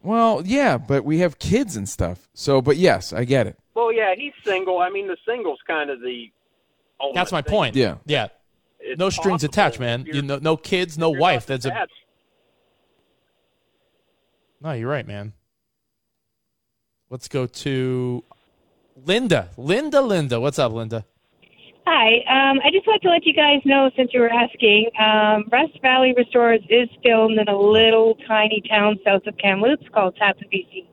S5: Well, yeah, but we have kids and stuff. So, but yes, I get it.
S12: Well, yeah, he's single. I mean, the single's kind of the. ultimate
S3: That's my
S12: thing.
S3: point.
S5: Yeah.
S3: Yeah.
S12: It's
S3: no strings
S12: possible
S3: attached, man. You know, no kids, no wife. That's a
S12: That's
S3: no. You're right, man. Let's go to Linda. Linda, Linda, what's up, Linda?
S9: Hi. Um, I just wanted to let you guys know since you were asking, um, Rust Valley Restores is filmed in a little tiny town south of Kamloops called Tappan BC.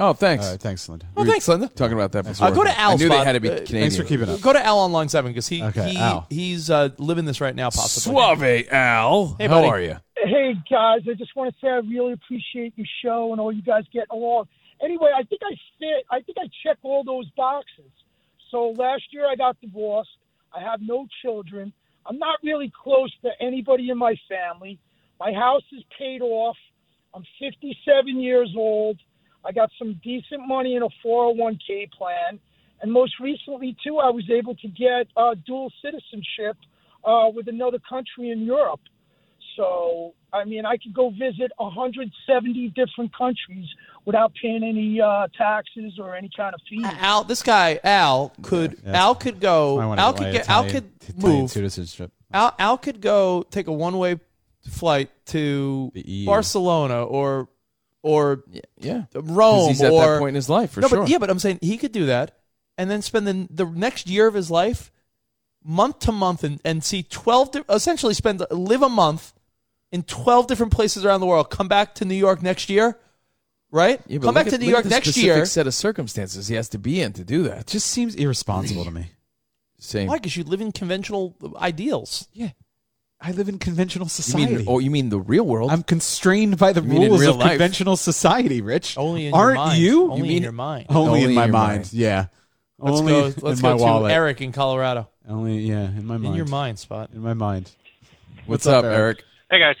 S5: Oh, thanks.
S4: All right, thanks, Linda.
S3: Oh, thanks, Linda.
S5: Talking about that before.
S3: Uh, go to Al's
S5: I knew
S3: spot.
S5: they had to be
S3: Uh,
S5: Canadian.
S3: Go to Al on line seven because he,
S5: Okay,
S3: he
S5: Al.
S3: he's uh, living this right now. Possibly.
S5: Suave, Al.
S3: Hey,
S5: How
S3: buddy.
S5: are you?
S18: Hey guys, I just want to say I really appreciate your show and all you guys getting along. Anyway, I think I fit. I think I check all those boxes. So last year I got divorced. I have no children. I'm not really close to anybody in my family. My house is paid off. I'm 57 years old. I got some decent money in a 401k plan. And most recently, too, I was able to get uh, dual citizenship uh, with another country in Europe. So, I mean, I could go visit 170 different countries without paying any uh, taxes or any kind of fees.
S3: Al, this guy Al could Al could go.
S4: I wanna
S3: Al
S4: get
S3: could
S4: my
S3: get. Al could
S4: Italian- Italian
S3: move.
S4: citizenship.
S3: Al, Al could go take a one way flight to Barcelona or or
S5: E yeah
S3: Rome.
S5: 'Cause he's at that
S3: or,
S5: point in his life, for
S3: no,
S5: sure.
S3: But, yeah, but I'm saying he could do that and then spend the the next year of his life month to month and, and see twelve di- essentially spend live a month in twelve different places around the world. Come back to New York next year, right?
S5: Yeah, but
S3: Come
S5: look
S3: back to
S5: at-
S3: New
S5: look
S3: York
S5: at the
S3: next
S5: specific
S3: year.
S5: Set of circumstances he has to be in to do that. It
S4: just seems irresponsible to me.
S5: Same.
S3: Why? Because you live in conventional ideals.
S4: Yeah. I live in conventional
S5: You
S4: society.
S5: mean, oh, you mean the real world?
S4: I'm constrained by the
S5: You mean in
S4: rules
S5: real
S4: of
S5: life?
S4: conventional society, Rich.
S3: Only in your
S4: Aren't
S3: mind.
S4: you?
S3: Only You in mean- your mind.
S4: Only,
S3: Only
S4: in my
S3: in your
S4: mind.
S3: mind.
S4: Yeah.
S3: Let's
S4: only
S3: go. Let's
S4: in my
S3: go
S4: wallet.
S3: to Eric in Colorado.
S4: Only yeah, in my
S3: In
S4: mind.
S3: your mind, spot.
S4: In my mind.
S5: What's up, Eric?
S19: Hey guys,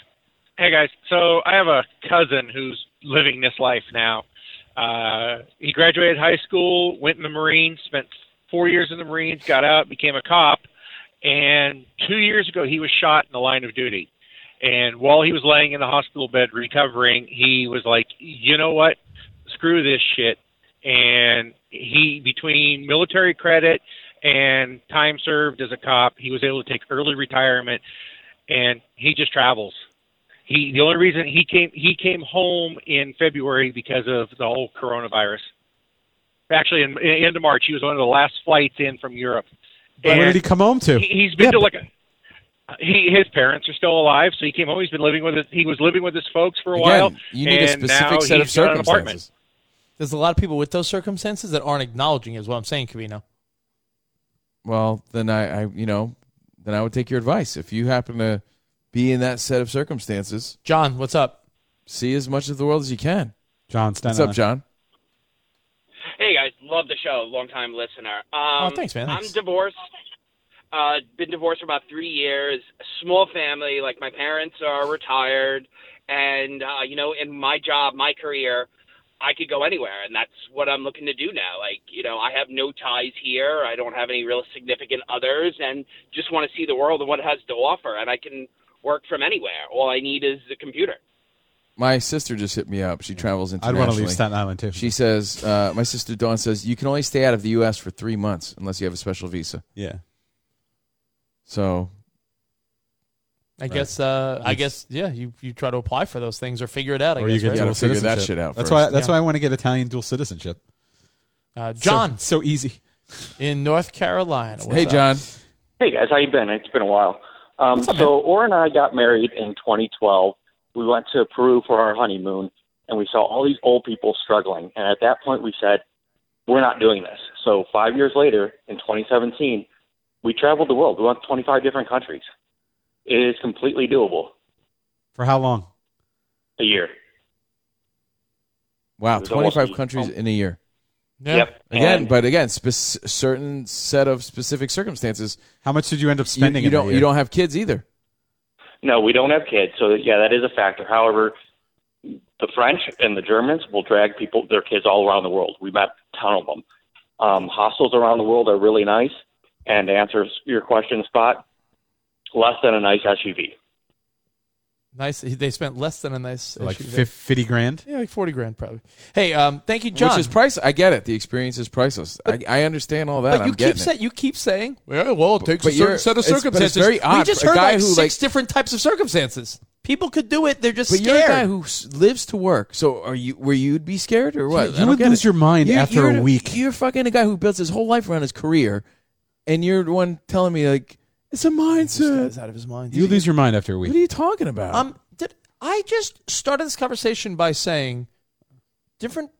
S19: hey guys. So I have a cousin who's living this life now. Uh, he graduated high school, went in the Marines, spent four years in the Marines, got out, became a cop, and two years ago he was shot in the line of duty. And while he was laying in the hospital bed recovering, he was like, "You know what? Screw this shit." And he, between military credit and time served as a cop, he was able to take early retirement and he just travels. He the only reason he came he came home in February because of the whole coronavirus. Actually, in, in end of March, he was one of the last flights in from Europe.
S4: But where
S19: And
S4: did he come home to?
S19: He, has been
S4: Yeah,
S19: to like a, he his parents are still alive, so he came home. He's been living with his he was living with his folks for a while. and now he's got an apartment.
S3: There's a lot of people with those circumstances that aren't acknowledging it, is what I'm saying, Kavino.
S5: Well, then I, I, you know, then I would take your advice. If you happen to be in that set of circumstances,
S3: John, what's up?
S5: See as much of the world as you can.
S4: John, stand
S5: what's up,
S4: on.
S5: John?
S20: Hey guys, love the show, long time listener.
S4: Oh,
S20: Um,
S4: thanks, man.
S20: I'm
S4: Thanks.
S20: divorced. Uh, been divorced for about three years. Small family. Like my parents are retired, and uh, you know, in my job, my career, I could go anywhere, and that's what I'm looking to do now. Like you know, I have no ties here. I don't have any real significant others, and just want to see the world and what it has to offer. And I can work from anywhere. All I need is a computer.
S5: My sister just hit me up. She travels
S4: I'd
S5: internationally.
S4: wanna leave Staten Island, too.
S5: She says, uh, my sister Dawn says, you can only stay out of the U.S. for three months unless you have a special visa.
S4: Yeah.
S5: So
S3: I guess. Uh, I guess. Yeah, you, you try to apply for those things or figure it out. I
S4: or
S3: guess,
S4: you get
S3: right?
S4: dual citizenship. That's why. That's why I want to get Italian dual citizenship.
S3: Uh,
S4: So-
S3: John,
S4: so, easy.
S3: In North Carolina. what's up?
S25: Hey guys, how you been? It's been a while. Um, so Or and I got married in 2012. We went to Peru for our honeymoon, and we saw all these old people struggling. And at that point, we said, "We're not doing this." So five years later, in 2017, we traveled the world. We went to 25 different countries. It is completely doable.
S4: For how long?
S25: A year.
S5: Wow,
S25: It was almost
S5: 25
S25: a-
S5: countries in a year.
S25: Yeah. Yep.
S5: Again,
S25: And-
S5: but again, spec- certain set of specific circumstances.
S4: How much did you end up
S25: spending
S5: You,
S25: in a
S5: don't.
S25: year?
S5: You don't have kids either.
S25: No, we don't have kids, so yeah, that is a factor. However, the French and the Germans will drag people, their kids, all around the world. We met a ton of them, Um, hostels around the world are really nice. And to answer your question, Spot, less than a nice SUV.
S3: Nice. They spent less than a nice
S4: Like
S3: SUV.
S4: fif- 50 grand?
S3: Yeah, like forty grand probably. Hey, um, thank you, John.
S5: Which is price. I get it. The experience is priceless. I, I understand all that.
S3: but
S5: I'm
S3: you
S5: getting
S3: keep
S5: it.
S3: saying you keep saying, well, well, it takes a certain
S5: you're-
S3: set of
S5: it's- but it's
S3: circumstances.
S5: very
S3: We
S5: odd
S3: just
S5: for a
S3: heard
S5: guy
S3: like
S5: who,
S3: six
S5: like-
S3: different types of circumstances. People could do it. They're just
S5: but
S3: scared.
S5: you're a guy who s- lives to work. So are you? Were you be scared or what?
S4: You
S5: I don't
S4: would
S5: get
S4: lose
S5: it.
S4: your mind
S5: You're-
S4: after a
S5: you're-
S4: week.
S5: You're fucking a guy who builds his whole life around his career, and you're the one telling me like it's a mindset. He's
S3: out of his mind.
S4: You lose your mind after a
S5: What
S4: week.
S5: are you talking about?
S3: Um, did I just started this conversation by saying different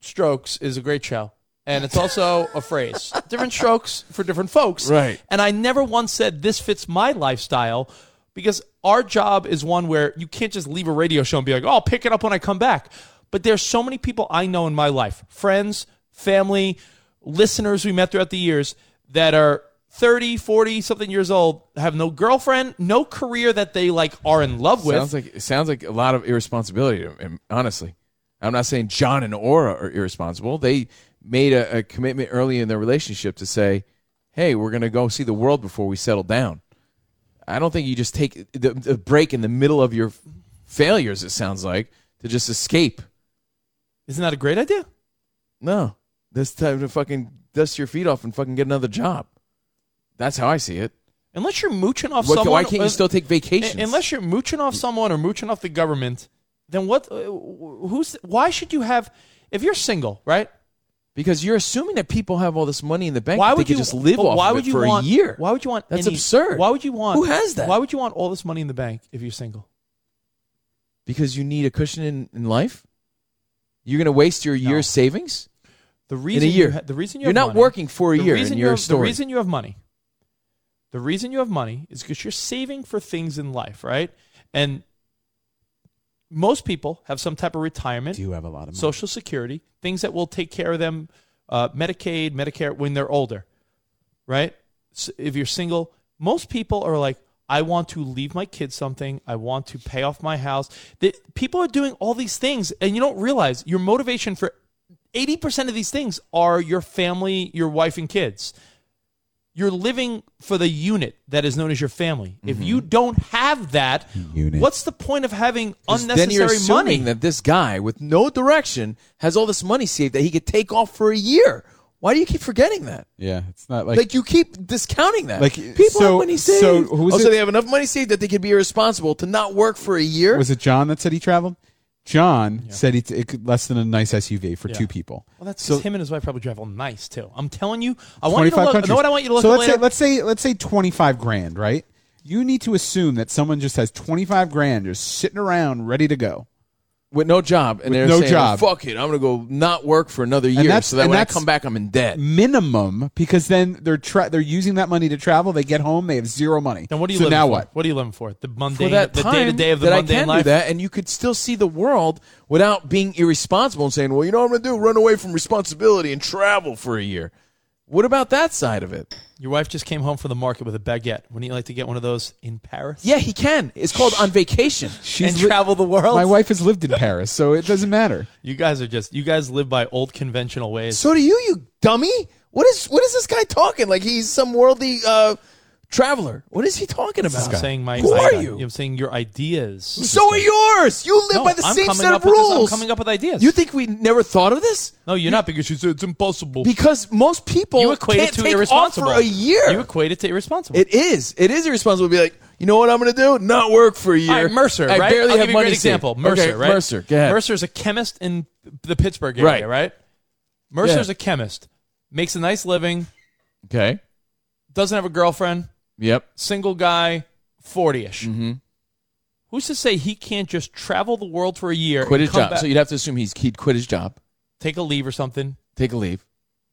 S3: strokes is a great show. And it's also a phrase. Different strokes for different folks.
S5: Right.
S3: And I never once said this fits my lifestyle because our job is one where you can't just leave a radio show and be like, oh, I'll pick it up when I come back. But there's so many people I know in my life, friends, family, listeners we met throughout the years that are 30, 40 something years old, have no girlfriend, no career that they like are in love with.
S5: Sounds like it sounds like a lot of irresponsibility. to him, Honestly, I'm not saying John and Aura are irresponsible. They made a, a commitment early in their relationship to say, "Hey, we're going to go see the world before we settle down." I don't think you just take the, the break in the middle of your failures. It sounds like to just escape.
S3: Isn't that a great idea?
S5: No, this time to fucking dust your feet off and fucking get another job. That's how I see it.
S3: Unless you're mooching off
S5: What-
S3: someone,
S5: why can't you
S3: uh,
S5: still take vacations?
S3: un- Unless you're mooching off someone or mooching off the government, then what? uh, Who's? Why should you have? If you're single, right?
S5: Because you're assuming that people have all this money in the bank.
S3: Why
S5: that
S3: would
S5: they
S3: you
S5: could just live
S3: but
S5: off
S3: why
S5: of
S3: would
S5: it
S3: you
S5: for
S3: want,
S5: a year?
S3: Why would you want?
S5: That's
S3: any-
S5: absurd.
S3: Why would you want?
S5: Who has that?
S3: Why would you want all this money in the bank if you're single?
S5: because you need a cushion in, in life. You're going to waste your year's savings.
S3: The
S5: in
S3: reason
S5: a year,
S3: you ha- the reason you
S5: you're
S3: have
S5: not
S3: money-
S5: working for a
S3: the
S5: year.
S3: reason
S5: in
S3: you
S5: your
S3: have,
S5: story.
S3: The reason you have money. The reason you have money is because you're saving for things in life, right? And most people have some type of retirement. Do
S4: have a lot of money.
S3: Social security, things that will take care of them, uh, Medicaid, Medicare when they're older, right? S if you're single, most people are like, I want to leave my kids something. I want to pay off my house. The, people are doing all these things, and you don't realize your motivation for 80% of these things are your family, your wife, and kids you're living for the unit that is known as your family. If you
S5: Mm-hmm.
S3: don't have that, what's the point of having
S5: 'Cause then you're
S3: unnecessary
S5: assuming
S3: money?
S5: that this guy with no direction has all this money saved that he could take off for a year. Why do you keep forgetting that?
S4: Yeah, it's
S3: Uh,
S4: not
S5: Like,
S4: like,
S5: you keep discounting that.
S4: Like,
S5: people
S4: so-
S5: have money saved.
S4: so who was
S5: also,
S4: it-
S5: they have enough money saved that they could be irresponsible to not work for a year.
S4: was it John that said he traveled? John said it's it could- less than a nice SUV for
S3: Yeah.
S4: two people.
S3: Well, that's
S4: so,
S3: because him and his wife probably travel nice too. I'm telling you, I want you to look. I know what I want you to look
S4: so
S3: at
S4: let's
S3: later.
S4: say let's say let's say twenty five grand, right? You need to assume that someone just has twenty five grand just sitting around ready to go.
S5: With no job and
S4: With
S5: they're
S4: no
S5: saying,
S4: job.
S5: "Well, fuck it, I'm gonna go not work for another
S4: And
S5: year
S4: that's-
S5: so that
S4: and
S5: when I
S4: that's
S5: come back I'm in debt.
S4: Minimum, because then they're tra- they're using that money to travel. They get home, they have zero money.
S3: Then what are you
S4: so
S3: living
S4: now
S3: for?
S4: what?
S3: What are you living for? The mundane,
S5: For that
S3: the
S5: time
S3: day to day of the
S5: that I
S3: mundane
S5: can
S3: life.
S5: do that, and you could still see the world without being irresponsible and saying, "Well, you know what I'm gonna do? Run away from responsibility and travel for a year." What about that side of it?
S3: Your wife just came home from the market with a baguette. Wouldn't you like to get one of those in Paris?
S5: Yeah, he can. It's called on vacation.
S3: And travel the world.
S4: My wife has lived in Paris, so it doesn't matter.
S3: You guys are just you guys live by old conventional ways.
S5: So do you, you dummy? What is what is this guy talking? Like he's some worldly uh, traveler. What is he talking about?
S3: I'm saying my
S5: Who
S3: I-
S5: are you?
S3: I'm saying your ideas.
S5: So are yours. You live
S3: No,
S5: by the
S3: I'm
S5: same
S3: coming
S5: set
S3: up
S5: of
S3: with this- I'm
S5: rules.
S3: coming up with ideas.
S5: You think we never thought of this?
S3: No, you're not because you said it's impossible.
S5: Because most people
S3: you equate
S5: can't
S3: it to
S5: take
S3: irresponsible
S5: off for a year.
S3: You equate it to irresponsible.
S5: it is. It is irresponsible to be like, you know what I'm going to do? Not work for a year.
S3: All right, Mercer,
S5: I
S3: right?
S5: barely
S3: I'll
S5: have
S3: give you a
S5: money.
S3: great
S5: saved.
S3: example. Mercer,
S5: Okay,
S3: right?
S5: Mercer, go ahead.
S3: Mercer's a chemist in the Pittsburgh area, right?
S5: Right.
S3: Mercer's
S5: Yeah.
S3: a chemist, makes a nice living,
S5: Okay.
S3: doesn't have a girlfriend,
S5: Yep.
S3: single guy, 40-ish.
S5: Mm-hmm.
S3: Who's to say he can't just travel the world for a year,
S5: Quit
S3: and
S5: his
S3: come
S5: job.
S3: back-
S5: So you'd have to assume he's he'd quit his job,
S3: take a leave or something?
S5: take a leave,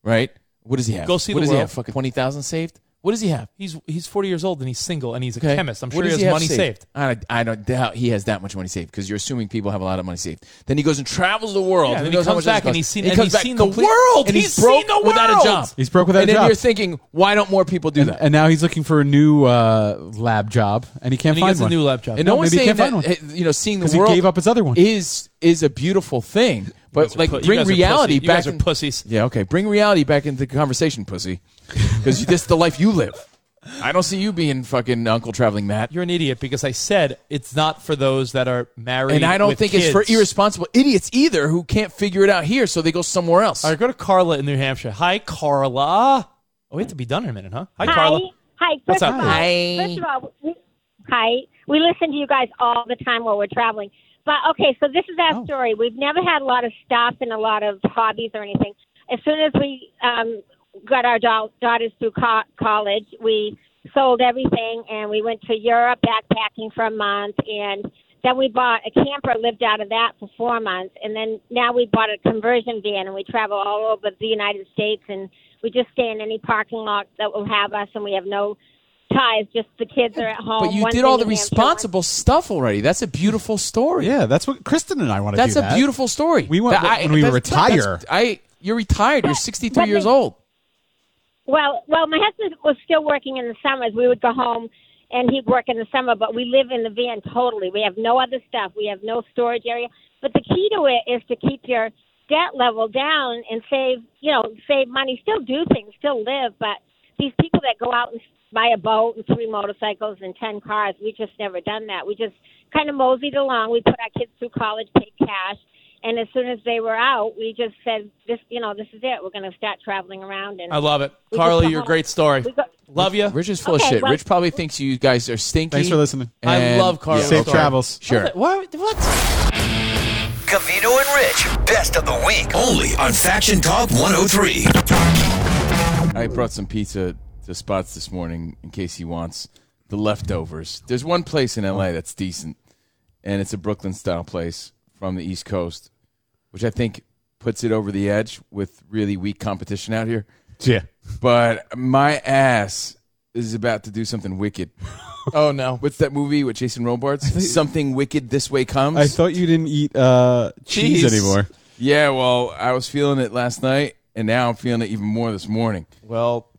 S5: right? What does he have?
S3: Go see the
S5: what does he
S3: world.
S5: have? Fucking twenty thousand saved. What does he have?
S3: He's he's 40 years old and he's single and he's a
S5: Okay.
S3: chemist. I'm
S5: What
S3: sure
S5: does
S3: he has
S5: have
S3: money saved.
S5: I, I don't doubt he has that much money saved because you're assuming people have a lot of money saved. Then he goes and travels the world.
S3: Yeah,
S5: Who
S3: and he
S5: knows how
S3: comes
S5: much this
S3: back and
S5: costs?
S3: he's seen-
S5: he
S3: and
S5: comes
S3: he's
S5: back
S3: seen the
S5: complete-
S3: world.
S5: and he's,
S3: He's
S5: broke
S3: seen the
S5: without
S3: world.
S5: a job.
S4: He's broke without
S5: and
S4: a
S5: then
S4: job.
S5: you're thinking, why don't more people do that?
S4: And now he's looking for a new uh, lab job, and he can't
S5: And he
S4: find
S5: gets a
S4: one.
S5: new lab job. And no
S4: no,
S5: one's
S4: maybe he
S5: saying
S4: can't find
S5: that, eh,
S4: one.
S5: hey, you know, seeing the
S4: 'Cause he
S5: world
S4: gave up his other one.
S5: Is is a beautiful thing, But
S3: guys are
S5: like,
S3: pu- you
S5: bring
S3: guys are
S5: reality
S3: pussy- you
S5: back.
S3: guys are
S5: in-
S3: pussies.
S5: Yeah, okay. Bring reality back into the conversation, pussy. Because this is the life you live. I don't see you being fucking Uncle Traveling Matt.
S3: You're an idiot because I said it's not for those that are married.
S5: And I don't
S3: with
S5: think it's for
S3: kids.
S5: irresponsible idiots either who can't figure it out here, so they go somewhere else.
S3: All right, go to Carla in New Hampshire. Hi, Carla. Oh, we have to be done in a minute, huh? Hi, Carla.
S14: Hi. First
S3: What's
S14: of
S3: up?
S14: all, First of all, we, hi. We listen to you guys all the time while we're traveling. But okay, so this is our
S3: Oh.
S14: story. We've never had a lot of stuff and a lot of hobbies or anything. As soon as we um, got our dau- daughters through co- college, we sold everything and we went to Europe backpacking for a month. And then we bought a camper, lived out of that for four months. And then now we bought a conversion van and we travel all over the United States and we just stay in any parking lot that will have us and we have no ties, just the kids are at home.
S5: But you
S14: One
S5: did all
S14: thing
S5: the
S14: in Hampshire,
S5: responsible stuff already. That's a beautiful story. Yeah,
S4: that's what Kristen and I want to
S5: That's
S4: do.
S5: a
S4: that.
S5: beautiful story.
S4: We want-
S5: That- I-
S4: when we
S5: that's-
S4: retire.
S5: that's- I you're retired. You're 63 years old.
S14: Well, well, my husband was still working in the summers. We would go home, and he'd work in the summer. But we live in the van totally. We have no other stuff. We have no storage area. But the key to it is to keep your debt level down and save. You know, save money. Still do things. Still live. But these people that go out and buy a boat and three motorcycles and ten cars, we just never done that. We just kind of moseyed along. We put our kids through college, paid cash. And as soon as they were out, we just said, "This, you know, this is it. We're going to start traveling around." And
S3: I love it.
S14: we
S3: Carla,
S14: just
S3: you're a
S14: go
S3: great story.
S14: We go-
S3: Love you.
S5: Rich is full of
S14: Okay,
S5: shit.
S14: well-
S5: Rich probably thinks you guys are stinky.
S4: Thanks for listening.
S3: I love Carla's
S5: Safe
S3: story.
S4: travels.
S5: Sure.
S3: What? What?
S24: Cavino and Rich, best of the week, only on Faction Talk 103.
S5: I brought some pizza to spots this morning in case he wants the leftovers. There's one place in LA that's decent, and it's a Brooklyn style place from the East Coast, which I think puts it over the edge with really weak competition out here.
S4: Yeah.
S5: But my ass is about to do something wicked.
S3: oh no!
S5: What's that movie with Jason Robards? something wicked this way comes.
S4: I thought you didn't eat uh, cheese anymore.
S5: Yeah, well, I was feeling it last night, and now I'm feeling it even more this morning.
S3: Well,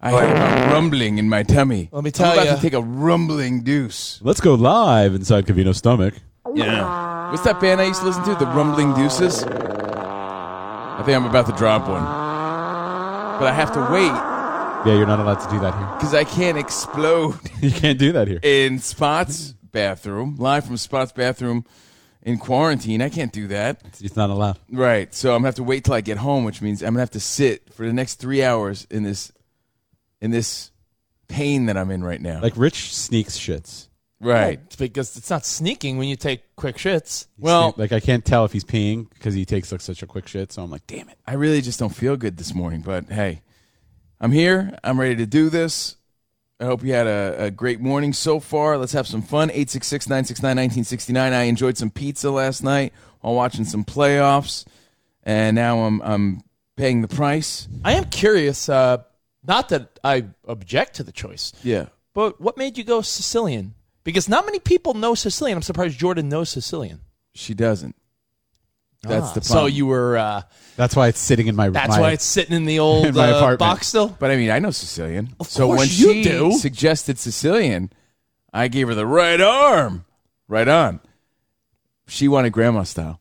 S5: I have a rumbling in my tummy.
S3: Let me tell
S5: I'm about
S3: ya.
S5: to take a rumbling deuce.
S4: Let's go live inside Cavino's stomach.
S5: Yeah. What's that band I used to listen to? The Rumbling Deuces? I think I'm about to drop one. But I have to wait
S4: Yeah, you're not allowed to do that here.
S5: because I can't explode
S4: You can't do that here.
S5: in Spot's bathroom, live from Spot's bathroom in quarantine. I can't do that.
S4: It's not allowed.
S5: Right. So I'm gonna have to wait till I get home, which means I'm gonna have to sit for the next three hours in this in this pain that I'm in right now.
S4: Like Rich sneaks shits.
S5: Right.
S3: It's because it's not sneaking when you take quick shits.
S4: Well, like I can't tell if he's peeing because he takes like such a quick shit. So I'm like, damn it.
S5: I really just don't feel good this morning, but hey, I'm here. I'm ready to do this. I hope you had a, a great morning so far. Let's have some fun. 866 969 1969. I enjoyed some pizza last night while watching some playoffs, and now I'm, I'm paying the price.
S3: I am curious. Uh, not that I object to the choice,
S5: Yeah.
S3: but what made you go Sicilian? Because not many people know Sicilian. I'm surprised Jordan knows Sicilian.
S5: She doesn't. That's
S3: Ah,
S5: the problem.
S3: so you were. Uh,
S4: That's why it's sitting in my.
S3: That's
S4: my-
S3: why it's sitting in the old
S4: in my
S3: uh,
S4: apartment.
S3: box still.
S5: But I mean, I know Sicilian.
S3: Of
S5: so
S3: course
S5: when
S3: you
S5: she
S3: do.
S5: suggested Sicilian, I gave her the right arm, right on. She wanted grandma style.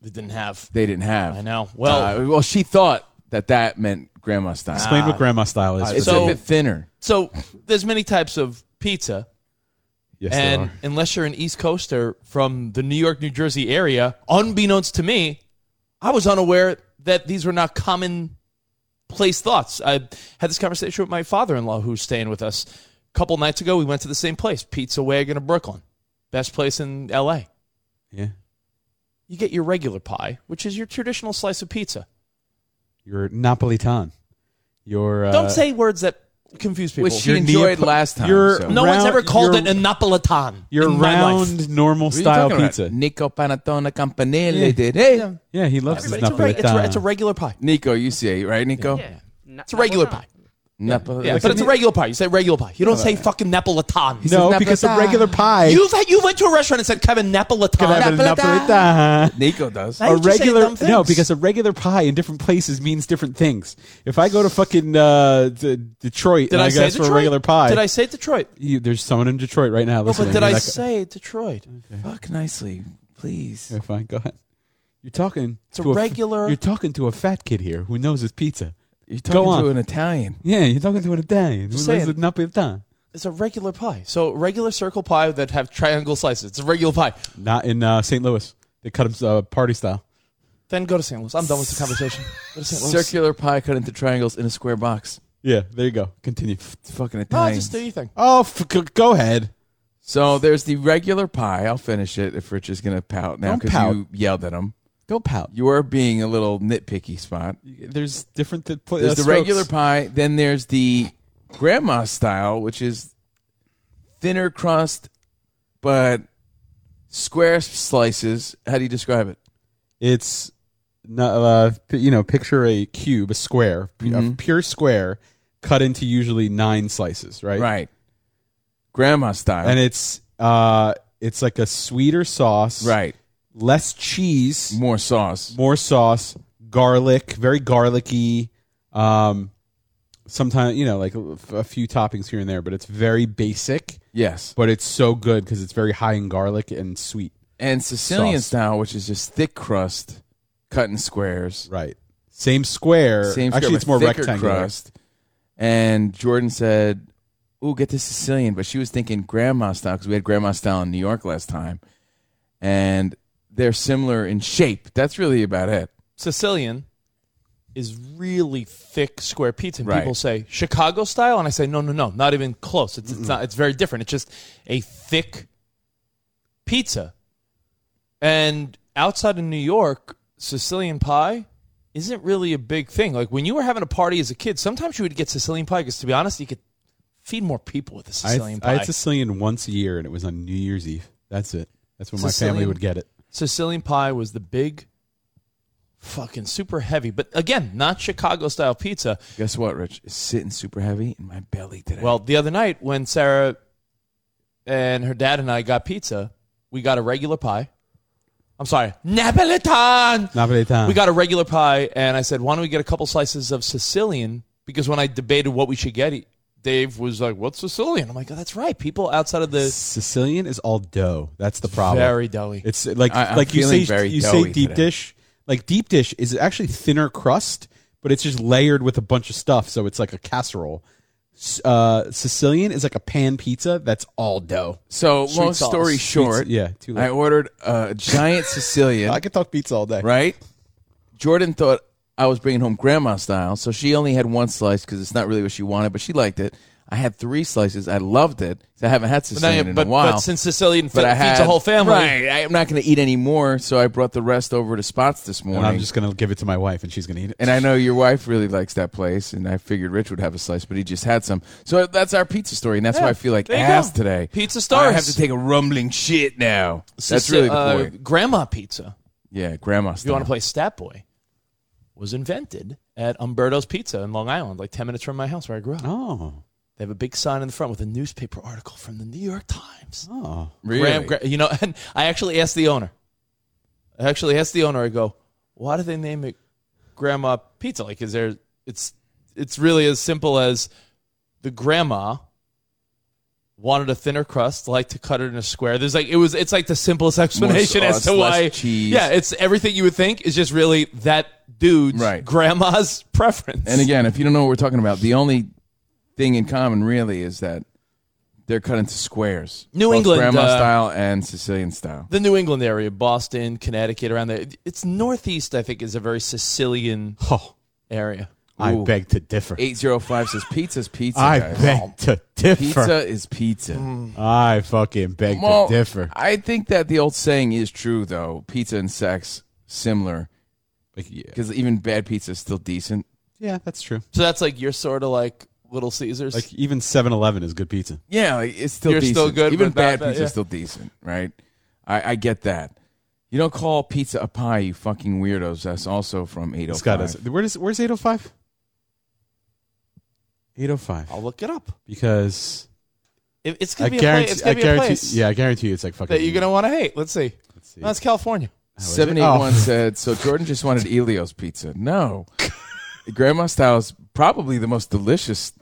S3: They didn't have.
S5: They didn't have.
S3: I know. Well- Ah.
S5: Uh, well, she thought that that meant grandma style.
S4: Explain what grandma style is.
S5: It's
S4: for
S5: a
S4: people.
S5: bit thinner.
S3: So there's many types of pizza.
S4: Yes, there
S3: and
S4: are.
S3: unless you're an East Coaster from the New York, New Jersey area, unbeknownst to me, I was unaware that these were not common place thoughts. I had this conversation with my father-in-law who's staying with us a couple nights ago. We went to the same place, Pizza Wagon of Brooklyn. Best place in LA.
S4: Yeah.
S3: You get your regular pie, which is your traditional slice of pizza.
S4: Your Napolitan. Your uh,
S3: Don't say words that confuse people.
S4: Which she Your enjoyed Neap- last time, your so-
S3: No one's
S4: round-
S3: ever called
S4: your-
S3: it a Napolitan.
S4: your
S3: in my life.
S4: round normal
S5: What are you
S4: style
S5: talking about?
S4: pizza.
S5: Nico Panettone Campanile
S3: Yeah.
S5: did it.
S3: Yeah.
S4: Yeah, he loves
S3: Everybody- it's, a, reg- it's a- it's a regular pie.
S5: Nico, you see it, right, Nico? Yeah.
S3: It's a regular pie.
S5: Napoli-
S3: Yeah, but it's a regular pie. You say regular pie. You don't say fucking Napolitan.
S4: Uh, No, says because the Napolitan. regular pie-
S3: You've had, you went to a restaurant and said Kevin Napolitan.
S4: Can I have a Napolitan?
S5: Nico does.
S3: Now
S4: A
S3: you just say
S4: regular
S3: dumb things.
S4: no, because a regular pie in different places means different things. If I go to fucking uh, D- Detroit
S3: Did
S4: and
S3: I,
S4: I,
S3: say
S4: ask for
S3: Detroit?
S4: a regular pie,
S3: Did I say Detroit?
S4: You, there's someone in Detroit right now.
S3: No,
S4: listening
S3: but did
S4: to
S3: I
S4: that-
S3: say Detroit?
S5: Fuck nicely, please.
S4: Yeah, fine, go ahead. You're talking.
S5: It's a
S4: to f-
S5: regular-
S4: you're talking to a fat kid here who knows his pizza. You're
S5: talking to an Italian.
S4: Yeah, you're talking to an Italian.
S5: Just
S4: who knows
S5: saying.
S4: the napolitano.
S3: It's a regular pie. So regular circle pie that have triangle slices. It's a regular pie.
S4: Not in uh, St. Louis. They cut him uh, party style.
S3: Then go to St. Louis. I'm done with the conversation. Go to St. Louis.
S5: Circular pie cut into triangles in a square box.
S4: Yeah, there you go. Continue.
S5: fucking
S3: No,
S5: Italian.
S3: just do your thing.
S4: Oh, f- g- go ahead.
S5: So there's the regular pie. I'll finish it if Rich is going to pout now
S4: Don't
S5: because
S4: pout.
S5: you yelled at him.
S4: Don't pout.
S5: You are being a little nitpicky, Spot.
S4: There's different. Th- pl-
S5: There's
S4: uh,
S5: the
S4: strokes.
S5: regular pie. Then there's the grandma style, which is thinner crust, but square slices. How do you describe it?
S4: It's not, uh, p- you know, picture a cube, a square, p- a
S5: Mhm.
S4: pure square, cut into usually nine slices, right?
S5: Right. Grandma style.
S4: And it's uh, it's like a sweeter sauce,
S5: right?
S4: Less cheese,
S5: more sauce,
S4: more sauce, garlic, very garlicky. Um, sometimes you know, like a a few toppings here and there, but it's very basic.
S5: Yes.
S4: but it's so good because it's very high in garlic and sweet.
S5: And Sicilian
S4: Sauce.
S5: style, which is just thick crust, cut in squares.
S4: Right. Same square.
S5: Same
S4: Actually,
S5: square,
S4: it's
S5: but
S4: more
S5: thicker
S4: rectangular.
S5: Crust. And Jordan said, "Ooh, get the Sicilian," but she was thinking grandma style because we had grandma style in New York last time, and they're similar in shape. That's really about it.
S3: Sicilian is really thick square pizza, and
S5: Right.
S3: people say Chicago style, and I say no, no, no, not even close. It's, it's not. It's very different. It's just a thick pizza. And outside of New York, Sicilian pie isn't really a big thing. Like when you were having a party as a kid, sometimes you would get Sicilian pie because, to be honest, you could feed more people with a
S4: I,
S3: Sicilian
S4: I
S3: pie.
S4: had Sicilian once a year, and it was on New Year's Eve. That's it. That's when my family
S3: Sicilian-
S4: would get it.
S3: Sicilian pie was the big, fucking super heavy, but again, not Chicago style pizza.
S5: Guess what, Rich? It's sitting super heavy in my belly today.
S3: Well, the other night when Sarah and her dad and I got pizza, we got a regular pie. I'm sorry, Napolitan.
S5: Ah.
S4: Napolitano.
S3: We got a regular pie, and I said, "Why don't we get a couple slices of Sicilian?" Because when I debated what we should get, he- Dave was like, "What's Sicilian?" I'm like, oh, "That's right. People outside of the
S4: Sicilian is all dough. That's the problem.
S3: Very doughy.
S4: It's like
S3: I- I'm
S4: like you say
S3: feeling very
S4: you
S3: doughy
S4: say deep
S3: today.
S4: dish. Like deep dish is actually thinner crust, but it's just layered with a bunch of stuff, so it's like a casserole. S- Uh, Sicilian is like a pan pizza that's all dough.
S5: So
S4: Sweet
S5: long
S4: sauce.
S5: story
S4: Sweet-
S5: short,
S4: yeah. Too late.
S5: I ordered a giant Sicilian. I
S4: could talk pizza all day,
S5: right? Jordan thought I was bringing home grandma style, so she only had one slice because it's not really what she wanted, but she liked it. I had three slices. I loved it. 'cause I haven't had
S3: But, now you-
S5: Sicilian in
S3: but-
S5: a
S3: but
S5: while.
S3: since Sicilian fe-
S5: But I
S3: feeds a
S5: had-
S3: whole family,
S5: right? I'm not going to eat any more, so I brought the rest over to Spots this morning.
S4: and I'm just gonna give it to my wife, and she's gonna eat it.
S5: And I know your wife really likes that place, and I figured Rich would have a slice, but he just had some. So that's our pizza story, and that's why
S3: Yeah,
S5: I feel like
S3: there you
S5: ass
S3: go.
S5: today.
S3: Pizza
S5: I have
S3: stories.
S5: to take a rumbling shit now. That's
S3: Sici-
S5: really the
S3: uh,
S5: point.
S3: grandma pizza.
S5: Yeah, grandma
S3: If you want
S5: style.
S3: to play Stat Boy, was invented at Umberto's Pizza in Long Island, like 10 minutes from my house where I grew up.
S4: Oh.
S3: They have a big sign in the front with a newspaper article from the New York Times.
S4: Oh.
S3: Graham- Gra- you know, and I actually asked the owner. I actually asked the owner, I go, why do they name it Grandma Pizza? Like, is there, it's, it's really as simple as the grandma wanted a thinner crust, like to cut it in a square. There's like, it was, it's like the simplest explanation as
S5: sauce,
S3: to
S5: less
S3: why.
S5: cheese.
S3: Yeah, it's everything you would think is just really that dude's
S5: Right.
S3: grandma's preference.
S5: And again, if you don't know what we're talking about, the only thing in common really is that they're cut into squares.
S3: New
S5: both
S3: England,
S5: grandma
S3: uh,
S5: style and Sicilian style.
S3: the New England area, Boston, Connecticut, around there. It's Northeast, I think, is a very Sicilian area.
S4: I beg to differ.
S5: Eight zero five says pizza's pizza.
S4: I
S5: guys.
S4: beg to differ.
S5: Pizza is pizza.
S3: Mm.
S4: I fucking beg
S5: Well,
S4: to differ.
S5: I think that the old saying is true though. Pizza and sex similar. Because even bad pizza is still decent.
S4: Yeah, that's true.
S3: So that's like you're sort of like Little Caesars.
S4: Like even 7-Eleven is good pizza.
S5: Yeah, like, it's still
S3: You're
S5: decent.
S3: still good,
S5: Even
S3: but not
S5: bad
S3: bad,
S5: pizza's
S3: yeah.
S5: still decent, right? I, I get that. You don't call pizza a pie, you fucking weirdos. That's also from eight oh
S4: This guy does.
S5: five.
S4: Where does where's 805? 805. I'll
S3: look it up
S4: because
S3: It- it's
S4: I
S3: gonna be a
S4: guarantee.
S3: place. It's gonna
S4: I
S3: be a
S4: guarantee.
S3: place
S4: Yeah, I guarantee you, it's like fucking.
S3: that you're gonna want to hate. Let's see. No, it's California.
S5: Seven eight
S4: Oh.
S5: one said. So Jordan just wanted Elio's pizza. No, grandma style is probably the most delicious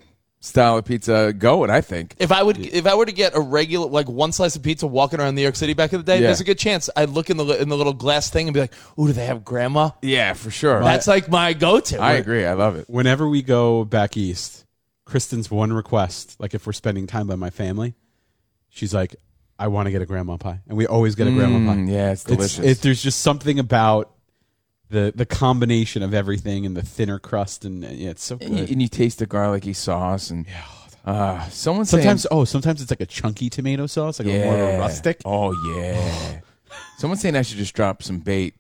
S26: style of pizza going. I think.
S3: If I would, if I were to get a regular, like one slice of pizza walking around New York City back in the day,
S26: Yeah.
S3: there's a good chance I'd look in the li- in the little glass thing and be like, "Ooh, do they have grandma?"
S26: Yeah, for sure.
S3: That's like my go-to.
S26: I love it.
S4: Whenever we go back east, Kristen's one request, like if we're spending time by my family, she's like, "I want to get a grandma pie," and we always get a grandma pie.
S26: Mm, yeah, it's delicious.
S4: it- there's just something about the the combination of everything and the thinner crust, and, and yeah, it's so
S5: And you-
S4: good.
S5: and you taste the garlicky sauce, and uh, someone
S4: sometimes,
S5: saying,
S4: oh, sometimes it's like a chunky tomato sauce, like a more of a rustic.
S5: Oh yeah. Someone's saying I should just drop some bait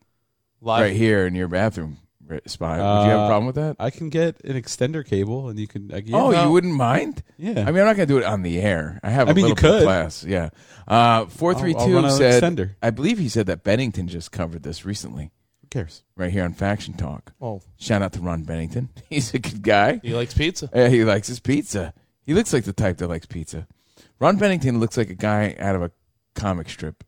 S4: Live?
S5: right here in your bathroom ri- spot. Would you have a
S4: Uh,
S5: problem with that?
S4: I can get an extender cable, and you can. Like, yeah.
S5: Oh, you wouldn't mind?
S4: Yeah.
S5: I mean, I'm not gonna do it on the air. I have.
S4: I
S5: a
S4: mean, you
S5: little bit of
S4: could.
S5: Class. Yeah. Uh, four three
S4: I'll- I'll run
S5: two
S4: an
S5: said.
S4: extender.
S5: I believe he said that Bennington just covered this recently. Who
S4: cares?
S5: Right here on Faction Talk.
S3: Oh.
S5: Shout out to Ron Bennington. He's a good guy.
S3: He likes pizza.
S5: Yeah, he likes his pizza. He looks like the type that likes pizza. Ron Bennington looks like a guy out of a comic strip.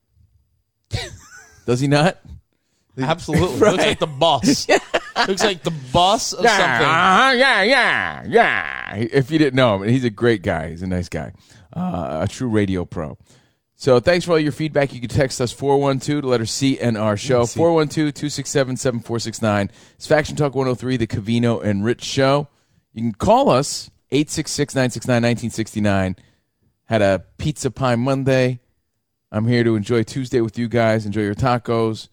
S5: Does he not?
S3: Absolutely, looks like the boss. looks like the boss of
S5: yeah,
S3: something.
S5: uh-huh, yeah, yeah, yeah. If you didn't know him, he's a great guy. He's a nice guy, uh, a true radio pro. So thanks for all your feedback. You can text us 412 to letter C and our show. 412 267 7469. It's Faction Talk 103, the Cavino and Rich show. You can call us 866 969 1969. Had a pizza pie Monday. I'm here to enjoy Tuesday with you guys. Enjoy your tacos.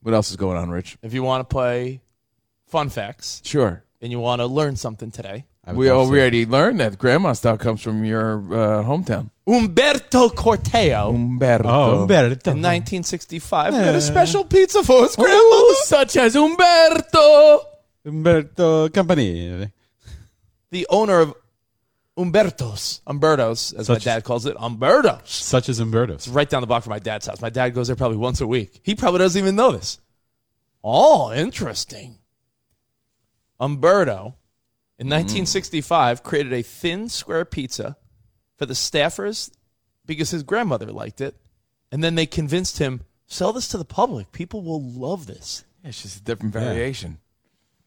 S5: What else is going on, Rich?
S3: If you want to play fun facts,
S5: Sure.
S3: and you want to learn something today,
S5: We already learned that grandma style comes from your uh, hometown.
S3: Umberto Corteo.
S4: Um,
S5: Umberto.
S3: Oh,
S4: Umberto.
S3: In 1965, we
S5: Yeah.
S3: had a special pizza for his grandmother.
S5: Eh. such as Umberto.
S4: Umberto Company.
S3: The owner of Umberto's, Umberto's, as my
S4: Such-
S3: dad calls it, Umberto.
S4: Such as Umberto's.
S3: It's right down the block from my dad's house. My dad goes there probably once a week. He probably doesn't even know this. Oh, interesting. Umberto,
S5: Mm.
S3: in 1965, created a thin square pizza for the staffers because his grandmother liked it. And then they convinced him, sell this to the public. People will love this.
S5: It's just a different
S4: Yeah.
S5: variation.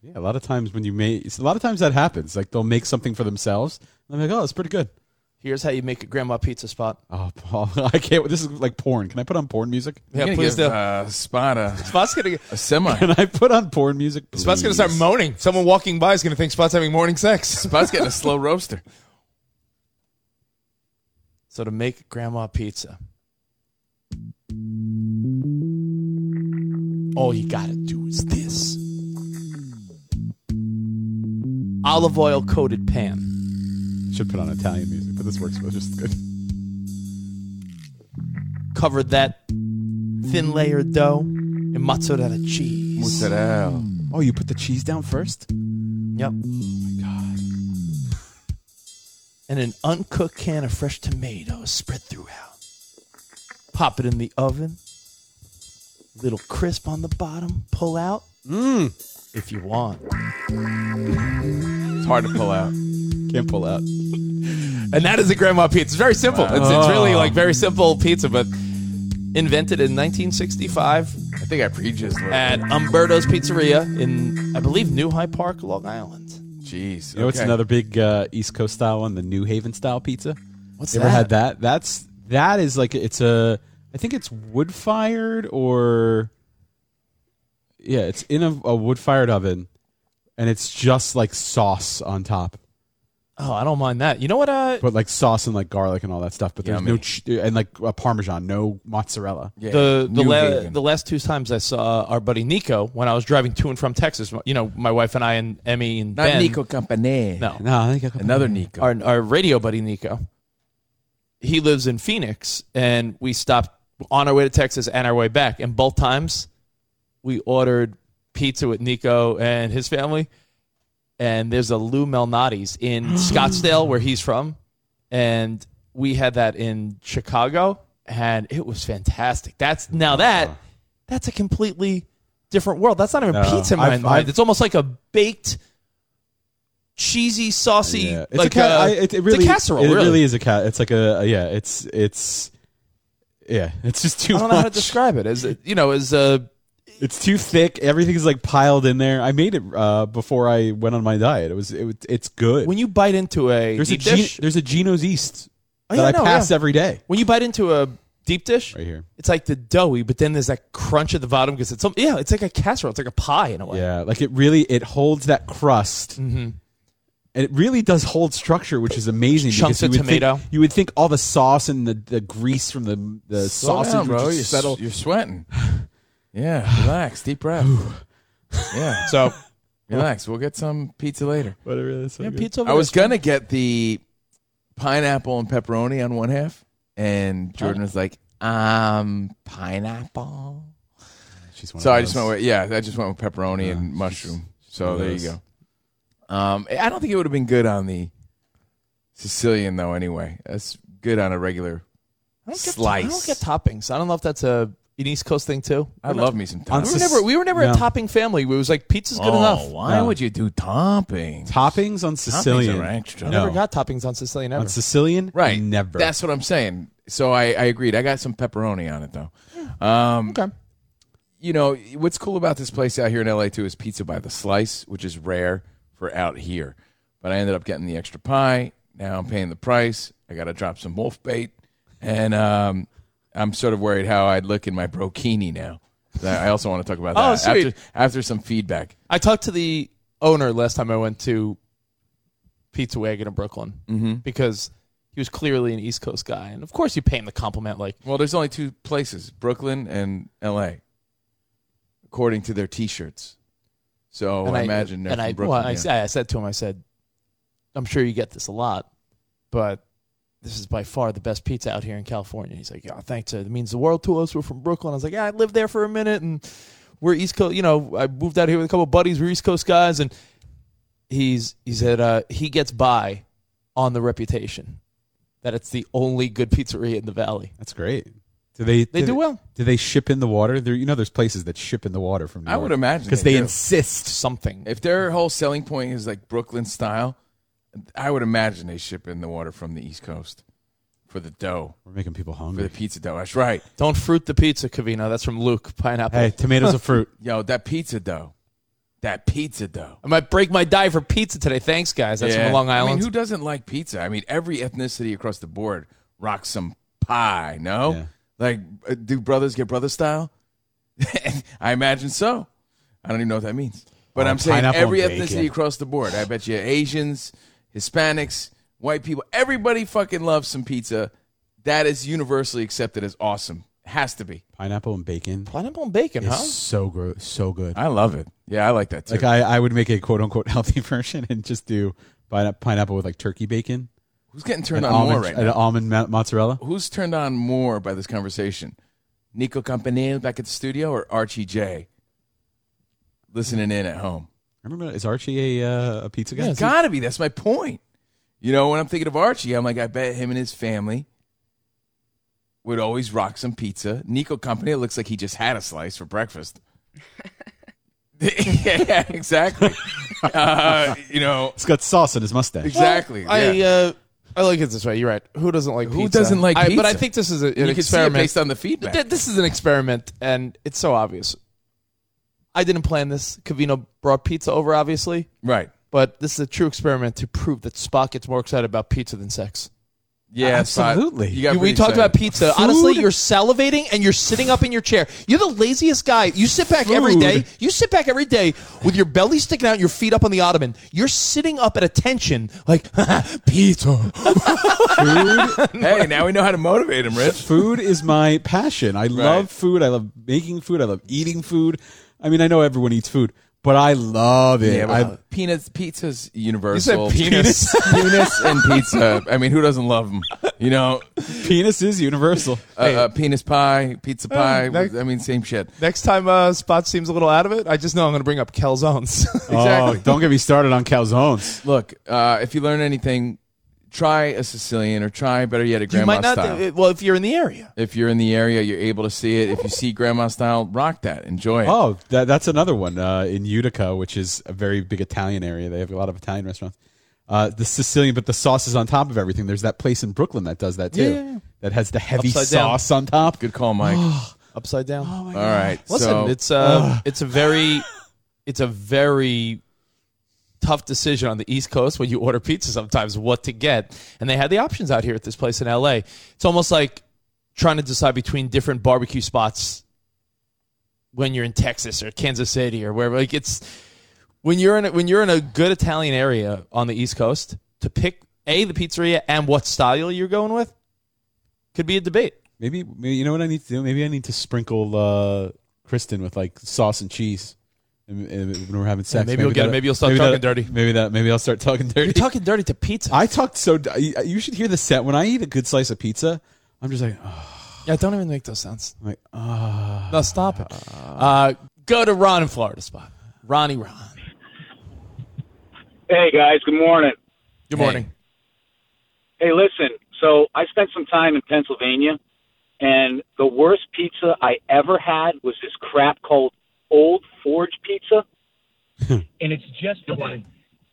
S4: Yeah, a lot of times when you make, it's- a lot of times that happens. Like they'll make something for themselves. And I'm like, oh, it's pretty good.
S3: Here's how you make a grandma pizza spot.
S4: Oh, Paul, I can't. This is like porn. Can I put on porn music?
S3: Yeah, I'm gonna please give, do.
S5: Uh, spot a,
S3: Spot's gonna get,
S5: a semi.
S4: Can I put on porn music? Please?
S3: Spot's gonna start moaning. Someone walking by is gonna think Spot's having morning sex.
S5: Spot's getting a slow roaster.
S3: So to make grandma pizza. All you gotta do is this. Olive oil coated pan.
S4: Should put on Italian music, but this works well, just good.
S3: Cover that thin layer of dough in mozzarella cheese.
S5: Mozzarella.
S4: Oh, you put the cheese down first? Oh
S3: Yep. And an uncooked can of fresh tomatoes spread throughout. Pop it in the oven. Little crisp on the bottom. Pull out. Mmm. If you want.
S5: It's hard to pull out.
S4: Can't pull out.
S3: And that is a grandma pizza. It's very simple.
S5: Wow.
S3: It's, it's really
S5: Oh.
S3: like very simple pizza, but invented in 1965
S5: I think I pre just learned.
S3: at Umberto's Pizzeria in, I believe, New High Park, Long Island.
S5: Jeez.
S4: You know, it's
S5: okay.
S4: another big uh, East Coast style one, the New Haven style pizza.
S3: What's
S4: you ever
S3: that?
S4: had that? That's that is like it's a I think it's wood fired or yeah, it's in a, a wood fired oven, and it's just like sauce on top,
S3: Oh, I don't mind that. You know what? Uh,
S4: but like sauce and like garlic and all that stuff. But there's no
S3: Yummy.
S4: ch- and like a parmesan, no mozzarella.
S3: the the, la- the last two times I saw our buddy Nico when I was driving to and from Texas, you know, my wife and I and Emmy and
S5: Not
S3: Ben,
S5: Nico Campané.
S3: No.
S4: No,
S5: Another Nico.
S3: Our, our radio buddy Nico. He lives in Phoenix, and we stopped on our way to Texas and our way back. And both times, we ordered pizza with Nico and his family. And there's a Lou Melnati's in Scottsdale, where he's from, and we had that in Chicago, and it was fantastic. That's
S4: Oh,
S3: now that that's a completely different world. That's not even
S4: No,
S3: pizza in my
S4: I've-
S3: mind.
S4: I've-
S3: it's almost like a baked cheesy, saucy,
S4: It's
S3: like
S4: a ca-
S3: uh,
S4: I- it, it really,
S3: it's a casserole.
S4: It
S3: really,
S4: is a cat. It's like a yeah. It's it's yeah. It's just too
S3: I don't
S4: much.
S3: know how to describe it. As you know, as uh,
S4: It's too thick. Everything's like piled in there. I made it uh, before I went on my diet. It was it, was- it's good. When
S3: you bite into a
S4: there's
S3: deep
S4: a
S3: dish-
S4: there's a Geno's East
S3: Oh,
S4: that
S3: yeah,
S4: I
S3: no,
S4: pass
S3: yeah.
S4: every day.
S3: When you bite into a deep dish,
S4: right here,
S3: it's like the doughy, but then there's that crunch at the bottom because it's some yeah, it's like a casserole, it's like a pie in a way.
S4: Yeah, like it really it holds that crust.
S3: Mhm.
S4: And it really does hold structure, which is amazing. because
S3: Chunks
S4: you
S3: of
S4: would think-
S3: tomato.
S4: you would think all the sauce and the, the grease from the the
S5: Slow down,
S4: sausage would
S5: bro.
S4: just
S5: You're s-
S4: settle.
S5: you're sweating. Yeah, relax, deep breath. yeah.
S3: So
S5: relax. We'll get some pizza later.
S4: Whatever. That's
S3: Yeah, good. pizza over
S5: I was
S3: there is
S5: gonna get the pineapple and pepperoni on one half, and Jordan was like, "Um, pineapple."
S4: She's
S5: so I just went with yeah, I just went with pepperoni and mushroom. So
S4: one of
S5: there you
S4: those.
S5: go. Um, I don't think it would have been good on the Sicilian though. Anyway, that's good on a regular
S3: I don't get
S5: slice.
S3: I don't get toppings. I don't know if that's a an East Coast thing too.
S5: I
S3: We're
S5: love me some
S3: We
S5: toppings.
S3: were never we were never
S5: No.
S3: a topping family. We was like pizza's good
S5: Oh,
S3: enough.
S5: Why
S3: No.
S5: would you do toppings?
S4: Toppings on Sicilian.
S5: Toppings are extra.
S3: I never got toppings on Sicilian ever.
S4: on Sicilian,
S5: Right.
S4: Never.
S5: That's what I'm saying. So I, I agreed. I got some pepperoni on it though. Um,
S3: okay.
S5: You know what's cool about this place out here in LA too is pizza by the slice, which is rare for out here. But I ended up getting the extra pie. Now I'm paying the price. I got to drop some wolf bait, and um, I'm sort of worried how I'd look in my brokini now. I also want to talk about that
S3: Oh, sweet.
S5: After, after some feedback.
S3: I talked to the owner last time I went to Pizza Wagon in Brooklyn
S5: Mm-hmm.
S3: because he was clearly an East Coast guy, and of course you pay him the compliment like
S5: Well, there's only two places, Brooklyn and L.A. According to their T-shirts, so
S3: and
S5: I, imagine they're
S3: and
S5: from
S3: I,
S5: Brooklyn.
S3: Well, I,
S5: yeah.
S3: I said to him, I said, I'm sure you get this a lot, but this is by far the best pizza out here in California. He's like, yeah, thanks. It means the world to us. We're from Brooklyn. I was like, yeah, I lived there for a minute and we're East Coast. You know, I moved out here with a couple of buddies. We're East Coast guys. And he's, he said, uh, he gets by on the reputation that it's the only good pizzeria in the Valley.
S4: That's great. Do they?
S3: They do well.
S4: Do they ship in the water? There, you know, there's places that ship in the water from. New
S5: I would imagine
S4: because
S5: they
S4: they,
S5: do.
S4: insist
S3: something.
S5: if their whole selling point is like Brooklyn style, I would imagine they ship in the water from the East Coast for the dough.
S4: We're making people hungry
S5: for the pizza dough. That's right.
S3: Don't fruit the pizza, Cavino. That's from Luke, pineapple.
S4: Hey, tomatoes are fruit.
S5: Yo, that pizza dough, that pizza dough.
S3: I might break my die for pizza today. Thanks, guys. That's
S5: Yeah.
S3: from Long
S5: I
S3: Island.
S5: mean, who doesn't like pizza? I mean, every ethnicity across the board rocks some pie. No, like uh, do brothers get brother style? I imagine so. I don't even know what that means, but
S4: Oh,
S5: I'm saying
S4: pineapple
S5: every
S4: and bacon.
S5: ethnicity across the board. I bet you Asians, Hispanics, white people, everybody fucking loves some pizza. That is universally accepted as awesome. Has to be.
S4: pineapple and bacon.
S3: Pineapple and bacon,
S4: is
S3: huh?
S4: so gro- so good.
S5: I love it. Yeah, I like that too.
S4: Like I, I would make a quote unquote healthy version and just do pine- pineapple with like turkey bacon.
S5: Who's getting turned
S4: and
S5: on
S4: almond,
S5: more right
S4: and
S5: now?
S4: almond ma- mozzarella.
S5: Who's turned on more by this conversation? Nico Campanile back at the studio or Archie J listening in at home?
S4: I remember is Archie a uh, a pizza guy?
S5: it's got to be. That's my point. You know, when I'm thinking of Archie, I'm like, I bet him and his family would always rock some pizza. Nico Company looks like he just had a slice for breakfast. yeah, exactly. Uh, you know,
S4: it's got sauce in his mustache.
S5: Exactly,
S3: Well, I
S5: yeah.
S3: uh, I look at it this way. You're right. Who doesn't like
S5: Who
S3: pizza?
S5: doesn't like
S3: I- but I
S5: pizza?
S3: think this is a, an
S5: You can see it
S3: experiment
S5: based on the feedback.
S3: Th- this is an experiment, and it's so obvious. I didn't plan this. Cavino brought pizza over, obviously.
S5: Right.
S3: But this is a true experiment to prove that Spock gets more excited about pizza than sex.
S5: yeah, Spot. You got
S3: we
S5: pretty
S3: talked about
S5: excited.
S3: pizza. Honestly, you're salivating and you're sitting up in your chair. You're the laziest guy. You sit back every
S5: Food.
S3: day. You sit back every day with your belly sticking out, and your feet up on the ottoman. You're sitting up at attention, like
S4: uh,
S3: pizza.
S5: hey, now we know how to motivate him, Rich.
S4: food is my passion. I love food. I love making food. I love eating food. I mean, I know everyone eats food, but I love it.
S5: Yeah,
S4: I,
S5: well, peanuts, pizza's universal.
S4: penis?
S5: penis and pizza. I mean, who doesn't love them? You know,
S4: penis is universal.
S5: Uh, uh, penis pie, pizza
S3: Uh,
S5: pie.
S3: next-
S5: I mean, same shit.
S3: Next time uh, Spot seems a little out of it, I just know I'm going to bring up calzones.
S4: Oh, don't get me started on calzones.
S5: Look, uh, if you learn anything, try a Sicilian or try, better yet, a
S3: you
S5: grandma
S3: might not.
S5: style.
S3: uh, Well, if you're in the area,
S5: if you're in the area, you're able to see it. If you see grandma style, rock that. Enjoy it.
S4: Oh, that, that's another one uh, in Utica, which is a very big Italian area. They have a lot of Italian restaurants. Uh, the Sicilian, but the sauce is on top of everything. There's that place in Brooklyn that does that too.
S3: Yeah, yeah, yeah.
S4: That has the heavy
S3: Upside down.
S4: sauce on top.
S5: Good call, Mike.
S3: upside down. Oh
S5: All right,
S3: Listen,
S5: so-
S3: it's uh, it's a very, it's a very tough decision on the East Coast when you order pizza sometimes what to get, and they had the options out here at this place in L.A. It's almost like trying to decide between different barbecue spots when you're in Texas or Kansas City or wherever. Like it's when you're in a, when you're in a good Italian area on the East Coast to pick a the pizzeria and what style you're going with could be a debate.
S4: Maybe, maybe you know what I need to do. Maybe I need to sprinkle uh, Kristen with like sauce and cheese. And, and when we're having sex,
S3: maybe you'll get it.
S4: that'll-
S3: Maybe you'll start
S4: that'll-
S3: talking dirty.
S4: Maybe that. Maybe I'll start talking dirty. You're
S3: talking dirty to pizza.
S4: I talked so. d- I- You should hear the set when I eat a good slice of pizza. I'm just like, oh,
S3: Yeah, don't even make those sounds.
S4: like, ah.
S3: No, stop it. Uh, go to Ron in Florida spot. Ronnie Ron.
S27: Hey guys, good morning.
S3: Good morning.
S27: Hey, listen. So I spent some time in Pennsylvania, and the worst pizza I ever had was this crap called Old Forge Pizza.
S12: and it's just the one.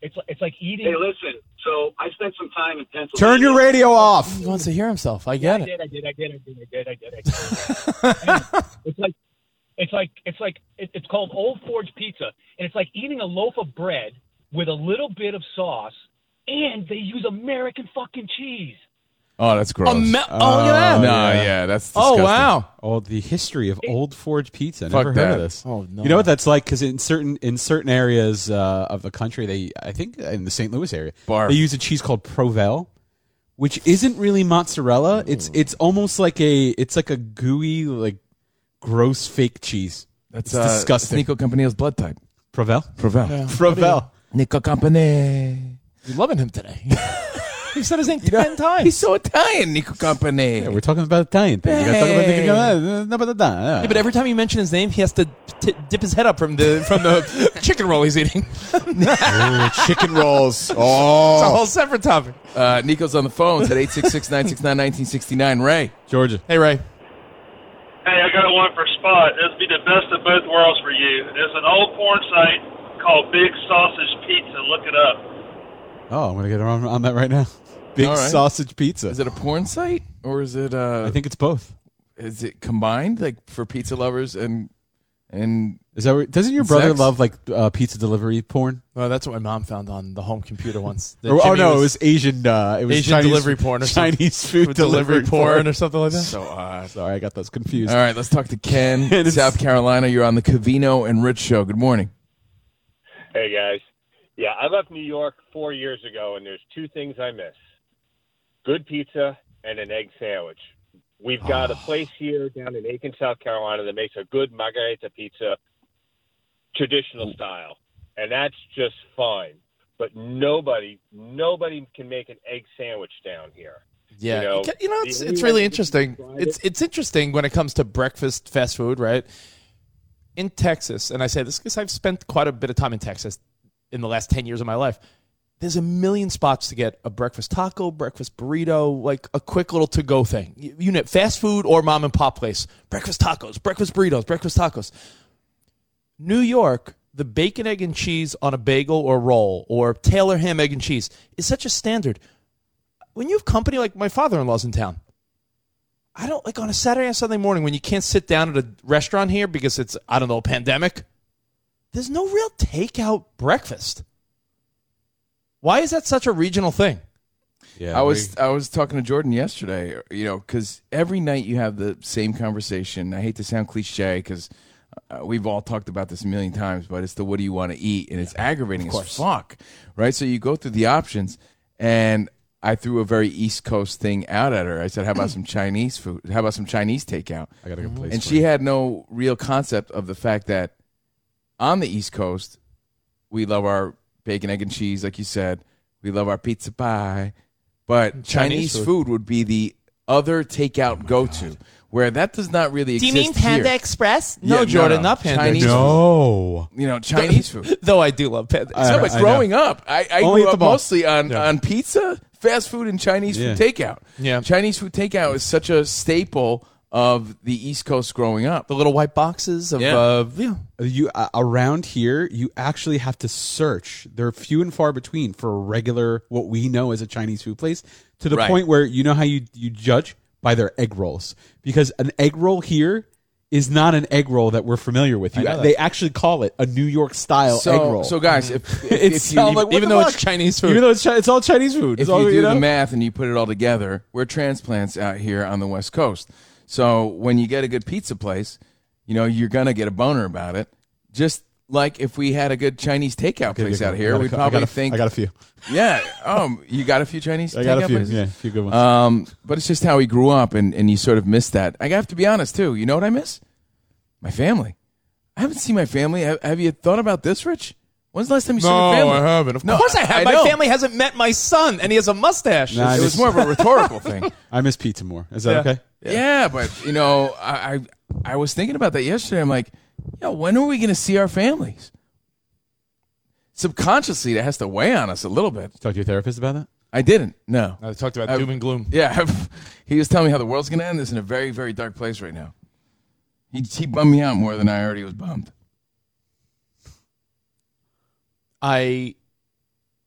S12: It's like, it's like eating.
S27: Hey, listen. So I spent some time in Pennsylvania.
S3: Turn your radio off. He wants to hear himself. I get
S12: I
S3: it.
S12: did, I did, I did, I did, I did, I did. I did. Anyway, it's like, it's like, it's like, it, it's called Old Forge Pizza, and it's like eating a loaf of bread with a little bit of sauce, and they use American fucking cheese.
S4: Oh, that's gross.
S12: me- oh, look at that.
S4: No,
S12: Yeah.
S4: yeah, that's.
S12: Oh,
S4: disgusting.
S12: wow.
S4: Oh, the history of Old Forge Pizza.
S3: Fuck
S4: Never heard
S3: that.
S4: of this.
S3: Oh, no.
S4: You know what that's like? Because in certain in certain areas uh, of the country, they I think in the St. Louis area,
S28: Barf.
S4: they use a cheese called Provel, which isn't really mozzarella. It's it's almost like a it's like a gooey like gross fake cheese. It's
S5: That's uh,
S4: disgusting.
S5: Nico Campanille's blood type.
S4: Provel.
S5: Provel.
S4: Yeah. Provel.
S5: Nico Campanile.
S3: You're loving him today. He said his name ten times.
S5: He's so Italian, Nico Campanile.
S4: we're talking about Italian things. You gotta talk about Nico Campanile.
S3: Yeah, but every time you mention his name, he has to t- dip his head up from the from the chicken roll he's eating.
S5: Ooh, chicken
S3: It's
S5: rolls.
S3: a
S5: Oh.
S3: whole separate topic.
S5: Uh, Nico's on the phones at 866-969-1969. Ray.
S4: Georgia.
S3: Hey, Ray.
S22: Hey, I got one for Spot. This would be the best of both worlds for you. There's an old porn site called Big Sausage Pizza. Look it up.
S4: Oh, I'm gonna get on, on that right now. Big
S5: All right.
S4: sausage pizza.
S5: Is it a porn site or is it? Uh, I
S4: think it's both.
S5: Is it combined, like for pizza lovers and and?
S4: Is that where, doesn't your brother
S5: sex? Oh,
S4: love like uh, pizza delivery porn?
S3: Well, that's what my mom found on the home computer once. That
S4: Or- oh
S3: Jimmy
S4: no, it was Asian. Uh, it was
S3: Asian
S4: Chinese,
S3: delivery porn or something.
S4: Chinese food
S3: With delivery porn or something like that.
S5: So odd.
S4: uh, Sorry, I got those confused.
S5: All right, let's talk to Ken, South Carolina. You're on the Cavino and Rich show. Good morning.
S11: Hey guys, yeah, I left New York four years ago, and there's two things I miss: good pizza and an egg sandwich. We've got a place here down in Aiken, South Carolina, that makes a good margarita pizza,
S3: Mm.
S11: traditional style, and that's just fine. But nobody, nobody can make an egg sandwich down here.
S3: Yeah,
S11: you know,
S3: Ca- you know it's,
S11: the
S3: it's
S11: only
S3: really
S11: way-
S3: interesting. It's it's interesting when it comes to breakfast fast food, right? In Texas, and I say this because I've spent quite a bit of time in Texas in the last ten years of my life. There's a million spots to get a breakfast taco, breakfast burrito, like a quick little to go thing. You, you know, fast food or mom and pop place. Breakfast tacos, breakfast burritos, breakfast tacos. New York, the bacon, egg, and cheese on a bagel or roll, or Taylor ham, egg, and cheese is such a standard. When you have company, like my father in law's in town, I don't like on a Saturday and Sunday morning when you can't sit down at a restaurant here because it's, I don't know, pandemic, there's no real takeout breakfast. Why is that such a regional thing?
S5: I was I was talking to Jordan yesterday, you know, because every night you have the same conversation. I hate to sound cliche because uh, we've all talked about this a million times, but it's the what do you want to eat, and it's aggravating
S28: Of
S5: as
S28: course.
S5: fuck, right? So you go through the options, and I threw a very East Coast thing out at her. I said, "How about some Chinese food? How about some Chinese takeout?" I got a good
S28: place
S5: and
S28: for
S5: she had no real concept of the fact that on the East Coast, we love our bacon, egg, and cheese, like you said. We love our pizza pie. But Chinese,
S28: food.
S5: food. would be the other
S3: Oh
S5: takeout go to, where that does not really
S3: Do you
S5: exist.
S3: mean Panda
S5: here.
S3: Express? No, Jordan, not Panda
S5: Chinese
S3: Express.
S4: No.
S5: Food. You know, Chinese food.
S3: Though I do love Panda
S5: so,
S3: Express.
S5: but growing up, I, I
S3: Only at
S5: grew
S3: the
S5: up
S3: mall.
S5: mostly on, on pizza, fast food, and Chinese food
S3: Yeah.
S5: takeout. Yeah. Chinese food takeout is such a staple of the East Coast growing up.
S3: The little white boxes of,
S4: You uh, around here, you actually have to search. They're few and far between for a regular what we know as a Chinese food place. To the
S28: Right.
S4: point where you know how you you judge by their egg rolls because an egg roll here is not an egg roll that we're familiar with.
S5: I
S4: You,
S5: know that.
S4: they actually call it a New York style
S5: So-
S4: egg roll.
S5: so guys, if- if- if you-
S4: I'm
S5: even-
S4: like, what
S5: even
S4: the
S5: though it's
S4: fuck?
S5: Chinese food.
S4: even though it's, Chi- it's all Chinese food.
S5: If
S4: It's all,
S5: you do
S4: know?
S5: the math and you put it all together, we're transplants out here on the West Coast. So when you get a good pizza place, you know you're gonna get a boner about it. Just like if we had a good Chinese takeout
S4: Okay,
S5: place
S4: okay,
S5: out
S4: I
S5: here,
S4: got a
S5: we
S4: cou- I got
S5: probably
S4: a f-
S5: think
S4: I got a few.
S5: Yeah. Um. You got a few Chinese.
S4: I got a
S5: takeout
S4: few,
S5: places?
S4: yeah, a few good ones.
S5: Um. But it's just how we grew up, and and you sort of miss that. I have to be honest too. You know what I miss? My family. I haven't seen my family. Have, have you thought about this, Rich? When's the last time you saw
S3: No,
S5: your family?
S3: I haven't. Of
S5: No,
S3: course I have. my
S5: know.
S3: family hasn't met my son, and he has a mustache.
S4: Nah, I miss- I miss pizza more. Is that
S5: Yeah.
S4: okay?
S5: Yeah. but you know, I, I I was thinking about that yesterday. I'm like, yo, when are we going to see our families? Subconsciously, that has to weigh on us a little bit.
S4: Talk to your therapist about that.
S5: I didn't. No,
S3: I talked about
S5: I've-
S3: doom and gloom.
S5: Yeah, I've- he was telling me how the world's going to end. This in a very very dark place right now. He he bummed me out more than I already was bummed.
S3: I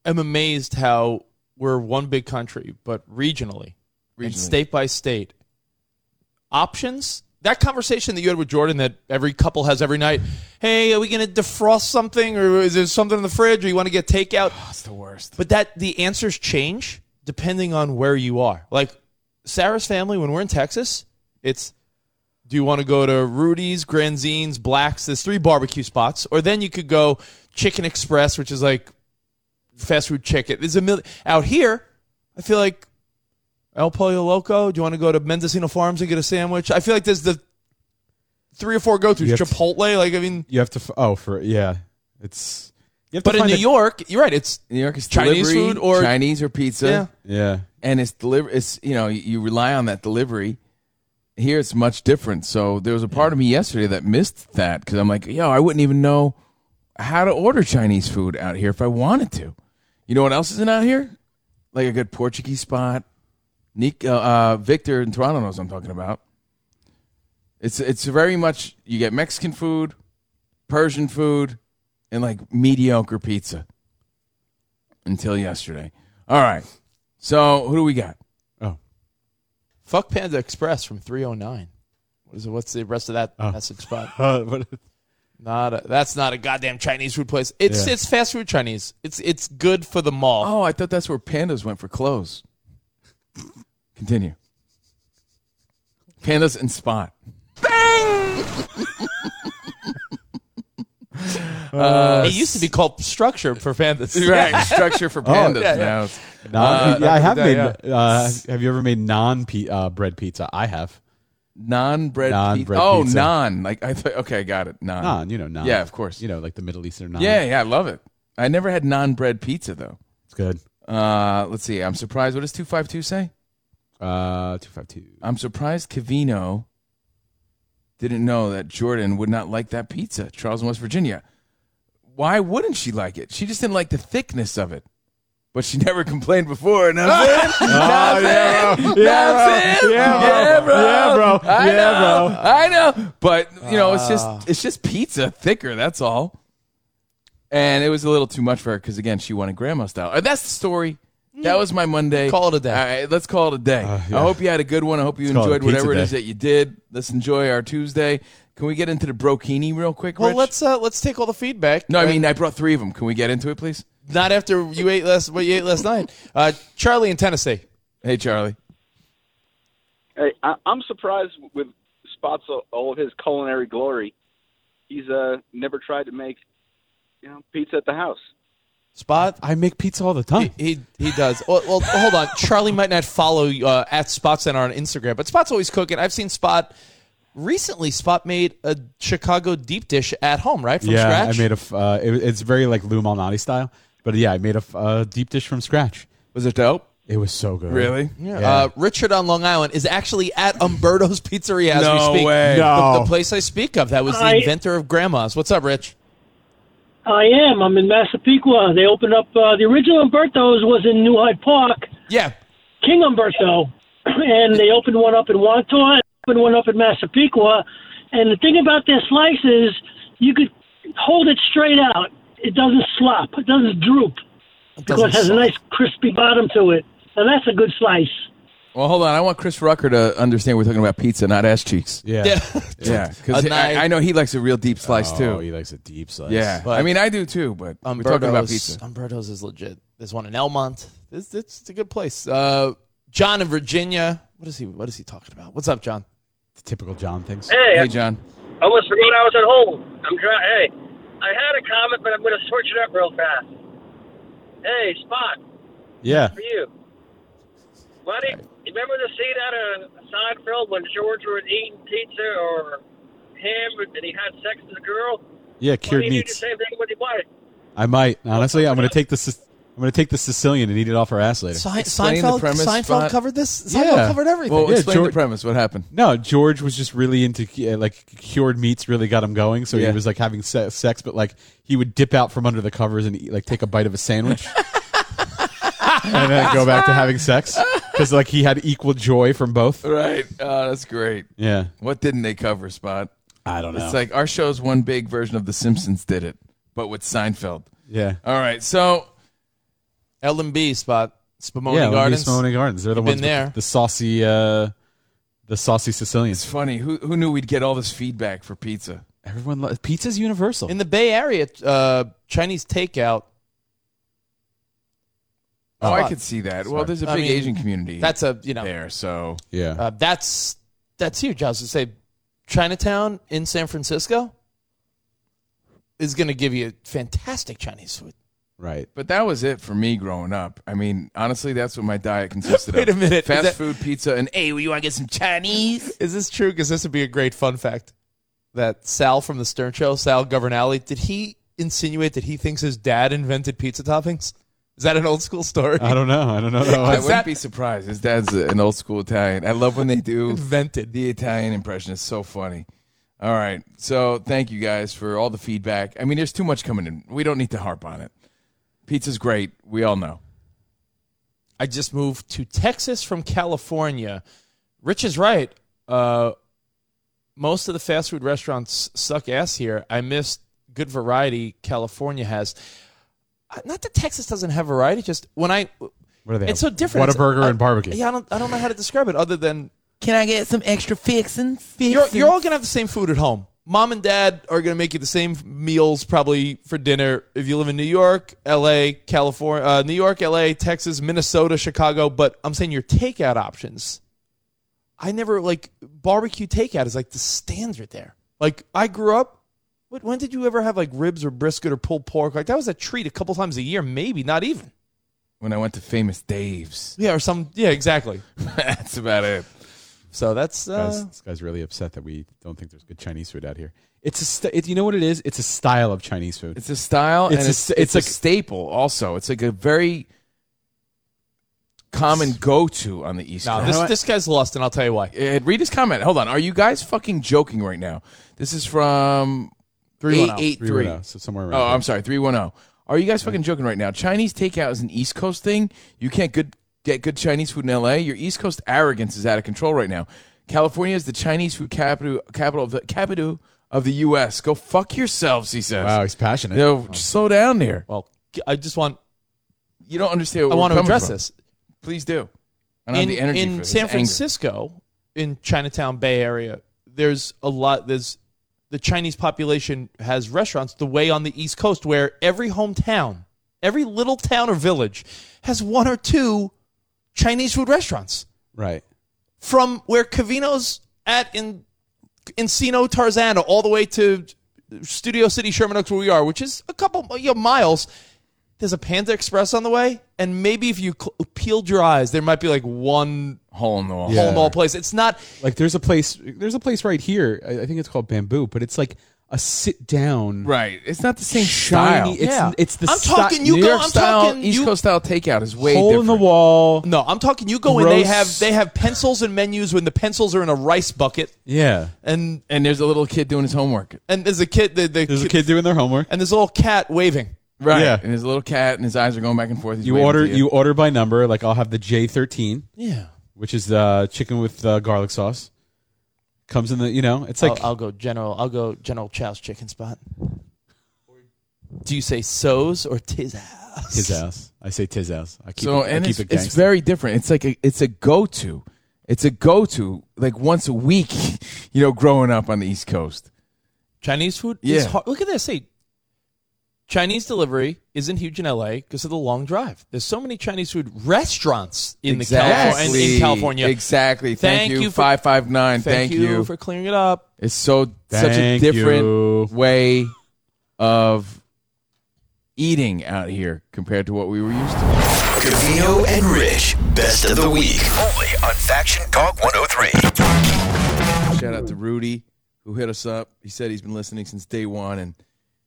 S3: am amazed how we're one big country, but regionally,
S5: Regionally.
S3: and state by state, options. That conversation that you had with Jordan that every couple has every night. Hey, are we going to defrost something, or is there something in the fridge, or you want to get takeout?
S5: That's Oh, the worst.
S3: But that the answers change depending on where you are. Like Sarah's family, when we're in Texas, it's do you want to go to Rudy's, Granzine's, Black's? There's three barbecue spots, or then you could go Chicken Express, which is like fast food chicken. There's a million out here. I feel like El Pollo Loco. Do you want to go to Mendocino Farms and get a sandwich? I feel like there's the three or four go
S4: You
S3: throughs.
S4: have to-
S3: Chipotle, like I mean,
S4: You have to. f- Oh, for yeah, it's. You have to
S3: but in
S4: find
S3: New
S4: a-
S3: York, you're right. It's
S5: New York is
S3: Chinese
S5: delivery,
S3: food or
S5: Chinese or pizza.
S3: Yeah.
S4: Yeah.
S5: And it's deliver it's you know, you- you rely on that delivery. Here it's much different. So there was a part of me yesterday that missed that cuz I'm like, yo, I wouldn't even know how to order Chinese food out here if I wanted to. You know what else isn't out here? Like a good Portuguese spot. Nick, uh, uh, Victor in Toronto knows what I'm talking about. It's it's very much you get Mexican food, Persian food, and like mediocre pizza until yesterday. All right. So who do we got?
S3: Fuck Panda Express from 309. What is it? What's the rest of that
S4: Oh.
S3: message spot?
S4: Uh,
S3: not a, that's not a goddamn Chinese food place. It's
S5: Yeah.
S3: it's fast food Chinese. It's it's good for the mall.
S5: Oh, I thought that's where pandas went for clothes. Continue. Pandas and Spot.
S4: Uh,
S5: Bang!
S3: Uh, it used to be called Structure for Pandas.
S5: Right, Structure
S4: Oh,
S5: for Pandas now. It's-
S4: Non-
S5: Uh,
S4: yeah, I have
S5: yeah,
S4: made.
S5: yeah.
S4: Uh, have you ever made non pe- uh, bread pizza? I have.
S5: non bread
S4: Non-bread
S5: Oh,
S4: pizza.
S5: non. Like I thought. Okay, I got it. Non.
S4: Naan, you know, naan.
S5: Yeah, of course.
S4: You know, like the Middle Eastern naan.
S5: Yeah, yeah, I love it. I never had non bread pizza though.
S4: It's good.
S5: Uh, let's see. I'm surprised. What does two five two say?
S4: Uh, two five two.
S5: I'm surprised Cavino didn't know that Jordan would not like that pizza, Charles in West Virginia. Why wouldn't she like it? She just didn't like the thickness of it. But she never complained before. Know what I'm saying?
S4: Oh,
S5: Know what I'm
S4: yeah,
S5: saying?
S4: bro.
S5: Know what I'm
S4: Yeah,
S5: saying?
S4: bro. Yeah, bro. Yeah, bro.
S5: I
S4: Yeah,
S5: know.
S4: bro.
S5: I know. But you know, it's
S4: Ah.
S5: just it's just pizza thicker. That's all. And it was a little too much for her because again, she wanted grandma style. Uh, That's the story. That was my Monday. Call it a day. All right, let's call it a day.
S3: Uh,
S4: yeah.
S5: I hope you had a good one. I hope you
S4: Let's call it
S5: enjoyed
S4: a pizza
S5: whatever it is
S4: day.
S5: that you did. Let's enjoy our Tuesday. Can we get into the brokini real quick?
S3: Well,
S5: Rich?
S3: let's uh, let's take all the feedback.
S5: No, I
S3: and-
S5: mean I brought three of them. Can we get into it, please?
S3: not after you ate last what you ate last night. Uh, Charlie in Tennessee.
S5: Hey, Charlie.
S12: Hey, I, I'm surprised with Spot's all of his culinary glory. He's uh, never tried to make you know pizza at the house.
S3: Spot.
S4: I make pizza all the time.
S3: He he does. Well, well hold on. Charlie might not follow uh, at Spot Center on Instagram, but Spot's always cooking. I've seen Spot recently. Spot made a Chicago deep dish at home, right from
S4: yeah,
S3: scratch.
S4: I made a. f- Uh, it, it's very like Lou Malnati style, but yeah, I made a f- uh, deep dish from scratch.
S5: Was it dope?
S4: It was so good.
S3: Yeah. Uh, Richard on Long Island is actually at Umberto's Pizzeria as
S4: No
S3: we speak.
S4: way.
S3: The- The,
S4: No.
S3: place I speak of that was the
S18: I-
S3: inventor of Grandma's. What's up, Rich?
S18: I am. I'm in Massapequa. They opened up uh, the original Umberto's was in New Hyde Park.
S3: Yeah.
S18: King Umberto, and they opened one up in Wantagh, opened one up in Massapequa. And the thing about their slices, you could hold it straight out. It doesn't slop. It doesn't droop.
S3: because
S18: it has a nice crispy bottom to it. And that's a good slice.
S5: Well, hold on. I want Chris Rucker to understand we're talking about pizza, not ass cheeks.
S4: Yeah.
S5: yeah,
S4: Yeah.
S5: Because
S4: A
S5: I,
S4: nice-
S5: I know he likes a real deep slice
S4: Oh,
S5: too.
S4: he likes a deep slice.
S5: Yeah,
S4: But-
S5: I mean I do too. But we're talking about pizza.
S3: Umberto's is legit. There's one in Elmont. It's, it's, it's a good place. Uh, John in Virginia. What is he? What is he talking about? What's up, John?
S4: typical John things.
S3: Hey,
S5: Hey, John.
S12: I almost forgot I was at home. I'm dry. Hey, I had a comment, but I'm going to switch it up real fast. Hey, Spot,
S4: Yeah.
S12: for you. Buddy, you remember the scene out of Seinfeld when George was eating pizza or ham and he had sex with a girl?
S4: Yeah, cured
S12: Buddy, you
S4: meats.
S12: do the same thing with your wife.
S4: I might honestly. I'm gonna take the Sic- I'm gonna take the Sicilian and eat it off her ass later.
S29: Sein-
S5: Explain the
S29: Seinfeld,
S5: premise,
S29: Seinfeld
S5: Spot.
S29: covered this. Seinfeld covered everything.
S5: Well, explain the premise. What happened?
S4: No, George was just really into uh, like cured meats. Really got him going. So
S5: Yeah.
S4: he was like having se- sex, but like he would dip out from under the covers and eat, like take a bite of a sandwich, and then go back to having sex because like he had equal joy from both.
S5: Right. Oh, that's great.
S4: Yeah.
S5: What didn't they cover, Spot?
S4: I don't know.
S5: It's like our show's one big version of The Simpsons did it, but with Seinfeld.
S4: Yeah.
S5: All right. So
S3: LMB spot. Spumoni
S4: yeah,
S3: Gardens.
S4: Spumoni Gardens. They're the
S3: You've
S4: ones
S3: been
S4: with
S3: there.
S4: The, the saucy, uh, the saucy Sicilians.
S5: It's funny. Who who knew we'd get all this feedback for pizza?
S4: Everyone loves pizza's universal.
S3: In the Bay Area, uh, Chinese takeout.
S5: Oh, I
S3: Spot.
S5: could see that. Well, there's a big
S3: I mean,
S5: Asian community.
S3: That's a you know
S5: there. So
S4: yeah,
S3: uh, that's that's huge. I was gonna say Chinatown in San Francisco is gonna give you fantastic Chinese food.
S4: Right.
S5: But that was it for me growing up. I mean, honestly, that's what my diet consisted
S3: Wait
S5: of.
S3: a minute, is
S5: Fast
S3: that-
S5: food, pizza, and hey, well, you want to get some Chinese?
S3: Is this true? Because this would be a great fun fact that Sal from the Stern Show, Sal Governale, did he insinuate that he thinks his dad invented pizza toppings? Is that an old school story?
S4: I don't know. I don't know.
S5: I wouldn't
S3: that-
S5: be surprised. His dad's a- an old school Italian. I love when they do
S3: invented
S5: the Italian impression. It's so funny. All right, so thank you guys for all the feedback. I mean, there's too much coming in. We don't need to harp on it. Pizza's great. We all know.
S3: I just moved to Texas from California. Rich is right. Uh, most of the fast food restaurants suck ass here. I missed good variety California has. Uh, Not that Texas doesn't have variety, just when I.
S4: What are they?
S3: It's so different. It's-
S4: Whataburger
S3: I-
S4: and barbecue.
S3: Yeah, I don't, I don't know how to describe it other than
S5: Can I get some extra fixins?
S3: you're, you're all gonna have the same food at home. Mom and dad are gonna make you the same meals probably for dinner if you live in New York, L.A., California, uh, New York, L.A., Texas, Minnesota, Chicago. But I'm saying your takeout options. I never like barbecue takeout is like the standard there. Like I grew up. What, when did you ever have like ribs or brisket or pulled pork? Like that was a treat a couple times a year, maybe not even.
S5: When I went to Famous Dave's,
S3: Yeah, or some. Yeah, exactly.
S5: that's about it.
S3: So that's
S4: Guys,
S3: uh,
S4: this guy's really upset that we don't think there's good Chinese food out here. It's a st- it, you know what it is? It's a style of Chinese food.
S5: It's a style
S4: It's
S5: and
S4: a
S5: it's,
S4: st-
S5: it's,
S4: it's
S5: a
S4: like-
S5: staple also. It's like a very common go to on the East
S3: no.
S5: Coast.
S3: This, this guy's lost, and I'll tell you why.
S5: Uh, read his comment. Hold on. Are you guys fucking joking right now? This is from
S3: 310.
S5: 883.
S4: 310, so somewhere around
S5: Oh,
S4: there.
S5: I'm sorry. 310. Are you guys fucking joking right now? Chinese takeout is an East Coast thing. You can't good, get good Chinese food in LA. Your East Coast arrogance is out of control right now. California is the Chinese food capital capital of the capital of the US. Go fuck yourselves, he says.
S4: Wow, he's passionate.
S5: Yo, slow down there.
S3: Well, I just want
S5: you don't understand what
S3: I
S5: we're
S3: want to
S5: coming
S3: address
S5: from.
S3: this.
S5: Please do. I don't
S3: in
S5: have the energy
S3: in
S5: for this
S3: San
S5: anger.
S3: Francisco, in Chinatown Bay Area, there's a lot. There's the Chinese population has restaurants the way on the East Coast where every hometown, every little town or village has one or two Chinese food restaurants.
S4: Right.
S3: From where Cavino's at in Encino Tarzana all the way to Studio City Sherman Oaks where we are, which is a couple you know, miles. There's a Panda Express on the way, and maybe if you cl- peeled your eyes, there might be like one
S5: hole in the wall,
S3: hole in the wall place. It's not
S4: Like there's a place there's a place right here. I, I think it's called Bamboo, but it's like a sit down.
S5: Right. It's not the same
S4: shiny,
S5: style.
S4: It's it's the
S3: I'm
S4: sty-
S3: talking. You
S5: New
S3: go.
S5: York
S3: I'm
S5: style,
S3: talking.
S5: East
S3: you,
S5: Coast style takeout is way
S4: hole in
S5: different.
S4: the wall.
S3: No, I'm talking. You go and They
S4: gross-
S3: have they have pencils and menus when the pencils are in a rice bucket,
S4: Yeah.
S3: and
S5: and there's a little kid doing his homework.
S3: and there's a kid. The, the
S4: There's a kid doing their homework.
S3: and there's a little cat waving.
S5: Right.
S4: Yeah.
S5: And his little cat and his eyes are going back and forth. He's
S4: You
S5: waving
S4: order
S5: to
S4: you. order by number. Like I'll have the J thirteen.
S3: Yeah.
S4: Which is uh, chicken with uh, garlic sauce. Comes in the you know it's like
S3: I'll, I'll go general. I'll go general Chow's chicken spot. Do you say so's or tis ass?
S4: his ass. I say Tiz house. I keep
S5: so
S4: it, I
S5: and
S4: keep
S5: it's,
S4: it
S5: it's
S4: gangsta.
S5: very different. It's like a, it's a go to. It's a go to like once a week. You know, growing up on the East Coast,
S3: Chinese food.
S5: Yeah.
S3: It's hard. Look at this. Hey, Chinese delivery isn't huge in LA because of the long drive. There's so many Chinese food restaurants in the California. In, in California.
S5: Exactly. Thank, you.
S3: for-
S5: Five five nine.
S3: Thank,
S5: Thank,
S3: you, for clearing it up.
S5: It's so such a
S4: Thank
S5: different
S4: you.
S5: way of eating out here compared to what we were used to.
S24: Cavino and Rich, best of the week. Only on Faction Talk 103.
S5: Shout out to Rudy who hit us up. He said he's been listening since day one and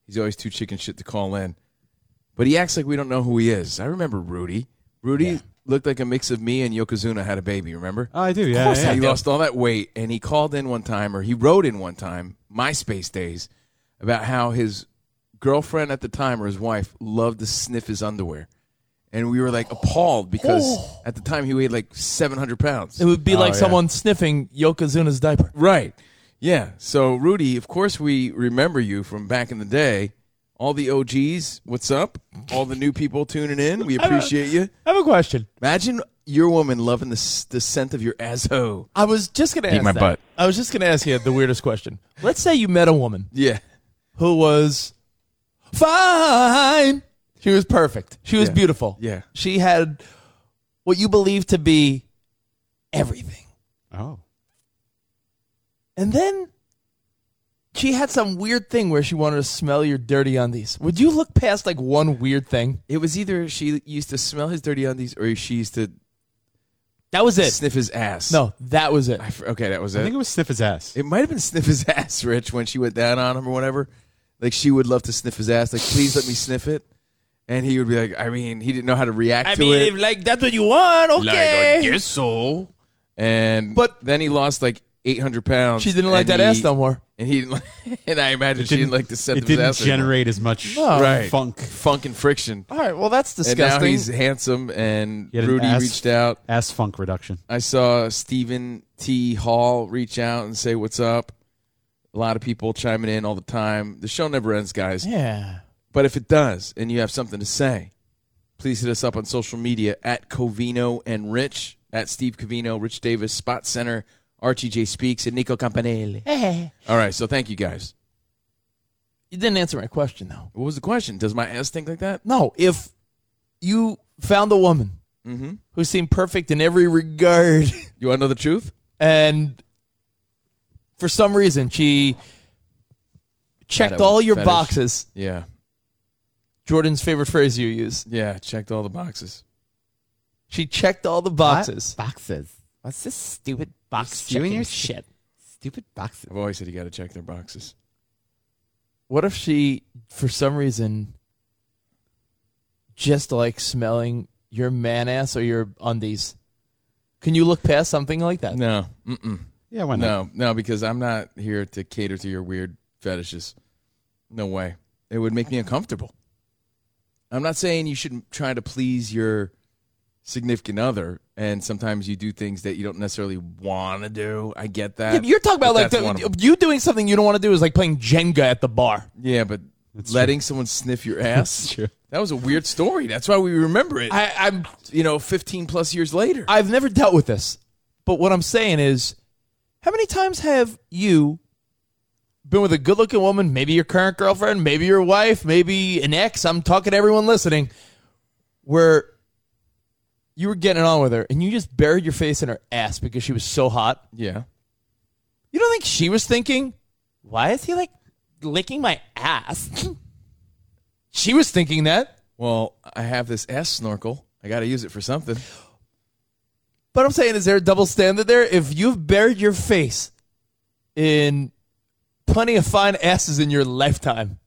S5: he's always too chicken shit to call in. But he acts like we don't know who he is. I remember Rudy. Rudy looked like a mix of me and Yokozuna had a baby, remember?
S4: Oh, I do.
S5: Of
S4: Yeah,
S5: course
S4: yeah,
S5: he
S4: yeah.
S5: lost all that weight, and he called in one time, or he wrote in one time, MySpace days, about how his girlfriend at the time or his wife loved to sniff his underwear, and we were like appalled because
S3: Oh.
S5: at the time he weighed like seven hundred pounds.
S3: It
S4: Oh,
S3: would be like someone sniffing Yokozuna's diaper.
S5: Oh, Right. Yeah. So Rudy, of course we remember you from back in the day. All the OGs, what's up? All the new people tuning in, we appreciate you.
S3: I have a question.
S5: Imagine your woman loving the, s- the scent of your asshole.
S3: I was just gonna
S5: Eat
S3: ask
S5: my
S3: that.
S5: butt.
S3: I was just gonna ask you the weirdest question. Let's say you met a woman.
S5: Yeah.
S3: Who was fine. She was perfect. She was
S5: Yeah.
S3: beautiful.
S5: Yeah.
S3: She had what you believe to be everything.
S4: Oh.
S3: And then she had some weird thing where she wanted to smell your dirty undies. Would you look past like one weird thing?
S5: It was either she used to smell his dirty undies or she used to
S3: That was it.
S5: Sniff his ass.
S3: No, that was it.
S5: okay, that was it.
S4: I think it was sniff his ass.
S5: It might have been sniff his ass, Rich, when she went down on him or whatever. Like she would love to sniff his ass. Like, please let me sniff it. And he would be like, I mean, he didn't know how to react
S3: I
S5: to
S3: mean,
S5: it.
S3: if like that's what you want,
S5: Like, oh, I
S3: okay.
S5: guess so. And but then he lost like 800 pounds.
S3: She didn't like that
S5: and he-
S3: ass no more.
S5: And he didn't. Like, and I imagine
S4: It
S5: she didn't
S4: didn't-
S5: like the scent
S4: it
S5: of his
S4: didn't
S5: ass anymore.
S4: generate as much
S3: No.
S5: right.
S4: funk.
S5: funk and friction.
S3: All right, well that's
S5: And now
S3: disgusting.
S5: he's handsome, and
S4: He had an
S5: Rudy
S4: ass-
S5: reached out.
S4: Ass funk reduction.
S5: I saw Stephen T. Hall reach out and say, What's up? A lot of people chiming in all the time. The show never ends, guys.
S3: Yeah.
S5: But if it does and you have something to say, please hit us up on social media at Covino and Rich, at Steve Covino, Rich Davis, Spot Center, RTJ Speaks, and Nico Campanelli.
S3: Hey.
S5: All right, so thank you guys.
S3: You didn't answer my question though.
S5: What was the question? Does my ass stink like that?
S3: No, if you found a woman
S5: Mhm.
S3: who seemed perfect in every regard,
S5: You want to know the truth?
S3: and for some reason she checked
S5: Fetish-
S3: all your
S5: fetish.
S3: boxes.
S5: Yeah.
S3: Jordan's favorite phrase you use.
S5: Yeah, checked all the boxes.
S3: She checked all the boxes.
S30: Boxes. What's this stupid box
S3: Stupid
S30: checking
S3: shit.
S30: shit? Stupid boxes.
S5: I've always said you got to check their boxes.
S3: What if she, for some reason, just like smelling your man ass or your undies? Can you look past something like that?
S5: No. Mm-mm.
S4: Yeah, why
S5: No, no, because I'm not here to cater to your weird fetishes. No way. It would make me uncomfortable. I'm not saying you shouldn't try to please your significant other, and sometimes you do things that you don't necessarily want to do. I get that.
S3: Yeah, but you're talking
S5: But
S3: about like
S5: that's one of
S3: the,
S5: them.
S3: you doing something you don't want to do is like playing Jenga at the bar.
S5: yeah, but letting someone sniff your ass. That was a weird story. That's why we remember it.
S3: I, I'm,
S5: you know, 15 plus years later.
S3: I've never dealt with this, but what I'm saying is, how many times have you been with a good-looking woman? Maybe your current girlfriend, maybe your wife, maybe an ex. I'm talking to everyone listening, where you were getting on with her and you just buried your face in her ass because she was so hot.
S5: Yeah.
S3: You don't think she was thinking, why is he like licking my ass? she was thinking that.
S5: Well, I have this ass snorkel. I got to use it for something.
S3: But I'm saying, is there a double standard there? If you've buried your face in plenty of fine asses in your lifetime,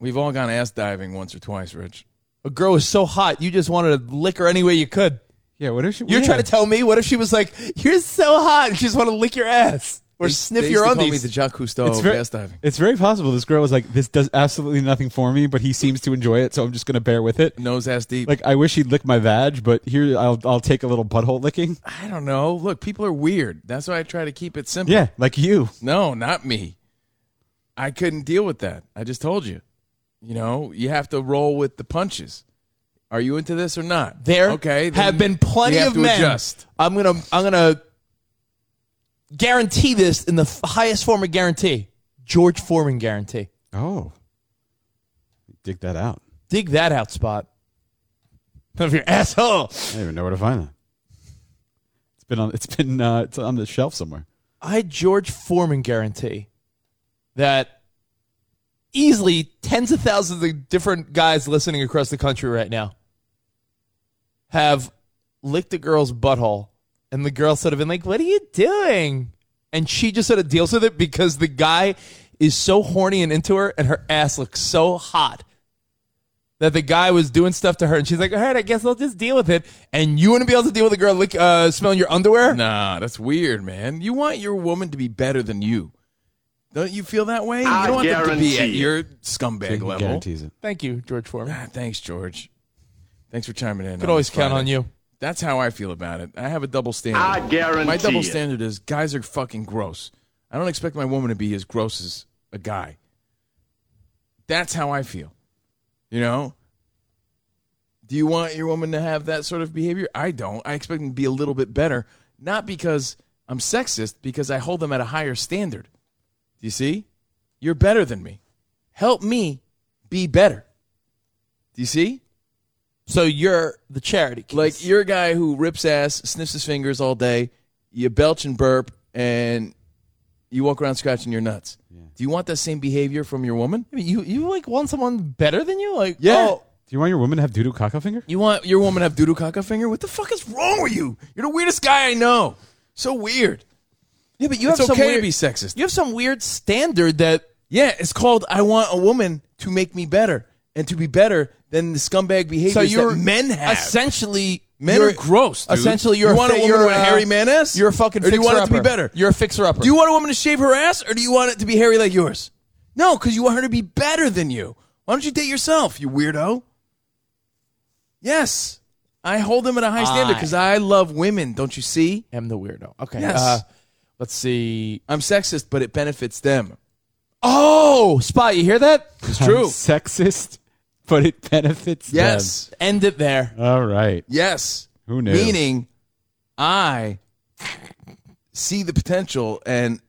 S5: We've all gone ass diving once or twice, Rich.
S3: a girl is so hot you just wanted to lick her any way you could.
S4: Yeah, what if she,
S3: You're
S4: yeah.
S3: trying to tell me? What if she was like, "You're so hot," and she just want to lick your ass or sniff
S5: they used
S3: your
S5: to
S3: undies?
S5: call me the Jacques Cousteau
S4: It's
S5: of
S4: very-
S5: ass diving.
S4: It's very possible this girl was like, this does absolutely nothing for me, but he seems to enjoy it, so I'm just going to bear with it.
S5: Nose ass deep.
S4: Like, I wish he'd lick my vag, but here I'll, I'll take a little butthole licking.
S5: I don't know. Look, people are weird. That's why I try to keep it simple.
S4: Yeah, like you.
S5: No, not me. I couldn't deal with that. I just told you. You know, you have to roll with the punches. Are you into this or not?
S3: There
S5: okay, then
S3: have been plenty
S5: we have
S3: of
S5: to
S3: men.
S5: adjust.
S3: I'm gonna I'm gonna guarantee this in the f- highest form of guarantee. George Foreman guarantee.
S4: Oh, dig that out.
S3: dig that out spot of your asshole.
S4: I don't even know where to find that. It's been on. It's been. Uh, it's on the shelf somewhere.
S3: I George Foreman guarantee that easily tens of thousands of different guys listening across the country right now have licked a girl's butthole, and the girl sort of been like, "What are you doing?" And she just sort of deals with it because the guy is so horny and into her, and her ass looks so hot that the guy was doing stuff to her, and she's like, "All right, I guess I'll just deal with it." And you wouldn't be able to deal with a girl lick, uh, smelling your underwear?
S5: Nah, that's weird, man. You want your woman to be better than you. Don't you feel that way?
S3: I
S5: you don't want them to be
S3: guarantee
S5: at
S3: it.
S5: your scumbag
S3: Jacob
S5: level. Ah,
S3: guarantees it. Thank you, George Foreman.
S5: thanks, George. Thanks for chiming
S3: Could
S5: in. on this
S3: always count
S5: Friday.
S3: on you.
S5: That's how I feel about it. I have a double standard.
S3: I guarantee
S5: My double
S3: it.
S5: standard is guys are fucking gross. I don't expect my woman to be as gross as a guy. That's how I feel. You know? Do you want your woman to have that sort of behavior? I don't. I expect them to be a little bit better, not because I'm sexist, because I hold them at a higher standard. Do you see? You're better than me. Help me be better. Do you see?
S3: So you're the charity.
S5: Like you're a guy who rips ass, sniffs his fingers all day, you belch and burp, and you walk around scratching your nuts. Do you want that same behavior from your woman?
S3: You you like want someone better than you? Like oh.
S5: yeah.
S4: Do you want your woman to have doo doo caca finger?
S5: You want your woman to have doodoo caca finger? What the fuck is wrong with you? You're the weirdest guy I know. So weird.
S3: Yeah, but you
S5: It's
S3: have some
S5: okay to
S3: weird,
S5: be sexist.
S3: You have some weird standard that
S5: Yeah, it's called I want a woman to make me better and to be better than the scumbag behaviors
S3: you're-
S5: that men have.
S3: Essentially,
S5: men
S3: you're-
S5: are gross. Dude.
S3: Essentially, you're
S5: you want a
S3: fa-
S5: woman
S3: you're,
S5: with a
S3: uh,
S5: hairy man ass.
S3: You're a fucking.
S5: Or do you want it to be
S3: fixer-upper.
S5: better?
S3: You're a fixer upper.
S5: Do you want a woman to shave her ass, or do you want it to be hairy like yours? No, because you want her to be better than you. Why don't you date yourself, you weirdo? Yes, I hold them at a high standard because I love women. Don't you see?
S3: I'm the weirdo. Okay.
S5: Yes.
S3: uh, let's see.
S5: I'm sexist, but it benefits them.
S3: Oh, spot. You hear that?
S5: It's true.
S4: I'm sexist, but it benefits.
S5: Yes.
S3: End it there.
S4: Them. All right.
S5: Yes.
S4: Who knew?
S5: Meaning, I see the potential and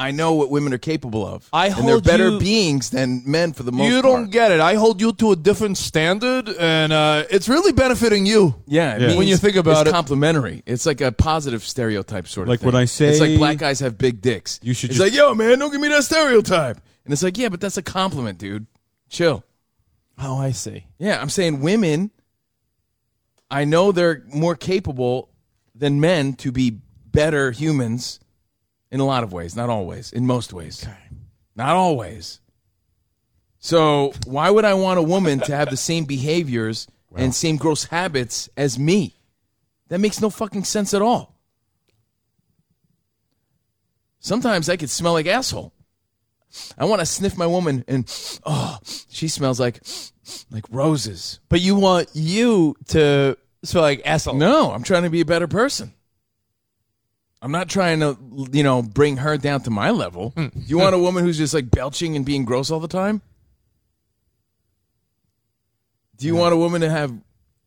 S5: I know what women are capable of.
S3: I
S5: and they're
S3: hold
S5: better
S3: you-
S5: beings than men for the most
S3: You
S5: part.
S3: don't get it. I hold you to a different standard, and uh, it's really benefiting you.
S5: Yeah, it
S3: When
S5: means
S3: you think about
S5: it's
S3: it,
S5: complimentary. It's like a positive stereotype sort of
S4: Like
S5: thing.
S4: when I
S5: it's
S4: say-
S5: like black guys have big dicks. You should. It's like, yo, man, don't give me that stereotype. And it's like, yeah, but that's a compliment, dude. Chill.
S3: Oh, I see.
S5: Yeah, I'm saying women. I know they're more capable than men to be better humans in a lot of ways, not always, in most ways. Not always. So, why would I want a woman to have the same behaviors and same gross habits as me? That makes no fucking sense at all. Sometimes I could smell like asshole. I want to sniff my woman and oh, she smells like like roses.
S3: But you want you to smell like asshole.
S5: No, I'm trying to be a better person. I'm not trying to, you know, bring her down to my level.
S3: Hmm.
S5: You want a woman who's just like belching and being gross all the time? Do you want a woman to have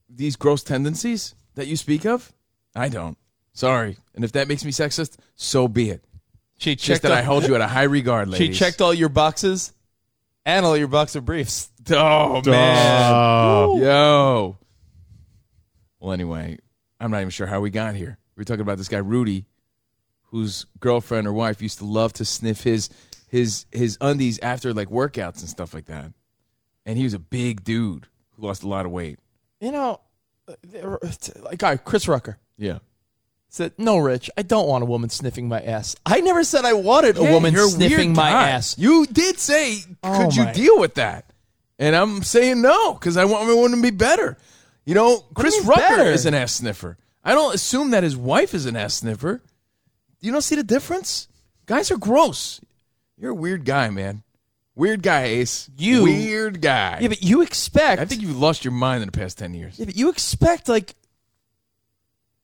S5: these gross tendencies that you speak of? I don't. Sorry. And if that makes me sexist, so be it.
S3: She
S5: just that I hold you at a high regard,
S3: She
S5: ladies.
S3: checked all your boxes and all your box of briefs.
S5: Oh man. Yo. Well, anyway, I'm not even sure how we got here. We were talking about this guy Rudy, whose girlfriend or wife used to love to sniff his his his undies after like workouts and stuff like that. And he was a big dude who lost a lot of weight.
S3: You know, uh, there- it's like guy Chris Rucker
S5: Yeah.
S3: said, "No, Rich, I don't want a woman sniffing my ass. I never said I wanted a
S5: Yeah,
S3: woman
S5: you're a
S3: sniffing
S5: weird
S3: my
S5: guy.
S3: ass."
S5: You did say, "Could
S3: Oh,
S5: you
S3: my-
S5: deal with that?" And I'm saying no because I want my woman to be better. You know, Chris
S3: mean
S5: Rucker
S3: better?
S5: is an ass sniffer. I don't assume that his wife is an ass sniffer. You don't see the difference. Guys are gross. You're a weird guy, man. Weird guy, Ace.
S3: You-
S5: weird guy.
S3: Yeah, but you expect.
S5: I think you've lost your mind in the past ten years.
S3: Yeah, but you expect like,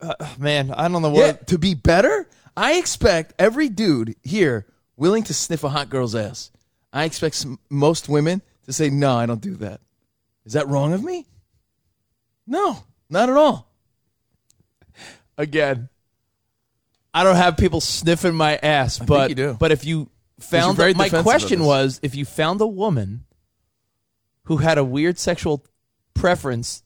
S3: uh, man, I don't know what.
S5: Yeah, to be better, I expect every dude here willing to sniff a hot girl's ass. I expect some, most women to say, "No, I don't do that." Is that wrong of me? No, not at all.
S3: Again, I don't have people sniffing my ass, but
S5: you do.
S3: but if you
S5: you're
S3: found
S5: very
S3: my
S5: defensive of
S3: question
S5: this.
S3: was if you found a woman who had a weird sexual preference,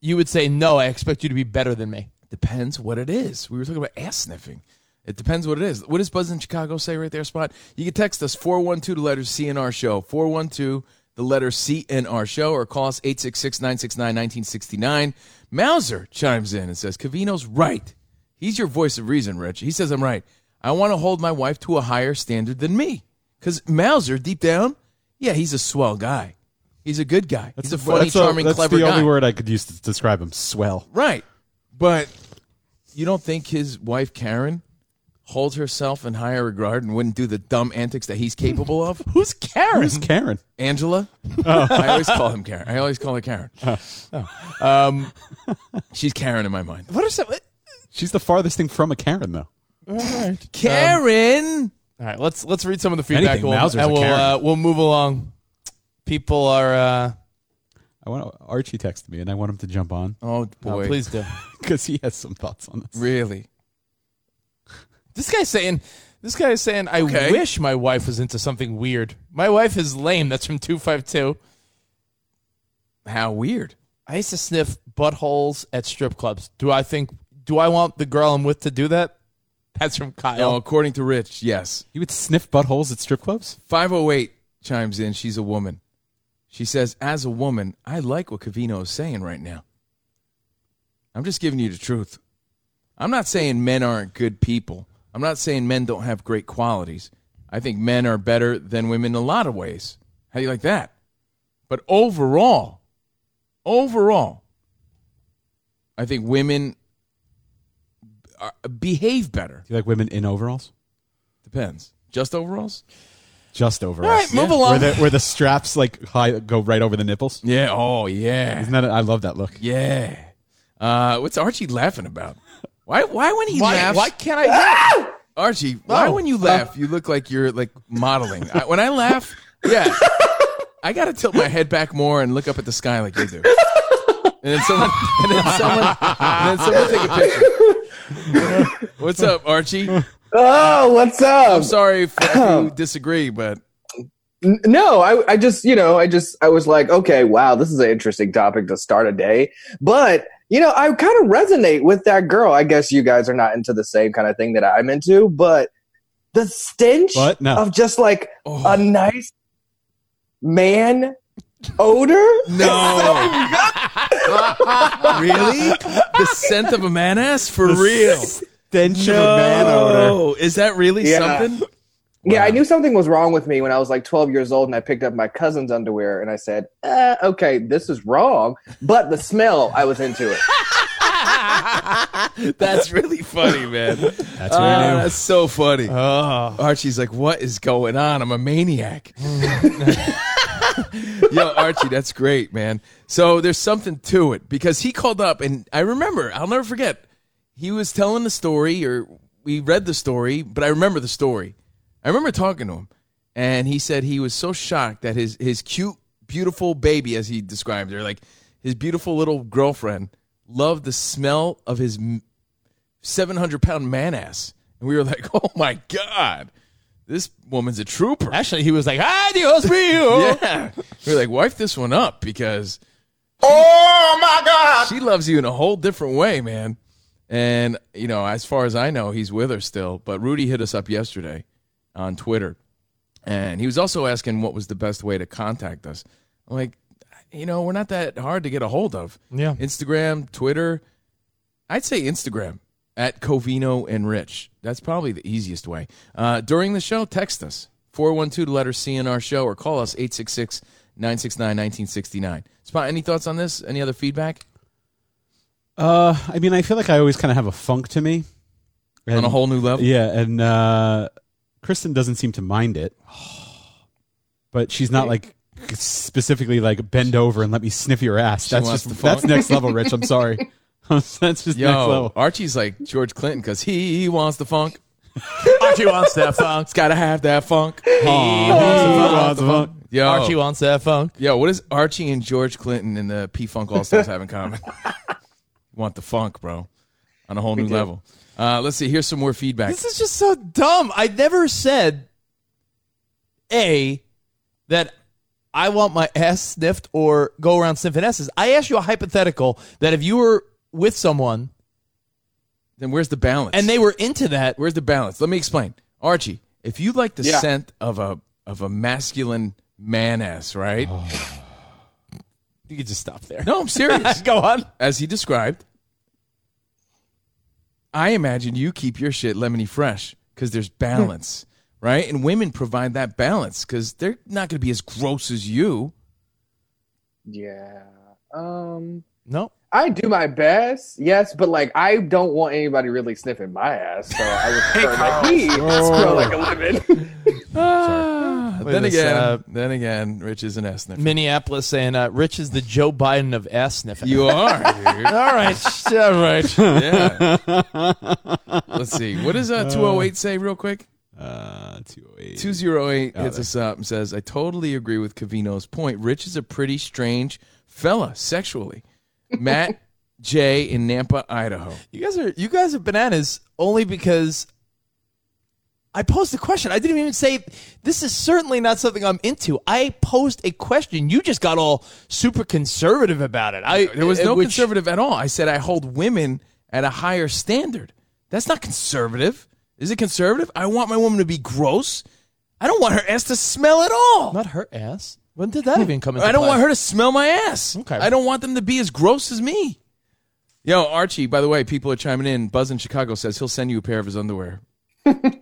S3: you would say no. I expect you to be better than me.
S5: Depends what it is. We were talking about ass sniffing. It depends what it is. What does Buzz in Chicago say right there, Spot? You can text us 412 the letter C in our show. 412 the letter C in our show or call us 866 969 1969. Mauser chimes in and says, Cavino's right. He's your voice of reason, Rich. He says, I'm right. I want to hold my wife to a higher standard than me. Because Mauser, deep down, yeah, he's a swell guy. He's a good guy. he's a funny,
S4: that's
S5: charming,
S4: that's
S5: clever
S4: the
S5: guy.
S4: only word I could use to describe him. Swell.
S5: Right. But you don't think his wife Karen holds herself in higher regard and wouldn't do the dumb antics that he's capable of?
S3: Who's Karen?
S4: Who's Karen?
S5: Angela?
S4: Oh.
S5: I always call him Karen. I always call her Karen. Um, she's Karen in my mind.
S3: What are some?
S4: uh, She's the farthest thing from a Karen, though.
S3: All right,
S5: Karen.
S4: Um,
S3: all right, let's let's read some of the feedback.
S4: Anything,
S3: we'll,
S4: Mauser's
S3: and
S4: a
S3: we'll
S4: Karen.
S3: Uh, we'll move along. People are. Uh,
S4: I want Archie texted me, and I want him to jump on.
S5: Oh
S3: boy. please do.
S4: because he has some thoughts on this.
S5: Really?
S3: This guy's saying. This guy is saying, "I wish my wife was into something weird." My wife is lame. That's from two five two.
S5: How weird!
S3: I used to sniff buttholes at strip clubs. Do I think? Do I want the girl I'm with to do that? That's from Kyle.
S5: No, Oh, according to Rich, yes.
S4: You would sniff buttholes at strip clubs?
S5: 508 chimes in. She's a woman. She says, As a woman, I like what Cavino is saying right now. I'm just giving you the truth. I'm not saying men aren't good people. I'm not saying men don't have great qualities. I think men are better than women in a lot of ways. How do you like that? But overall, overall, I think women are, behave better.
S4: Do you like women in overalls?
S5: Depends. Just overalls?
S4: Just overalls.
S5: All right, move Yeah. along.
S4: Where the, where the straps like high, go right over the nipples.
S5: Yeah. Oh yeah.
S4: Isn't that? A, I love that look.
S5: Yeah. Uh, what's Archie laughing about? Why? Why when he
S3: Why-
S5: laughs?
S3: why can't I laugh?
S5: Archie, why
S3: Oh.
S5: when you laugh, you look like you're like modeling. I, when I laugh, yeah, I gotta tilt my head back more and look up at the sky like you do. And then someone, and then someone, and then someone take a picture. What's up, Archie?
S8: Oh, what's up?
S5: I'm sorry if if you disagree, but
S8: N- No, I, I just, you know, I just, I was like, okay, wow, this is an interesting topic to start a day. But, you know, I kind of resonate with that girl. I guess you guys are not into the same kind of thing that I'm into, but the stench
S4: What? No.
S8: of just like
S5: Oh.
S8: a nice man odor.
S5: No. really? The scent of a man ass for
S8: The
S5: real?
S4: Stench
S8: of a man odor.
S5: Is that really
S8: Yeah.
S5: something?
S8: Yeah, I knew something was wrong with me when I was like 12 years old and I picked up my cousin's underwear and I said, uh, okay, this is wrong. But the smell, I was into it.
S5: That's really funny, man. That's
S4: what
S8: I knew.
S5: Ah, That's so funny.
S8: Ah.
S5: Archie's like, what is going on? I'm a maniac. Yo, Archie, that's great, man. So there's something to it because he called up, and I remember, I'll never forget, he was telling the story, or we read the story, but I remember the story. I remember talking to him, and he said he was so shocked that his, his cute, beautiful baby, as he described her, like his beautiful little girlfriend, loved the smell of his m- 700 pound man ass. And we were like, oh my God, this woman's a trooper.
S3: Actually, he was like, adios, mio.
S5: yeah. We were like, wipe this one up because
S31: Oh my God!
S5: she loves you in a whole different way, man. And, you know, as far as I know, he's with her still. But Rudy hit us up yesterday on Twitter. And he was also asking what was the best way to contact us. I'm like, you know, we're not that hard to get a hold of.
S3: Yeah.
S5: Instagram, Twitter. I'd say Instagram at Covino and Rich. That's probably the easiest way. Uh, during the show, text us 412 to letter C in our show or call us 866 969 1969. Spot, any thoughts on this? Any other feedback?
S4: Uh, I mean, I feel like I always kind of have a funk to me.
S5: On a whole new level?
S4: Yeah, and uh, Kristen doesn't seem to mind it. But she's not like specifically like bend over and let me sniff your ass.
S5: She
S4: that's
S5: wants
S4: just
S5: the funk.
S4: that's next level, Rich. I'm sorry. that's just
S5: Yo,
S4: next level.
S5: Archie's like George Clinton because he wants the funk. Archie wants that funk. It's got to have that funk. He
S4: Oh, he wants the funk.
S5: Yo.
S3: Archie wants that phone.
S5: Yo, what does Archie and George Clinton and the P Funk All Stars have in common? Want the funk, bro, on a whole
S3: We
S5: new
S3: do.
S5: level. Uh, let's see. Here's some more feedback.
S3: This is just so dumb. I never said A that I want my ass sniffed or go around sniffing asses. I asked you a hypothetical that if you were with someone
S5: then where's the balance?
S3: and they were into that,
S5: where's the balance? Let me explain. Archie, if you like the
S3: Yeah.
S5: scent of a of a masculine man ass, right?
S3: Oh. you could just stop there.
S5: No, I'm serious.
S3: Go on.
S5: As he described, I imagine you keep your shit lemony fresh because there's
S3: Hmm.
S5: balance, right? And women provide that balance because they're not going to be as gross as you.
S8: Yeah. Um.
S3: No.
S8: I do my best, yes, but like I don't want anybody really sniffing my ass, so I would prefer that he
S3: Oh.
S8: smell like a
S5: Oh,
S8: lemon.
S3: Look
S5: then
S3: at this,
S5: again,
S3: uh,
S5: then again, Rich is an ass sniffer.
S3: Minneapolis saying uh, Rich is the Joe Biden of ass sniffing.
S5: You are. dude.
S3: all right. All right.
S5: Yeah. Let's see. What does uh, 208 say, real quick?
S4: Uh, 208.
S5: 208
S4: Oh,
S5: hits
S4: there.
S5: us up and says, I totally agree with Cavino's point. Rich is a pretty strange fella sexually. Matt J. in Nampa, Idaho.
S3: You guys are you guys are bananas only because I posed a question. I didn't even say this is certainly not something I'm into. I posed a question. You just got all super conservative about it. I eh,
S5: There was no
S3: which-
S5: conservative at all. I said I hold women at a higher standard. That's not conservative. Is it conservative? I want my woman to be gross. I don't want her ass to smell at all.
S3: Not her ass. When did that even come into
S5: I don't
S3: play?
S5: want her to smell my ass.
S3: Okay.
S5: I don't want them to be as gross as me. Yo, Archie, by the way, people are chiming in. Buzz in Chicago says he'll send you a pair of his underwear.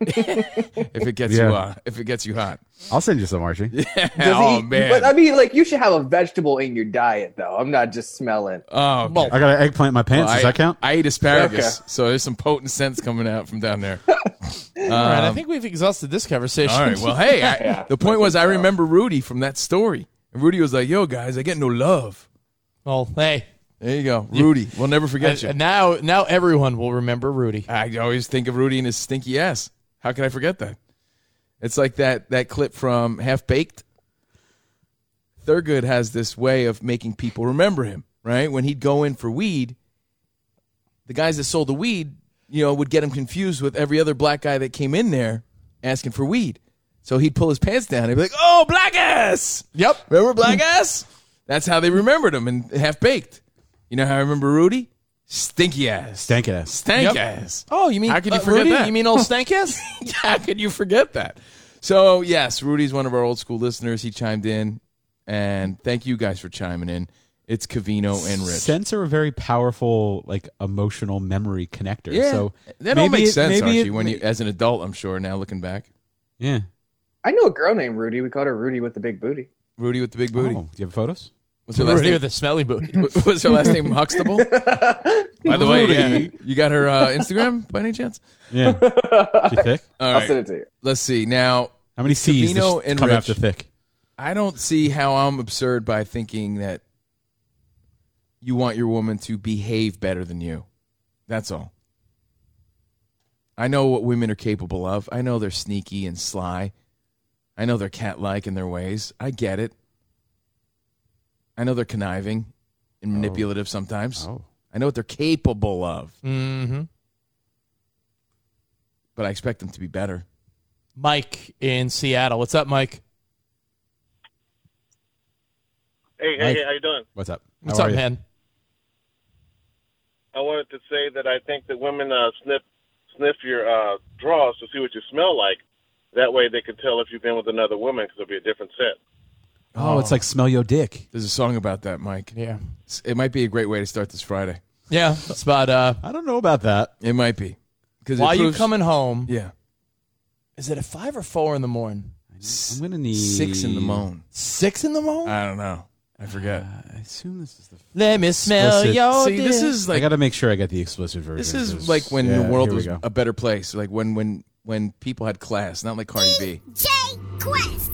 S5: if it gets
S4: Yeah.
S5: you uh, if it gets you hot.
S4: I'll send you some, Archie.
S5: Yeah.
S8: Does he-
S5: oh man.
S8: But I mean, like you should have a vegetable in your diet, though. I'm not just smelling.
S5: oh, okay.
S4: I got an eggplant in my pants.
S5: Well,
S4: Does
S5: I,
S4: that count?
S5: I ate asparagus,
S4: Okay.
S5: so there's some potent scents coming out from down there.
S3: All right, I
S5: Um,
S3: think we've exhausted this conversation.
S5: All right. Well, hey, I, the point was I remember Rudy from that story. And Rudy was like, "Yo, guys, I get no love."
S3: Well, hey.
S5: There you go, Rudy. We'll never forget
S3: I-
S5: you.
S3: Now now everyone will remember Rudy.
S5: I always think of Rudy and his stinky ass. How can I forget that? It's like that that clip from Half Baked. Thurgood has this way of making people remember him. Right when he'd go in for weed, the guys that sold the weed, you know, would get him confused with every other black guy that came in there asking for weed. So he'd pull his pants down and be like, "Oh, black ass."
S3: Yep.
S5: Remember black ass? That's how they remembered him and half baked. You know how I remember Rudy? Stinky ass.
S4: Stank ass.
S5: Stank
S3: Yep.
S5: ass.
S3: Oh, you mean
S5: How could you
S3: uh,
S5: forget
S3: Rudy?
S5: that?
S3: You mean old stank ass?
S5: How could you forget that? So yes, Rudy's one of our old school listeners. He chimed in, and thank you guys for chiming in. It's Cavino and Rich.
S4: Scents are a very powerful, like emotional memory connector.
S5: yeah,
S4: So
S5: that all
S4: maybe
S5: makes
S4: it-
S5: sense,
S4: maybe
S5: Archie.
S4: it-
S5: when you, as an adult, I'm sure now looking back,
S4: yeah.
S8: I know a girl named Rudy. We called her Rudy with the big booty.
S5: Rudy with the big booty.
S4: Oh, do you have photos?
S5: Was her last
S3: Rudy
S5: name-
S3: with the smelly booty.
S5: Was her last name Huxtable? By the way, yeah, you got her uh, Instagram by any chance?
S4: Yeah. She thick?
S5: All
S8: I'll
S5: right.
S8: send it to you.
S5: Let's see now.
S4: How many C's
S5: Cavino
S4: does
S5: and
S4: come
S5: Rich.
S4: after thick?
S5: I don't see how I'm absurd by thinking that you want your woman to behave better than you. That's all. I know what women are capable of. I know they're sneaky and sly. I know they're cat like in their ways. I get it. I know they're conniving
S3: Oh.
S5: and manipulative sometimes.
S4: Oh.
S5: I know what they're capable of,
S3: mm-hmm.
S5: but I expect them to be better.
S3: Mike in Seattle. What's up, Mike?
S13: Hey, hey,
S4: Mike.
S13: hey, how you doing?
S4: What's up?
S3: What's
S4: How
S3: up,
S4: are you?
S3: man?
S13: I wanted to say that I think that women uh, sniff sniff your uh, drawers to see what you smell like. That way, they can tell if you've been with another woman because it'll be a different scent.
S4: Oh, it's like smell your dick.
S5: There's a song about that, Mike.
S3: Yeah.
S5: It might be a great way to start this Friday.
S3: Yeah, it's about uh,
S4: I don't know about that.
S5: It might be. Because
S3: while you coming home.
S5: Yeah.
S3: Is it at five or four in the morning?
S4: I'm gonna need
S5: Six in the moan.
S3: Six in the morning.
S5: I don't know. I forget.
S3: Uh,
S4: I assume this is the
S3: Let me smell
S4: explicit.
S3: your.
S5: See, this
S3: dick.
S5: is
S4: I
S5: like
S4: gotta make sure I get the explicit version.
S5: this is
S4: 'cause-
S5: like when
S4: Yeah,
S5: the world
S4: here we
S5: was
S4: go.
S5: a better place. Like when when when people had class, not like Cardi B.
S15: J Quest.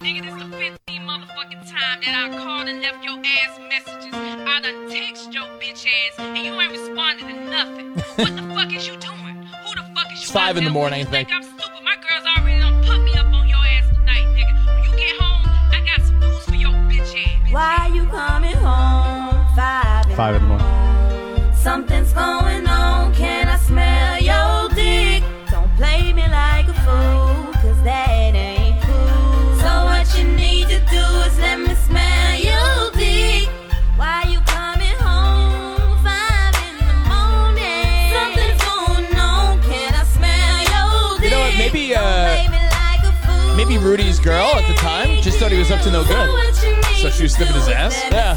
S15: Nigga, this the 15 motherfucking time that I called and left your ass messages. I done text your bitch ass and you ain't responded to nothing. What the fuck is you doing? Who the fuck is you?
S3: It's five
S15: out
S3: in the
S15: there
S3: morning,
S15: with? You
S3: I think.
S15: I'm stupid. My girls already done put me up on your ass tonight, nigga. When you get home,
S16: Why you coming home? Five. in-
S4: Five in the morning.
S16: Something's going on. Can I smell your dick? Don't play me like a fool, cause that ain't cool. So what you need to do is let me smell your dick. Why you coming home? Five in the morning. Something's going on. Can I smell your dick?
S5: You know what? Maybe uh,
S16: Play me like a fool.
S5: maybe Rudy's girl at the time just thought he was up to no good, so she was sniffing his ass. Yeah.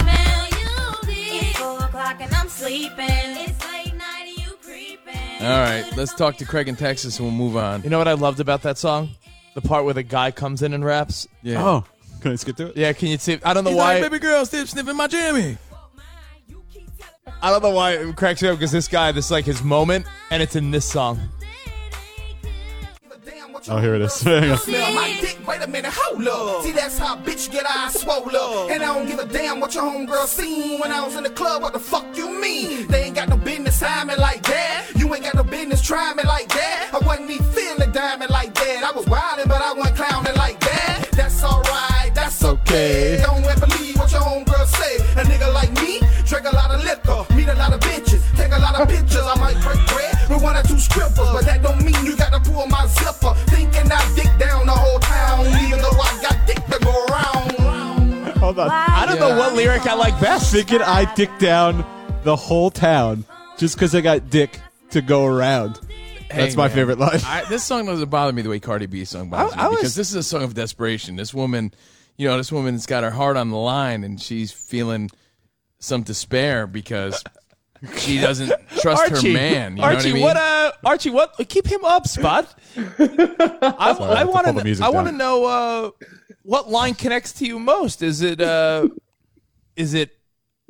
S16: It's four o'clock and I'm sleeping. It's late night and you creeping.
S5: All right, let's talk to Craig in Texas and we'll move on. You know what I loved about that song? The part where the guy comes in and raps. Yeah.
S4: Oh, can I skip to it?
S5: Yeah, can you see? I don't know
S4: He's
S5: why.
S4: like,
S5: baby girl, stop sniffing my jammy. I don't know why it cracks me up because this guy, this is like his moment, and it's in this song.
S4: Oh, here it is. Hang on.
S17: Smell my dick, wait a minute, hold up. See, that's how bitch get eyes swole up. And I don't give a damn what your homegirl seen when I was in the club. What the fuck you mean? They ain't got no business hiring me like that. You ain't got no business trying me like that. I wasn't even feeling diamond like that. I was wildin', but I wasn't clowning like that. That's alright, that's okay. Don't ever believe what your homegirl say. A nigga like me, drink a lot of liquor, meet a lot of bitches, take a lot of pictures. I might break bread with one or two strippers, but that don't mean you gotta pull my zipper. Thinking I dick down the whole town, even though I got dick to go around.
S4: Hold on.
S17: I don't know Yeah. what lyric I like best.
S4: Thinking I dick down the whole town just because I got dick to go around. That's
S5: Hey,
S4: my
S5: man.
S4: favorite line.
S5: I, this song doesn't bother me the way Cardi B song bothers me because this is a song of desperation. This woman, you know, this woman's got her heart on the line and she's feeling some despair because she doesn't trust her man. You
S3: Archie,
S5: know what
S3: what,
S5: I mean?
S3: uh, Archie, what? Keep him up, Spot. I,
S5: I have to
S3: want
S5: pull the
S3: to.
S5: music
S3: I want to
S5: down.
S3: know uh, what line connects to you most. Is it? Uh, is it?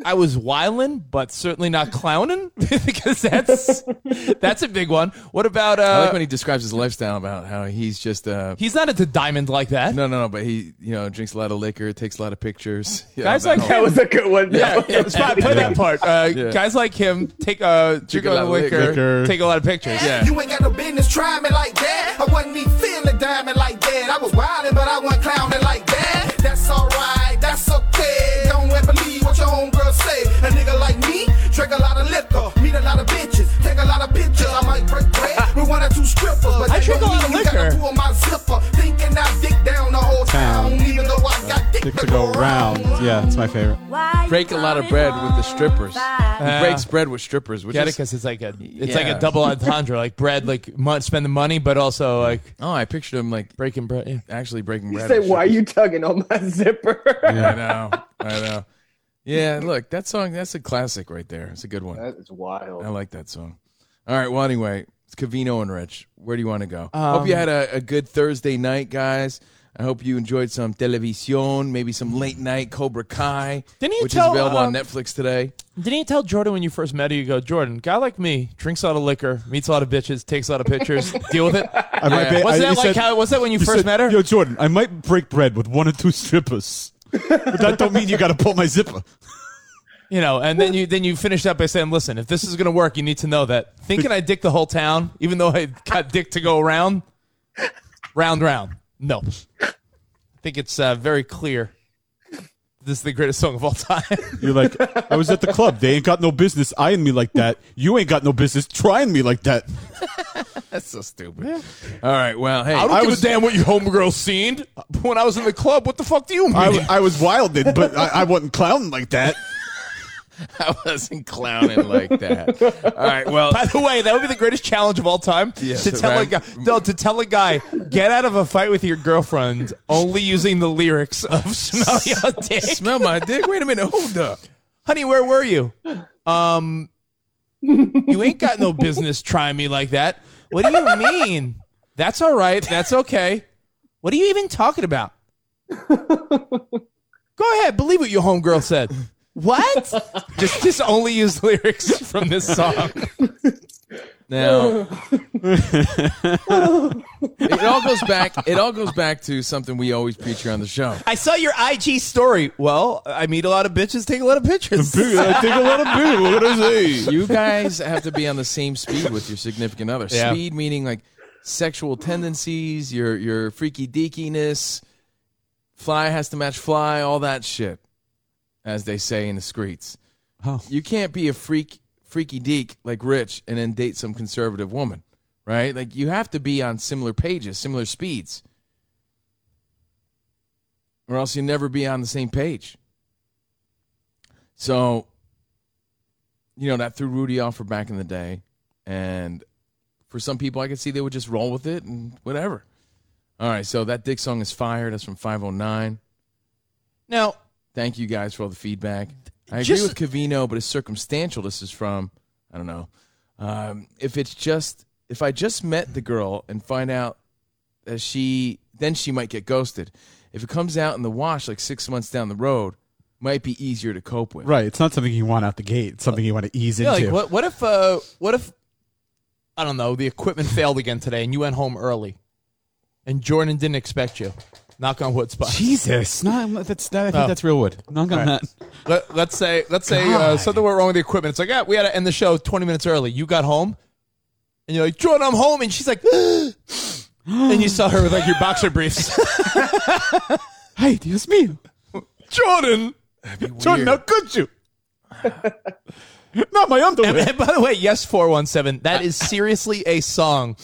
S3: I was wildin', but certainly not clowning, because that's that's a big one. What about? Uh,
S5: I like when he describes his lifestyle about how he's just uh
S3: he's not into diamond like that.
S5: No, no, no. But he, you know, drinks a lot of liquor, takes a lot of pictures. Yeah,
S3: guys like
S5: whole-
S3: him-
S5: Yeah,
S3: Yeah,
S5: yeah.
S3: Spot, play that part. Uh,
S5: Yeah.
S3: Guys like him take a drink
S5: a
S3: a lot of
S5: lot of
S3: liquor,
S5: liquor.
S3: take a lot of pictures.
S17: You ain't got no business trying me like that. I wasn't even feeling diamond like that. I was wildin', but I wasn't clowning like that. That's alright, that's okay. Don't ever believe what your homegirl say. A nigga like me, drink a lot of liquor, meet a lot of bitches, take a lot of pictures. I might break bread with one or two strippers, but
S3: I
S17: that
S3: drink
S17: don't
S3: a lot
S17: mean
S3: of
S17: you gotta
S3: liquor.
S17: pull my zipper. Thinking I dick down the whole
S4: Town.
S17: town, even though I got dick.
S4: Dick to go around. Yeah, that's my favorite.
S5: break a lot of bread with the strippers.
S3: Yeah.
S5: He breaks bread with strippers, which
S3: Get
S5: is
S3: it? Because it's Uh, like a it's like
S5: Yeah.
S3: a double entendre, like bread, like mon- spend the money, but also like
S5: oh, I pictured him like
S3: breaking bread, yeah.
S5: actually breaking
S8: You
S5: bread.
S8: say,
S5: with
S8: why you tugging on my zipper?
S5: Yeah, I know. I know. Yeah, look, that song, that's a classic right there. It's a good one.
S8: That is wild.
S5: I like that song. All right, well, anyway, it's Cavino and Rich. Where do you want to go?
S32: Um,
S5: hope you had a, a good Thursday night, guys. I hope you enjoyed some television, maybe some late night Cobra Kai,
S3: Didn't you
S5: which
S3: tell,
S5: is available on
S3: uh,
S5: Netflix today.
S3: Didn't you tell Jordan when you first met her? You go, Jordan, guy like me, drinks a lot of liquor, meets a lot of bitches, takes a lot of pictures, deal with it.
S4: I might be-
S3: was
S4: I-
S3: that
S4: you
S3: like
S4: said-
S3: how? Was that when you, first
S4: said,
S3: met her?
S4: Yo, Jordan, I might break bread with one or two strippers, but that don't mean you got to pull my zipper.
S3: You know, and then you then you finished up by saying, "Listen, if this is gonna work, you need to know that thinking I dick the whole town, even though I got dick to go around, round round. No, I think it's uh, very clear. This is the greatest song of all time.
S4: You're like, I was at the club. They ain't got no business eyeing me like that. You ain't got no business trying me like that.
S5: That's so stupid. All right, well, hey,
S3: I don't
S4: I
S3: give
S4: was-
S3: a damn what you homegirls seen when I was in the club. What the fuck do you mean?
S4: I, w- I was wilded, but I, I wasn't clowning like that.
S5: I wasn't clowning like that. All right, well,
S3: By the way, that would be the greatest challenge of all time.
S5: Yeah,
S3: to
S5: so
S3: tell a
S5: right-
S3: guy, no, to tell a guy, get out of a fight with your girlfriend only using the lyrics of "Smell Your Dick."
S5: Smell my dick. Wait a minute, hold up,
S3: honey, where were you? Um, you ain't got no business trying me like that. What do you mean? That's all right. That's okay. What are you even talking about? Go ahead, believe what your homegirl said. What? just, just only use lyrics from this song.
S5: Now, it all goes back. It all goes back to something we always preach here on the show.
S3: I saw your IG story. Well, I meet a lot of bitches, take a lot of pictures.
S5: You guys have to be on the same speed with your significant other.
S3: Yeah.
S5: Speed meaning like sexual tendencies, your your freaky deakiness. Fly has to match fly, all that shit. as they say in the streets. You can't be a freak, freaky deek like Rich and then date some conservative woman, right? Like you have to be on similar pages, similar speeds, or else you'll never be on the same page. So, you know, that threw Rudy off for back in the day. And for some people, I could see they would just roll with it and whatever. All right, so that dick song is fire. That's from 509.
S3: Now,
S5: thank you guys for all the feedback. I agree
S3: Just-
S5: with Cavino, but it's circumstantial. This is from, I don't know. Um, if it's just, if I just met the girl and find out that she, then she might get ghosted. If it comes out in the wash like six months down the road, might be easier to cope with.
S4: Right. It's not something you want out the gate. It's something you want to ease
S3: Yeah,
S4: into.
S3: like what? What if? Uh, what if? I don't know. The equipment failed again today, and you went home early, and Jordan didn't expect you. Knock on wood, spot.
S4: Jesus, not, that's that, I think
S3: Oh.
S4: that's real wood. Knock on
S3: All right.
S4: that.
S3: Let, let's say let's say uh,
S4: God.
S3: something went wrong with the equipment. It's like, yeah, we had to end the show 20 minutes early. You got home, and you're like, Jordan, I'm home, and she's like, and you saw her with like your boxer briefs.
S4: hey, Dios mío,
S3: Jordan, Jordan, how could you?
S4: Not my underwear.
S3: And, and by the way, yes, four one seven. That is seriously a song,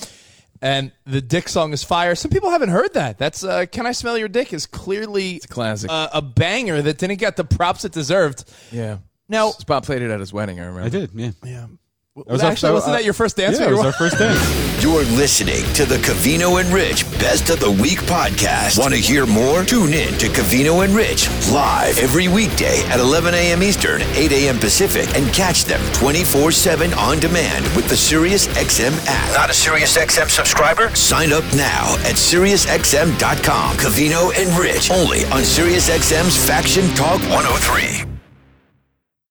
S3: and the dick song is fire. Some people haven't heard that. That's uh, "Can I Smell Your Dick" is clearly a
S5: classic,
S3: uh, a banger that didn't get the props it deserved.
S5: Yeah.
S3: Now,
S5: Spot played it at his wedding. I remember. I
S4: did. Yeah.
S3: Yeah.
S5: was our-
S3: actually,
S5: that-
S3: wasn't
S5: uh,
S3: that your first dance?
S5: yeah,
S3: or
S5: it was
S3: your-
S5: our first dance.
S24: You're listening to the Cavino and Rich Best of the Week podcast. Want to hear more? Tune in to Cavino and Rich live every weekday at 11 a.m. Eastern, 8 a.m. Pacific, and catch them 24 7 on demand with the SiriusXM app. Not a SiriusXM subscriber? Sign up now at SiriusXM.com. Cavino and Rich, only on SiriusXM's Faction Talk 103.